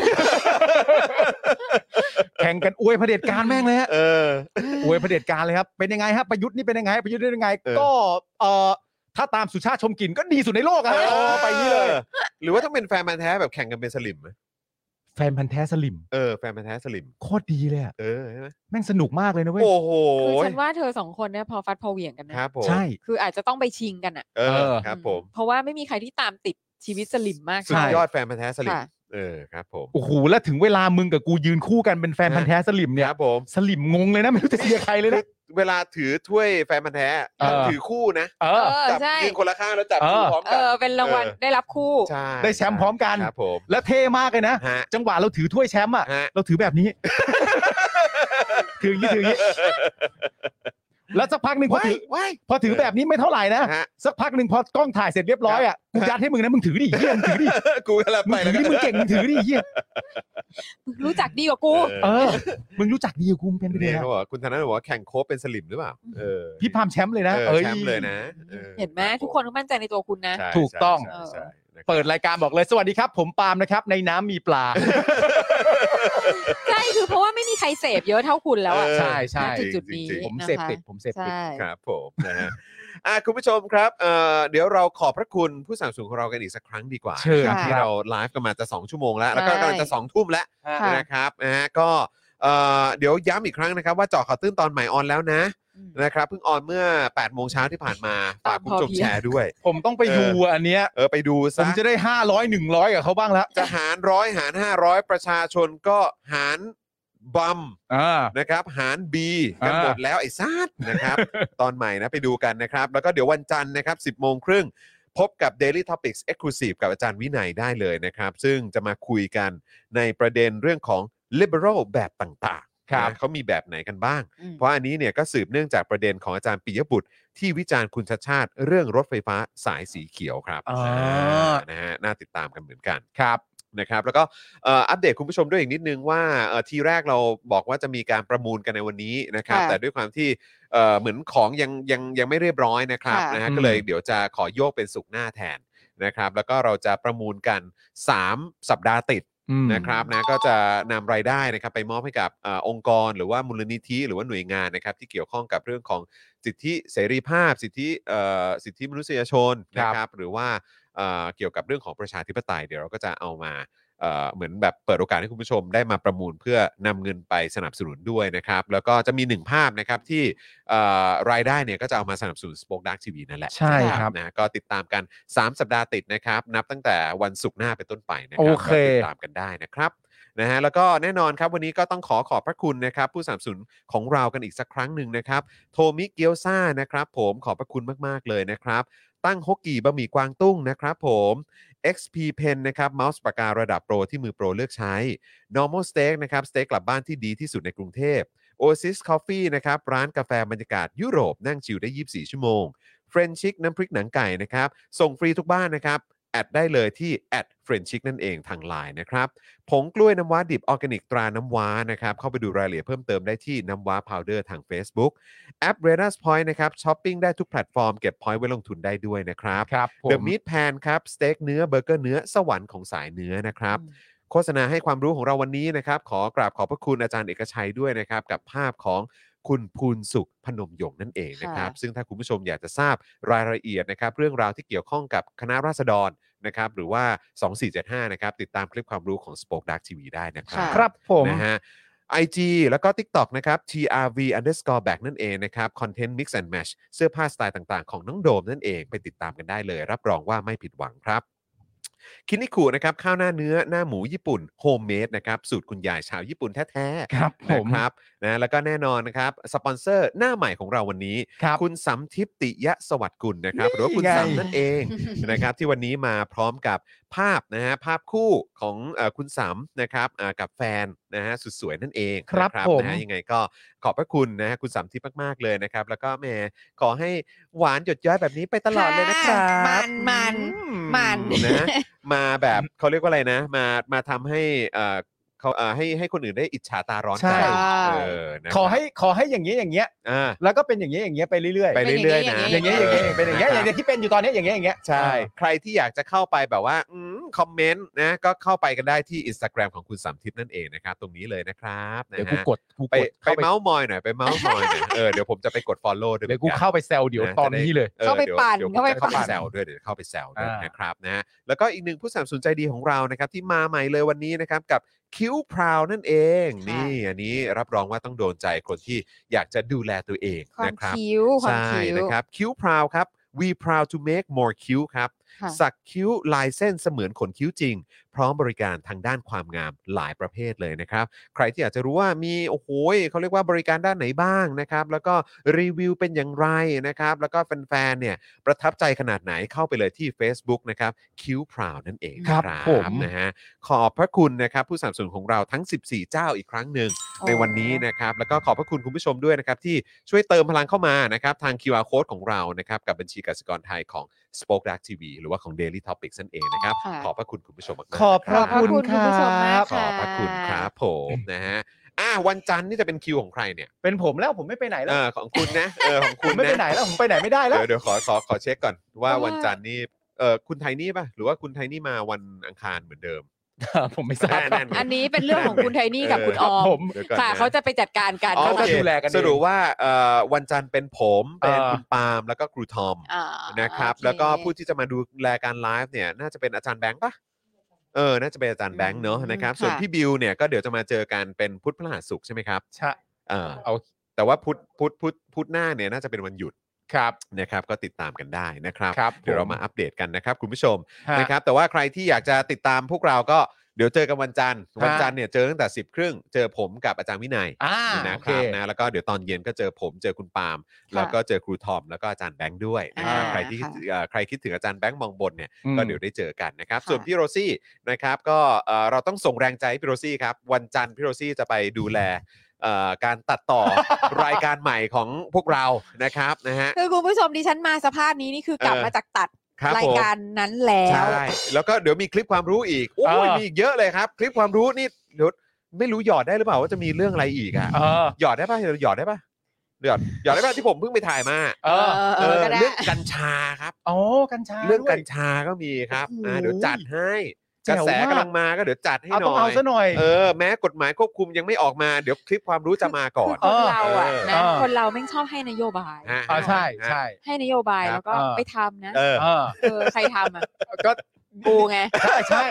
แข่งกันอวยเผด็จการแม่งเลยฮะ เออ อวยเผด็จการเลยครับ เป็นยังไงฮะประยุทธ์นี่เป็นยังไงประยุทธ์นี่เป็นยังไง เออ ก็เอ่อถ้าตามสุชาติชมกลิ่นก็ดีสุดในโลกอะฮะเอาไปนี่เลย หรือว่าต้องเป็นแฟนมันธุ์แท้แบบแข่งกันเป็นสลิมไหม แฟนพันธ์แท้สลิม เออแฟนมันธุ์แท้สลิม โคตรดีเลยอะ เออใช่ไหม แม่งสนุกมากเลยนะเว้ย โอ้โห คือฉันว่าเธอสองคนเนี่ยพอฟัดพอเหวี่ยงกันนะ ครับผม ใช่ คืออาจจะต้องไปชิงกันอ่ะ เอ เอ อ อ ครับผม เพราะว่าไม่มีใครที่ตามติดชีวิตสลิมมาก สุดใช่ย เท่า อดแฟนมันธุ์แท้สลิม ค่ะ เออครับผม โอ้โหแล้วถึงเวลามึงกับกูยืนคู่กันเป็นแฟนพันธ์แท้สลิมเนี่ ค ย รับผม สลิมงงเลยนะไม่รู้จะเชียร์ใครเลยนะ เวลาถือถ้วยแฟนมันธุ์แท้ เออ ถือคู่นะ เออ เออ จับ ใช่ ยืนคนละข้างแล้วจับคู่ เออ พร้อม เอ กัน อ เป็นรางวัลได้รับคู่ ใช่ ได้แชมป์พร้อมกัน ครับผม แล้วเท่มากเลยนะ ฮะ จังหวะเราถือถ้วยแชมป์อะ ฮะ เราถือแบบนี้ ถืออย่างนี้ถืออย่างนี้แล้วสักพักหนึ่งพอ ว้าย ถือ ว้าย พอถือแบบนี้ไม่เท่าไหร่นะ ฮะ สักพักหนึ่งพอกล้องถ่ายเสร็จเรียบร้อยอ่ะกูยัดให้มึงนะมึงถือดิเยี่ยมงถือดิ กูกำลังไปมึง แล้ว ถือดิมึงเก่งมึงถือดิเยี่ย รู้จักดีกว่ากู เอ เอ อ อ มึงรู้จักดีกับกูมึงเป็นไปเล เนี่ย ย นะ เขาบอกว่าคุณธนาบอกว่าแข่งโค้ชเป็นสลิมหรือเปล่าเออ พี่พามแชมป์เลย เอ นะ อ อ้ย แชมป์เลยนะออ เห็นไหมทุกคนเขามั่นใจในตัวคุณนะ ใช่ ถูกต้อง ใช่ใช่ใช่นะครับ เปิดรายการบอกเลยสวัสดีครับ ผมปาล์มนะครับ ในน้ำมีปลา ใช่คือเพราะว่าไม่มีใครเสพเยอะเท่าคุณแล้วอ่ะ เออ ใช่ใช่ จุดนี้ จริงๆ ผมเสพติดผมเสพติด ใช่ ครับผมนะฮะอ่ะคุณผู้ชมครับเอ่อเดี๋ยวเราขอบพระคุณผู้สนับสนุนของเรากันอีกสักครั้งดีกว่า เชิญ นะครับ ค่ะ ที่เราไลฟ์กันมาจะ 2 ชั่วโมงแล้ว แล้วก็กำลังจะ 2 ทุ่มแล้ว ค่ะ นะครับนะฮะก็เอ่อเดี๋ยวย้ำอีกครั้งนะครับว่าเจาะข่าวตื้นตอนใหม่ออนแล้วนะ อืม นะครับเพิ่งออนเมื่อ8โมงเช้าที่ผ่านมาฝากคุณผู้ชมแชร์ด้วย ผมต้องไปดูอันเนี้ย เออไปดู ผ ซะ มจะได้ห้าร้อยหนึ่งร้อยกับเขาบ้างแล้ว จะหารร้อยหาร 500 ประชาชนก็หารบัม อ่า นะครับหารบีกัน อ่า หมดแล้วไอ้ซาดนะครับ ตอนใหม่นะไปดูกันนะครับ แล้วก็เดี๋ยววันจันทร์นะครับ 10 โมงครึ่ง พบกับ Daily Topics Exclusive กับอาจารย์วินัยได้เลยนะครับ ซึ่งจะมาคุยกันในประเด็นเรื่องของ liberal แบบต่างๆ ครับ นะเขามีแบบไหนกันบ้าง อืม เพราะอันนี้เนี่ยก็สืบเนื่องจากประเด็นของอาจารย์ปิยบุตร ที่วิจารณ์คุณชาชาติ เรื่องรถไฟฟ้าสายสีเขียวครับ อ่า านะฮะน่าติดตามกันเหมือนกัน ครับ นะครับแล้วก็เอ่ออัปเดตคุณผู้ชมด้วยอีกนิดนึงว่าเอ่อทีแรกเราบอกว่าจะมีการประมูลกันในวันนี้นะครับ ค่ะ แต่ด้วยความที่เอ่อเหมือนของยังยังยังไม่เรียบร้อยนะครับ ค่ะ นะฮะ อืม ก็เลยเดี๋ยวจะขอโยกเป็นสุกร์หน้าแทนนะครับ แล้วก็เราจะประมูลกัน 3 สัปดาห์ติด อืม นะครับนะก็จะนำรายได้นะครับไปมอบให้กับเออองค์กรหรือว่ามูลนิธิหรือว่าหน่วยงานนะครับที่เกี่ยวข้องกับเรื่องของสิทธิเสรีภาพ สิทธิเอ่อสิทธิมนุษยชนนะครับหรือว่า เอ่อเกี่ยวกับเรื่องของประชาธิปไตยเดี๋ยวเราก็จะเอามาเอ่อเหมือนแบบเปิดโอกาสให้คุณผู้ชมได้มาประมูลเพื่อนำเงินไปสนับสนุนด้วยนะครับ แล้วก็จะมีหนึ่งภาพนะครับที่เอ่อรายได้เนี่ยก็จะเอามาสนับสนุน Spoke Dark TV นั่นแหละ ใช่ครับ นะก็ติดตามกัน 3 สัปดาห์ติดนะครับ นับตั้งแต่วันศุกร์หน้าเป็นต้นไปนะครั โอเค ก็ติดตามกันได้นะครับนะฮะแล้วก็แน่นอนครับวันนี้ก็ต้องขอขอบพระคุณนะครับ ผู้สนับสนุนของเรากันอีกสักครั้งหนึ่งนะครับ โทมิเกียวซ่านะครับผมขอบพระคุณมาก ๆ เลยนะครับ ตั้งฮกกี่บะหมี่กวางตุ้งนะครับผม XP Pen นะครับเมาส์ปากการะดับโปรที่มือโปรเลือกใช้ Normal Steak นะครับสเต็กกลับบ้านที่ดีที่สุดในกรุงเทพ Oasis Coffee นะครับ ร้านกาแฟบรรยากาศยุโรปนั่งชิลได้ 24 ชั่วโมง f r e n c h i c น้ำพริกหนังไก่นะครับ ส่งฟรีทุกบ้านนะครับ แอดได้เลยที่ at f r e n c h i c นั่นเองทางไลน์นะครับ ผงกล้วยน้ำว้าดิบออร์แกนิกตราน้ำว้านะครับ เข้าไปดูรายละเอียดเพิ่มเติมได้ที่น้ำว้าพาวเดอร์ทาง Facebook แอป r a d a r s Point นะครับช้อปปิ้งได้ทุกแพลตฟอร์มเก็บ point ไว้ลงทุนได้ด้วยนะครับ ครับผม The Meat Pan ครับสเต็กเนื้อเบอร์เกอร์เนื้อสวรรค์ของสายเนื้อนะครับ อืม โฆษณาให้ความรู้ของเราวันนี้นะครับ ขอกราบขอบพระคุณอาจารย์เอกชัยด้วยนะครับ กับภาพของคุณภูนสุขพนมยงค์นั่นเองนะครับ ซึ่งถ้าคุณผู้ชมอยากจะทราบรายละเอียดนะครับ เรื่องราวที่เกี่ยวข้องกับคณะราษฎรนะครับ หรือว่า 2475 นะครับ ติดตามคลิปความรู้ของ Spoke Dark TV ได้นะครับ ค่ะ ครับผม นะฮะ IG แล้วก็ TikTok นะครับ trv underscore back นั่นเองนะครับ Content Mix and Match เสื้อผ้าสไตล์ต่างๆ ของน้องโดมนั่นเองไปติดตามกันได้เลย รับรองว่าไม่ผิดหวังครับ คินิคุนะครับ ข้าวหน้าเนื้อหน้าหมูญี่ปุ่นโฮมเมดนะครับ สูตรคุณยายชาวญี่ปุ่นแท้ๆ ครับผม นะครับนะแล้วก็แน่นอนนะครับ สปอนเซอร์หน้าใหม่ของเราวันนี้ ครับ คุณสำทิพย์ติยะสวัสดิ์กุลนะครับ หรือว่าคุณ ไง สำนั่นเอง นะครับที่วันนี้มาพร้อมกับภาพนะฮะภาพคู่ของเออคุณสำนะครับอ่ากับแฟนนะฮะสุดสวยนั่นเอง ครับ นะ ผม นะฮะยังไงก็ขอบพระคุณนะฮะคุณสำทิพย์มากๆเลยนะครับ แล้วก็แหมขอให้หวานหยดย้อยแบบนี้ไปตลอดเลยนะครับ ค่ะมันมัน อื มัน นะมาแบบเขาเรียกว่าอะไรนะ มามาทำให้เอ่อเขาเอ่อให้ให้คนอื่นได้อิจฉาตาร้อน ใช่ ใจ ใช่ เออนะครับ ขอให้ขอให้อย่างเงี้ยอย่างเงี้ย อ่า แล้วก็เป็นอย่างเงี้ยอย่างเงี้ยไปเรื่อยๆ ไป อ เรื่อยๆนะ ย่างเงี้ยอย่างเงี้ยเป็นอย่างเงี้ย ะ อ ค ย่า รับ งเงี้ยที่เป็นอยู่ตอนเนี้ยอย่างเงี้ยอย่างเงี้ย ใช่ ใครที่อยากจะเข้าไปแบบว่าอมคอมเมนต์นะ ก็เข้าไปกันได้ที่ Instagram ของคุณสามทิพย์นั่นเองนะครับ ตรงนี้เลยนะครับนะ เดี๋ยวกู ฮะ กดกู ไป กด ไป เข้า เมาส์มอยหน่อย ไปเมาส์มอยหน่อย เออ เดี๋ยวผมจะไปกด Follow ด้วยหมื เดี๋ย อ วน กู น เข้าไปแซวเดี๋ยว นะ ตอน จะได้ นี้เลย ออ เข้าไป ดี๋ยว ปั่น เดี๋ยวผม เข้าไป จะเข้าไป ปั่น แซวด้วยเดี๋ยวเข้าไปแซวด้วย อ่าน นะครับนะฮะแล้วก็อีกหนึ่งผู้สนับสนุนใจดีของเรานะครับ ที่มาใหม่เลยวันนี้นะครับ กับคิ้วพราวนั่นเอง ค่ะ นี่อันนี้รับรองว่าต้องโดนใจคนที่อยากจะดูแลตัวเอง ความ นะครับ คิ้วความ ใช่ คิ้ว นะครับ คิ้วพราวครับ we proud to make more คิ้วครับ ค่ะ สักคิ้วลายเส้นเสมือนขนคิ้วจริง พร้อมบริการทางด้านความงามหลายประเภทเลยนะครับ ใครที่อยากจะรู้ว่ามี โอ้โหเขาเรียกว่าบริการด้านไหนบ้างนะครับ แล้วก็รีวิวเป็นอย่างไรนะครับ แล้วก็แฟนๆเนี่ยประทับใจขนาดไหนเข้าไปเลยที่ Facebook นะครับคิ้วพราวนั่นเอง ครับผม นะฮะขอบพระคุณนะครับผู้สนับสนุนของเราทั้ง 14 เจ้าอีกครั้งหนึ่ง ในวันนี้นะครับ แล้วก็ขอบพระคุณคุณผู้ชมด้วยนะครับ ที่ช่วยเติมพลังเข้ามานะครับ ทาง QR Code ของเรานะครับ กับบัญชีกสิกรไทยของ Spoke Dark TV หรือว่าของ Daily Topics นั่นเองนะครับ ค่ะ ขอบพระคุณคุณผู้ชมมากๆ ข ขอบพระ ขอบพระ คุณ คุณคุณผู้ชมมาก ขอบพระคุณครับผมนะฮะอ่ะวันจันทร์นี่จะเป็นคิวของใครเนี่ย เป็นผมแล้วผมไม่ไปไหนแล้ เอ ว อของคุณนะเออของ ผ คุ ม ณ ไม่ไป นะ ไหนแล้วผมไปไหนไม่ได้แล้ว เดี๋ยวเดี๋ยวขอขอขอเช็คก่อนว่าวันจันทร์นี่เออคุณไทนี่ป่ะ หรือว่าคุณไทนี่มาวันอังคารเหมือนเดิม ผมไม่ทราบ นั่นๆ อันนี้เป็นเรื่องของคุณไทนี่กับคุณ ค อ รับ อ ผม ม เดี๋ยวก่อน ค่ะ นะ เขาจะไปจัดการกัน อ๋อ เขา โอเคจะดูแลกันเอง สรุปว่าเอ่อวันจันทร์เป็นผมเป็น เออ คุณปาล์มแล้วก็ครูทอม อ่า นะครับ โอเ แล้วก็ผู้ที่จะมาดูแลการไลฟ์เนี่ย น่าจะเป็นอาจารย์แบงค์ป่ะเออน่าจะเป็นอาจารย์แบงค์เนอะนะครับส่วน ค่ะ พี่บิวเนี่ยก็เดี๋ยวจะมาเจอกันเป็นพุธพฤหัสศุกร์ใช่ไหมครับ ใช่ เออ เอา แต่ว่าพุธพุธพุธพุธหน้าเนี่ยน่าจะเป็นวันหยุด ครับ นะครับ ก็ติดตามกันได้นะครับ ครับ เดี๋ยวเรามาอัปเดตกันนะครับคุณผู้ชม ฮะ นะครับแต่ว่าใครที่อยากจะติดตามพวกเราก็เดี๋ยวเจอกันวันจันทร์วันจันทร์เนี่ยเจอตั้งแต่ 10บครึ่งเจอผมกับอาจารย์วินัย อ่า นะ โอ ค เครับ นะแล้วก็เดี๋ยวตอนเย็นก็เจอผมเจอคุณปาล์มแล้วก็เจอครูทอมแล้วก็อาจารย์แบงค์ด้วยนะครับ อ่า ใครที่ ค่ะ เอ่อใครคิดถึงอาจารย์แบงค์มองบนเนี่ย อืม ก็เดี๋ยวได้เจอกันนะครับ ค่ะ ส่วนพี่โรซี่นะครับก็เอ่อเราต้องส่งแรงใจให้พี่โรซี่ครับวันจันทร์พี่โรซี่จะไปดูแลเอ่อการตัดต่อ รายการใหม่ของพวกเรานะครับนะฮะ คือคุณผู้ชมดิฉันมาสภาพนี้นี่คือกลับ เออ มาจากตัด ครับ ราย ผม การนั้นแล้ว ใช่ แล้วก็เดี๋ยวมีคลิปความรู้อีก โอ้ย เออ มีอีกเยอะเลยครับ คลิปความรู้นี่เดี๋ยวไม่รู้หยอดได้หรือเปล่าว่าจะมีเรื่องอะไรอีกอ่ะ เออ หยอดได้ป่ะเราหยอดได้ป่ะหยอดหยอดได้ป่ะที่ผมเพิ่งไปถ่ายมา เออ เออเออก็ได้ เรื่องกัญชาครับ อ๋อกัญชา เรื่อง ด้วย กัญชาก็มีครับ โอ้โห อ่าเดี๋ยวจัดให้ แจ๋ กวระแส มาก กำลังมาก็เดี๋ยวจัดให้ เอา ห ต้ น่ อง อ เอา ย ซะหน่อย เออแม้กฎหมายควบคุมยังไม่ออกมาเดี๋ยวคลิปความรู้จะมาก่อน คือคนเราอ่ะ เออ นะ เออ คนเราแม่งชอบให้นโยบาย ฮะ อ่าใช่ใช่ ให้นโยบาย ครับ แล้วก็ เออ ไปทำนะ เออ เออ เออใครทำอ่ะ ก็ กูไง ใช่ใช่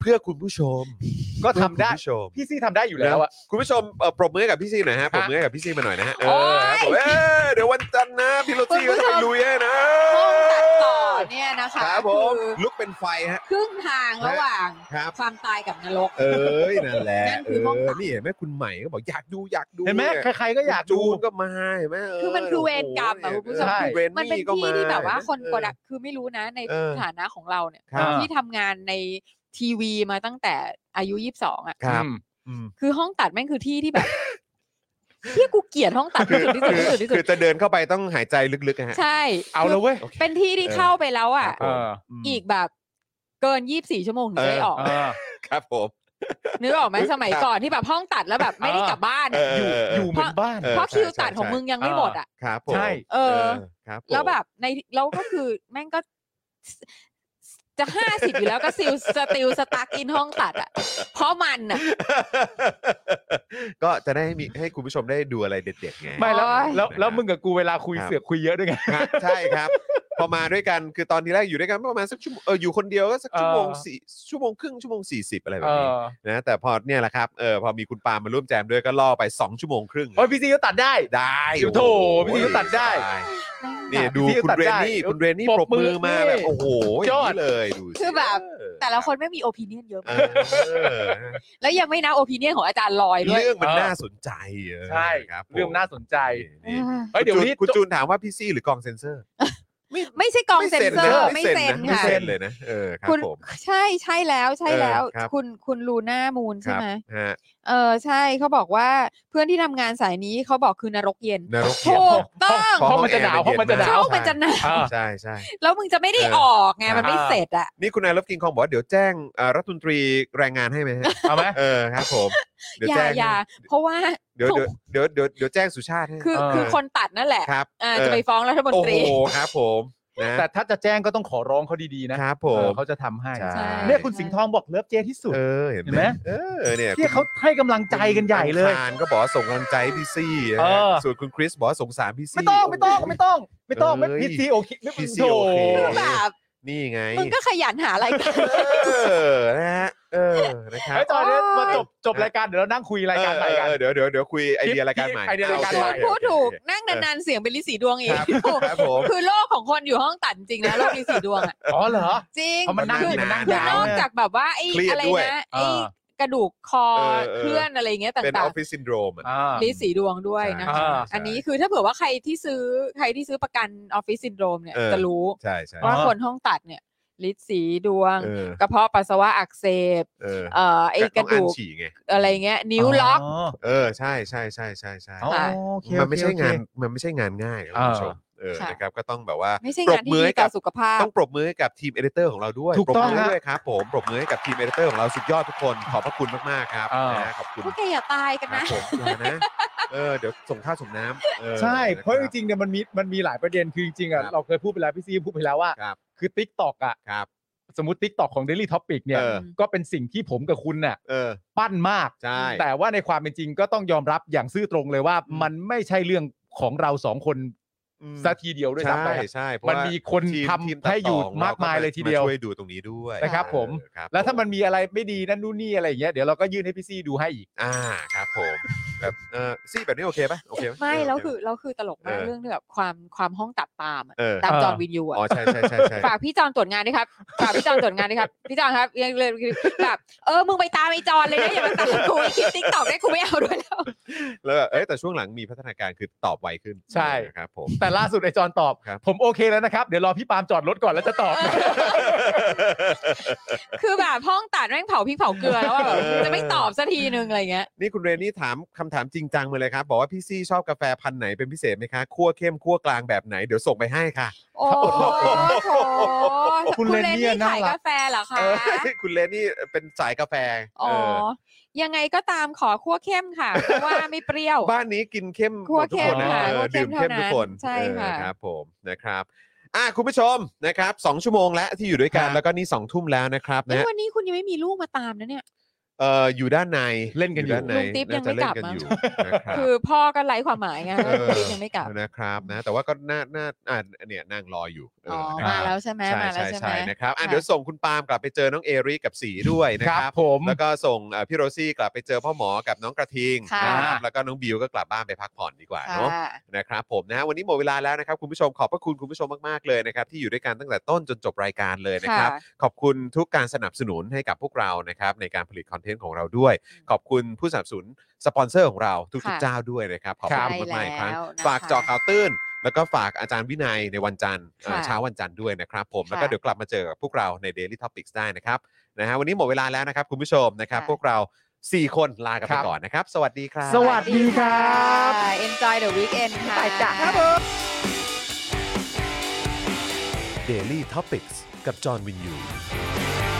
เพื่อคุณผู้ชม ก็ทำได้ เพื่อคุณผู้ชม พี่ซี่ทำได้อยู่แล้วอะ คุณผู้ชมเอ่อปรบมือให้กับพี่ซีหน่อยฮะปรบมือให้กับพี่ซีมาหน่อยนะฮะเอ โอ้ อย ครับผมเอ้ยเดี๋ยววันจันทร์นะพี่โรซี่ คุ ก็ ณผู้ จะ ช ไป ม ลุยให้นะ ห้องตัดต่อเนี่ยนะ ค คะ รับผ คื ม อ ลุกเป็นไฟฮะ ครึ่งทางระหว่าง ครับ ความตายกับนรก เอ้ ยนั่นแหละ นั่น เอ คือห้อง อ ตัด นี่เห็นไหมคุณใหม่ก็บอกอยากดูอยากดู เห็นไหม เนี่ย ใครๆก็อยาก จู ดู นก็มาเห็นไหมเ คือมันคือเวรกรรมอะคุณผู้ชม เออ คือ เวร มันเป็น ก็ ที่ที่แบบว่าคน เออ กดดันคือไม่รู้นะใน เออ ฐานะของเราเนี่ย ครับ ที่ทำงานในทีวีมาตั้งแต่อายุยี่สิบสองอ่ะ ครับอืม คือห้องตัดแม่งคือที่ที่แบบ เที่ยกูเกลียดห้องตัดที่สุดที่สุดที่สุดที่สุ คือ ด จะเดินเข้าไปต้องหายใจลึกๆนะฮะ ใช่ เอาแล้วเว้ย คือเป็นที่ที่เข้าไปแล้วอ่ะ ครับ เออ อีกแบบเกินยี่สิบสี่ชั่วโมงถึงจะได้ออก เออ ครับผม นึกออกไหมสมัยก่อนที่แบบห้องตัดแล้วแบบไม่ได้กลับบ้าน เอออะอยู่อยู่เหมือนบ้าน เออ เพราะ ใช่ คิวตัด ใช่ ของ ใช่ มึงยังไม่หมดอ่ะ ครับผม ใช่ เออ ครับผม แล้วแบบในแล้วก็คือ แม่งก็สจะห้าสิบอยู่แล้วก็ซิลสติลสตักอินห้องตัดอ่ะ เพราะมันอ่ะ ก็จะได้มีให้คุณผู้ชมได้ดูอะไรเด็ดๆไง ไม่แล้ว โอ้ย แล้วแล้วมึงกับกูเวลาคุย ครับ เสือกคุยเยอะด้วยไง ครับใช่ ครับ พอมาด้วยกันคือตอนที่แรกอยู่ด้วยกันประมาณสักชั่วโมงเอออยู่คนเดียวก็สักชั่วโมง เออ สี่ชั่วโมงครึ่งชั่วโมงสี่สิบอะไรแบ เอบอนี้นะแต่พอเนี่ยแหละครับเออพอมีคุณปาล์มมาร่วมแจมด้วยก็ล่อไป 2 ชั่วโมงครึ่ง โอ้ยพี่ซี่ก็ตัดได้ ได้ อยู่โถ อ้ พี่ก็ตัดได้ แม่ง นี่ แบบ ดู พี่ก็ คุณ ตัด เรน ได้ นี่คุณเรนนี่ป ป ร ร บบ มื มื อ อมาแบบ นี่ โอ้โห ยอด างนี้เลยดูสิ คือแบบ เออ แต่ละคนไม่มีโอปิเนียนเยอะ เอ มาก อ แล้วยังไม่นับโอปิเนียนของอาจารย์ลอยด้วย เรื่องมัน เออ น่าสนใจเออ ใช่ ครับผม เรื่องน่าสนใจ นี่ อ่า เฮ้ยเดี๋ยว คุณ นี้ จูนคุณจูนถามว่าพี่ซี่หรือกองเซนเซอร์ ไม่ใช่กองเซนเซอร์ ไม่เซน นะไม่ ค่ะ เซ็นเลยนะเออครับ คุณ ผม ใช่ใช่แล้วใช่แล้ว เออครับ คุณคุณลูน่ามูน ค ใช่ รับ ไหม ฮะ เออใช่เขาบอกว่าเพื่อนที่ทำงานสายนี้เขาบอกคือนรกเย็น นรกเย็น ถูกต้อง เพราะ ห้องมันจะหนาวห้องมันจะหนาว เข้ามันจะหนาว อ่า ใช่ใช่ แล้วมึงจะไม่ได้ เออ ออกไงมันไม่ อ่า เสร็จอะ นี่คุณนายรับกินคองบอกว่าเดี๋ยวแจ้งเอ่อรัฐมนตรีแรงงานให้ไหมฮะ เอาไหม เออครับผมเดี๋ยว อย่า แจ้ง อย่าเพราะว่า เดี๋ยวเดี๋ยวเดี๋ยวเดี๋ยวแจ้งสุชาติให้ คือ เออ คือคนตัดนั่นแหละ ครับ อ่า เออ จะไปฟ้องรัฐมน โอ้ ตรี โหครับผมนะ แต่ถ้าจะแจ้งก็ต้องขอร้องเขาดีๆนะครับ ผ เออ ม เขาจะทำให้ ใช่ เนี่ยคุณสิงห์ทองบอกเลิฟเจที่สุด เออเห็น เห็น ไห ไห ม ม เออเนี่ย เนี่ยเขาให้กำลังใจกันใหญ่เลคุณยอังคารก็บอกว่าส่งกำลังใจให้พี่ซี่นะ เอ ฮะ อ ส่วนคุณคริสบอกว่าสงสารพี่ซี่ ไม่ต้องไม่ต้องไม่ต้อง ไม่ต้องไม่ เอ้ย พี่ซี่โอเคไม่ พี่ซี่ โถ โอเค แบบ นี่ไง มึงก็ขยันหาอะไรายกัน เออ นะฮะ เออ นะครับ เฮ้ยตอนนี้ โอ๊ย มาจบจบรายการเดี๋ยวเรานั่งคุยรายการใหม่กัน เออเออเดี๋ยวเดี๋ยวเดี๋ยวคุยไอเดียรายการใหม่ ไอเดียรายการใหม่ คุณพูดถูก โอเค นั่งนานๆเสียงเป็นลิสีดวงอีก ครับ ถูก ครับผม คือโลกของคนอยู่ห้องตัดจริงนะโลกลิสีดวงอะ อ๋อเหรอ จริง เอามานั่ง คือ นี่มานั่คือยงาน ว อก เนี่ย จากแบบว่าไอ้ เครียด อะไร ด้วย นะ เอ ไอ้ อก ระดูกคอ เออเออ เคลื่อนอะไรอย่างเงี้ย เป็นอ ต่า อง ฟฟิศซินโดรมอ่ะ อ่า ๆลิสีดวงด้วยนะคะ อ่า อันนี้คือถ้าเผื่อว่าใครที่ซื้อใครที่ซื้อประกันออฟฟิศซินโดรมเนี่ย เออ จะรู้ ใช่ใช่ ว่า อ่า คนห้องตัดเนี่ยลิสีดวง เออ กระเพาะปัสสาวะอักเสบ เออ เอ่อไอกระ ต้ ดู ง ก นฉี่ไง อะไรเงี้ย นิ้วล็อก เออ ใช่ใช่ใช่ใช่ใช่ อ๋ออ๋อโอเค มันไม่ใช่งาน โอเค มันไม่ใช่งานง่ายครับ เออคุณผู้ชม เออ ค่ะ นะครับก็ต้องแบบว่า ไม่ปรงใช่าน บ ที่ มือ ดี ให้ ต่ กั อบ สุขภาพ ต้องปรบมือให้กับทีมเอดิเตอร์ของเราด้วย ถูก ปรบ ต้อง มื ฮะ ด้วยครับผมปรบมือให้กับทีมเอดิเตอร์ของเราสุดยอดทุกคนขอบพระคุณมากๆครับ เออ นะขอบคุณ พวกแกอย่าตายกัน ครั นะ บผมอย่านะเออเดี๋ยวส่งข้าวส่งน้ำออ ใช่เพราะ นค จ บ ริงๆเนี่ยมันมีมันมีหลายประเด็นคือจริงๆอ่ะ ครับ เราเคยพูดไปแล้วพี่ซีพูดไปแล้วว่า ครับ คือ t ิ k t o k อ่ะ ครับ สมมติ t ิ k t o k ของ Daily Topic เนี่ย เออ ก็เป็นสิ่งที่ผมกับคุณน่ะ เออ ปั้นมาก ใช่ แต่ว่าในความเป็นจริงก็ต้องยอมรับอย่างซื่อตรงเลยว่า อืม มันไม่ใช่เรื่องของเราสองคน อืม ซะทีเดียวด้วยซ้ำ ใช่ ไป ใช่เพราะ มัน ว่า มีคน ทีม ทำ ทีมตัด ให้อยู่ ต่ขงร มากมายเลยทีเดียว มาช่วยดูตรงนี้ด้วย นะครับผม เออครับ แล้วถ้ามันมีอะไรไม่ดีนั่นนู่นนี่อะไรอย่างเงี้ยเดี๋ยวเราก็ยื่นให้พี่ซีดูให้อีก อ่าครับผมแบบเออซี่แบบนี้โอเคป่ะโอเคห ไม่ เ แล้วคือ โเ แล้วคือตลกมา เอก อ เรื่องแบบความความห้องตัดตามอะ เออ ตาม เออ จอห์นวินยูอะ อ๋อใช่ใช่ใช่ใช่ ฝากพี่จอห์นตรวจงานด้วยครับฝากพี่จอห์นตรวจงานด้วยครับ พี่จอห์นครับยังเลยแบบเออมึงไปตามไอ้จอห์นเลยนะอย่ามาตามกูไอ้คลิปติ๊กตอกได้กูไม่เอาด้วยแล้ว แล้วแบบเอ้ยแต่ช่วงหลังมีพัฒนาการคือตอบไวขึ้น ใช่ นะครับผม แต่ล่าสุดไอจอนตอบ ครับ ผมโอเคแล้วนะครับ เดี๋ยวรอพี่ปาล์มจอดรถก่อนแล้วจะตอบ คือแบบห้องตัดแม่งเผาพริกเผาเกลือแล้วว่าแบบจะไม่ตอบสักทีนึงอะไรเงี้ย นี่คุณเรนนี่ถามคำถามจริงจังมาเลยครับ บอกว่าพี่ซี่ชอบกาแฟพันธุ์ไหนเป็นพิเศษไหมคะคั่วเข้มคั่วกลางแบบไหนเดี๋ยวส่งไปให้ค่ะ โอ้โห คุ คุณ ณ เล เล น น เนี่ นี่ ยน่า ขาย รัก กาแฟเหรอคะ เออ คุณเรนนี่เป็นสายกาแฟ อ๋อ เออ ยังไงก็ตามขอคั่วเข้มค่ะ เพราะว่าไม่เปรี้ยว บ้านนี้กินเข้ม คั่ว หมดทุก เข้ ค ม นนะ ค่ะ เออ คั่วดื่มเข้มเข้มทุกเท่านั้น คน ใช่ เออ ค่ะ ครับผมนะครับอ่ะคุณผู้ชมนะครับสองชั่วโมงแล้วที่อยู่ด้วยกัน ฮะ แล้วก็นี่สองทุ่มแล้วนะครับ เอ้ นะ ยวันนี้คุณยังไม่มีลูกมาตามนะเนี่ย เอออยู่ด้านใน เล่นกันอยู่ ด้าใ ลุงติ๊บยังไม่ น่าจะเล่ กลั น บ กัน มั้ง อยู่นะครับ คือพ่อก็ไร้ความหมายไง เออ ติ๊บยังไม่กลับ นะครับนะแต่ว่าก็น่าน่าอ่าเนี่ยนั่งรออยู่เ อ๋อ นะครับ มาแล้วใช่ไหม ใช่ มาแล้ว ใช่ ใช่ไหม ใช่นะครับอ่ะ ค่ะ เดี๋ยวส่งคุณปาล์มกลับไปเจอน้องเอริกับสีด้วยนะ ค ค รั รั บบ ผม แล้วก็ส่งเอ่อพี่โรซี่กลับไปเจอพ่อหมอกับน้องกระทิง ค่ะ นะครับแล้วก็น้องบิวก็กลับบ้านไปพักผ่อนดีกว่า ค่ะ เนาะนะครับผมนะวันนี้หมดเวลาแล้วนะครับคุณผู้ชมขอบพระคุณคุณผู้ชมมากๆเลยนะครับที่อยู่ด้วยกันตั้งแต่ต้นจนจบรายการเลยนะครับ ขอบคุณทุกการสนับสนุนให้กับพวกเรานะครับในการผลิตคอนเทนต์ของเราด้วย ขอบคุณผู้สนับสนุนสปอนเซอร์ของเราทุก ค่ะ ๆเจ้าด้วยนะครับขอบคุณมาใช่กๆอีกครั้ง แล้วนะคะ ฝากเจอข่าวตื้น แล้วก็ฝากอาจารย์วินัยในวันจันทร์เอ่อ ค่ะ เช้าวันจันทร์ด้วยนะครับผม ค่ะ แล้วก็เดี๋ยวกลับมาเจอกับพวกเราใน Daily Topics ได้นะครับนะฮะวันนี้หมดเวลาแล้วนะครับคุณผู้ชมนะครับ ค่ะ พวกเรา 4 คนลากัน ค ไป รับ ก่อนนะครับ สวัสดีครับ สวัสดีครับ ค่ะ enjoy the weekend ค่ะ Daily Topics กับจอห์นวินยู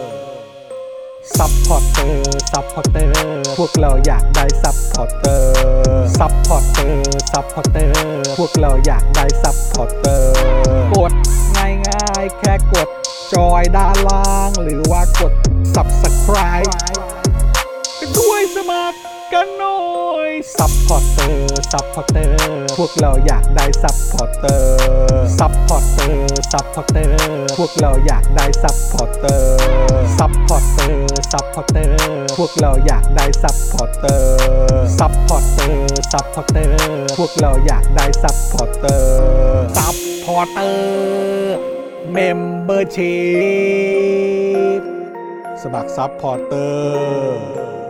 ซัพพอร์เตอร์ ซัพพอร์เตอร์ พวกเราอยากได้ซัพพอร์เตอร์ ซัพพอร์เตอร์ ซัพพอร์เตอร์ พวกเราอยากได้ซัพพอร์เตอร์ กดง่ายๆ แค่กด จอยด้านล่าง หรือว่ากด subscribe ไปด้วยสมัครกันหน่อย ซัพพอร์เตอร์ ซัพพอร์เตอร์ พวกเราอยากได้ซัพพอร์เตอร์ ซัพพอร์เตอร์ ซัพพอร์เตอร์ พวกเราอยากได้ซัพพอร์เตอร์ ซัพพอร์เตอร์ ซัพพอร์เตอร์ พวกเราอยากได้ซัพพอร์เตอร์ ซัพพอร์เตอร์ ซัพพอร์เตอร์ พวกเราอยากได้ซัพพอร์เตอร์ ซัพพอร์เตอร์ เมมเบอร์ชีพสมัครซัพพอร์เตอร์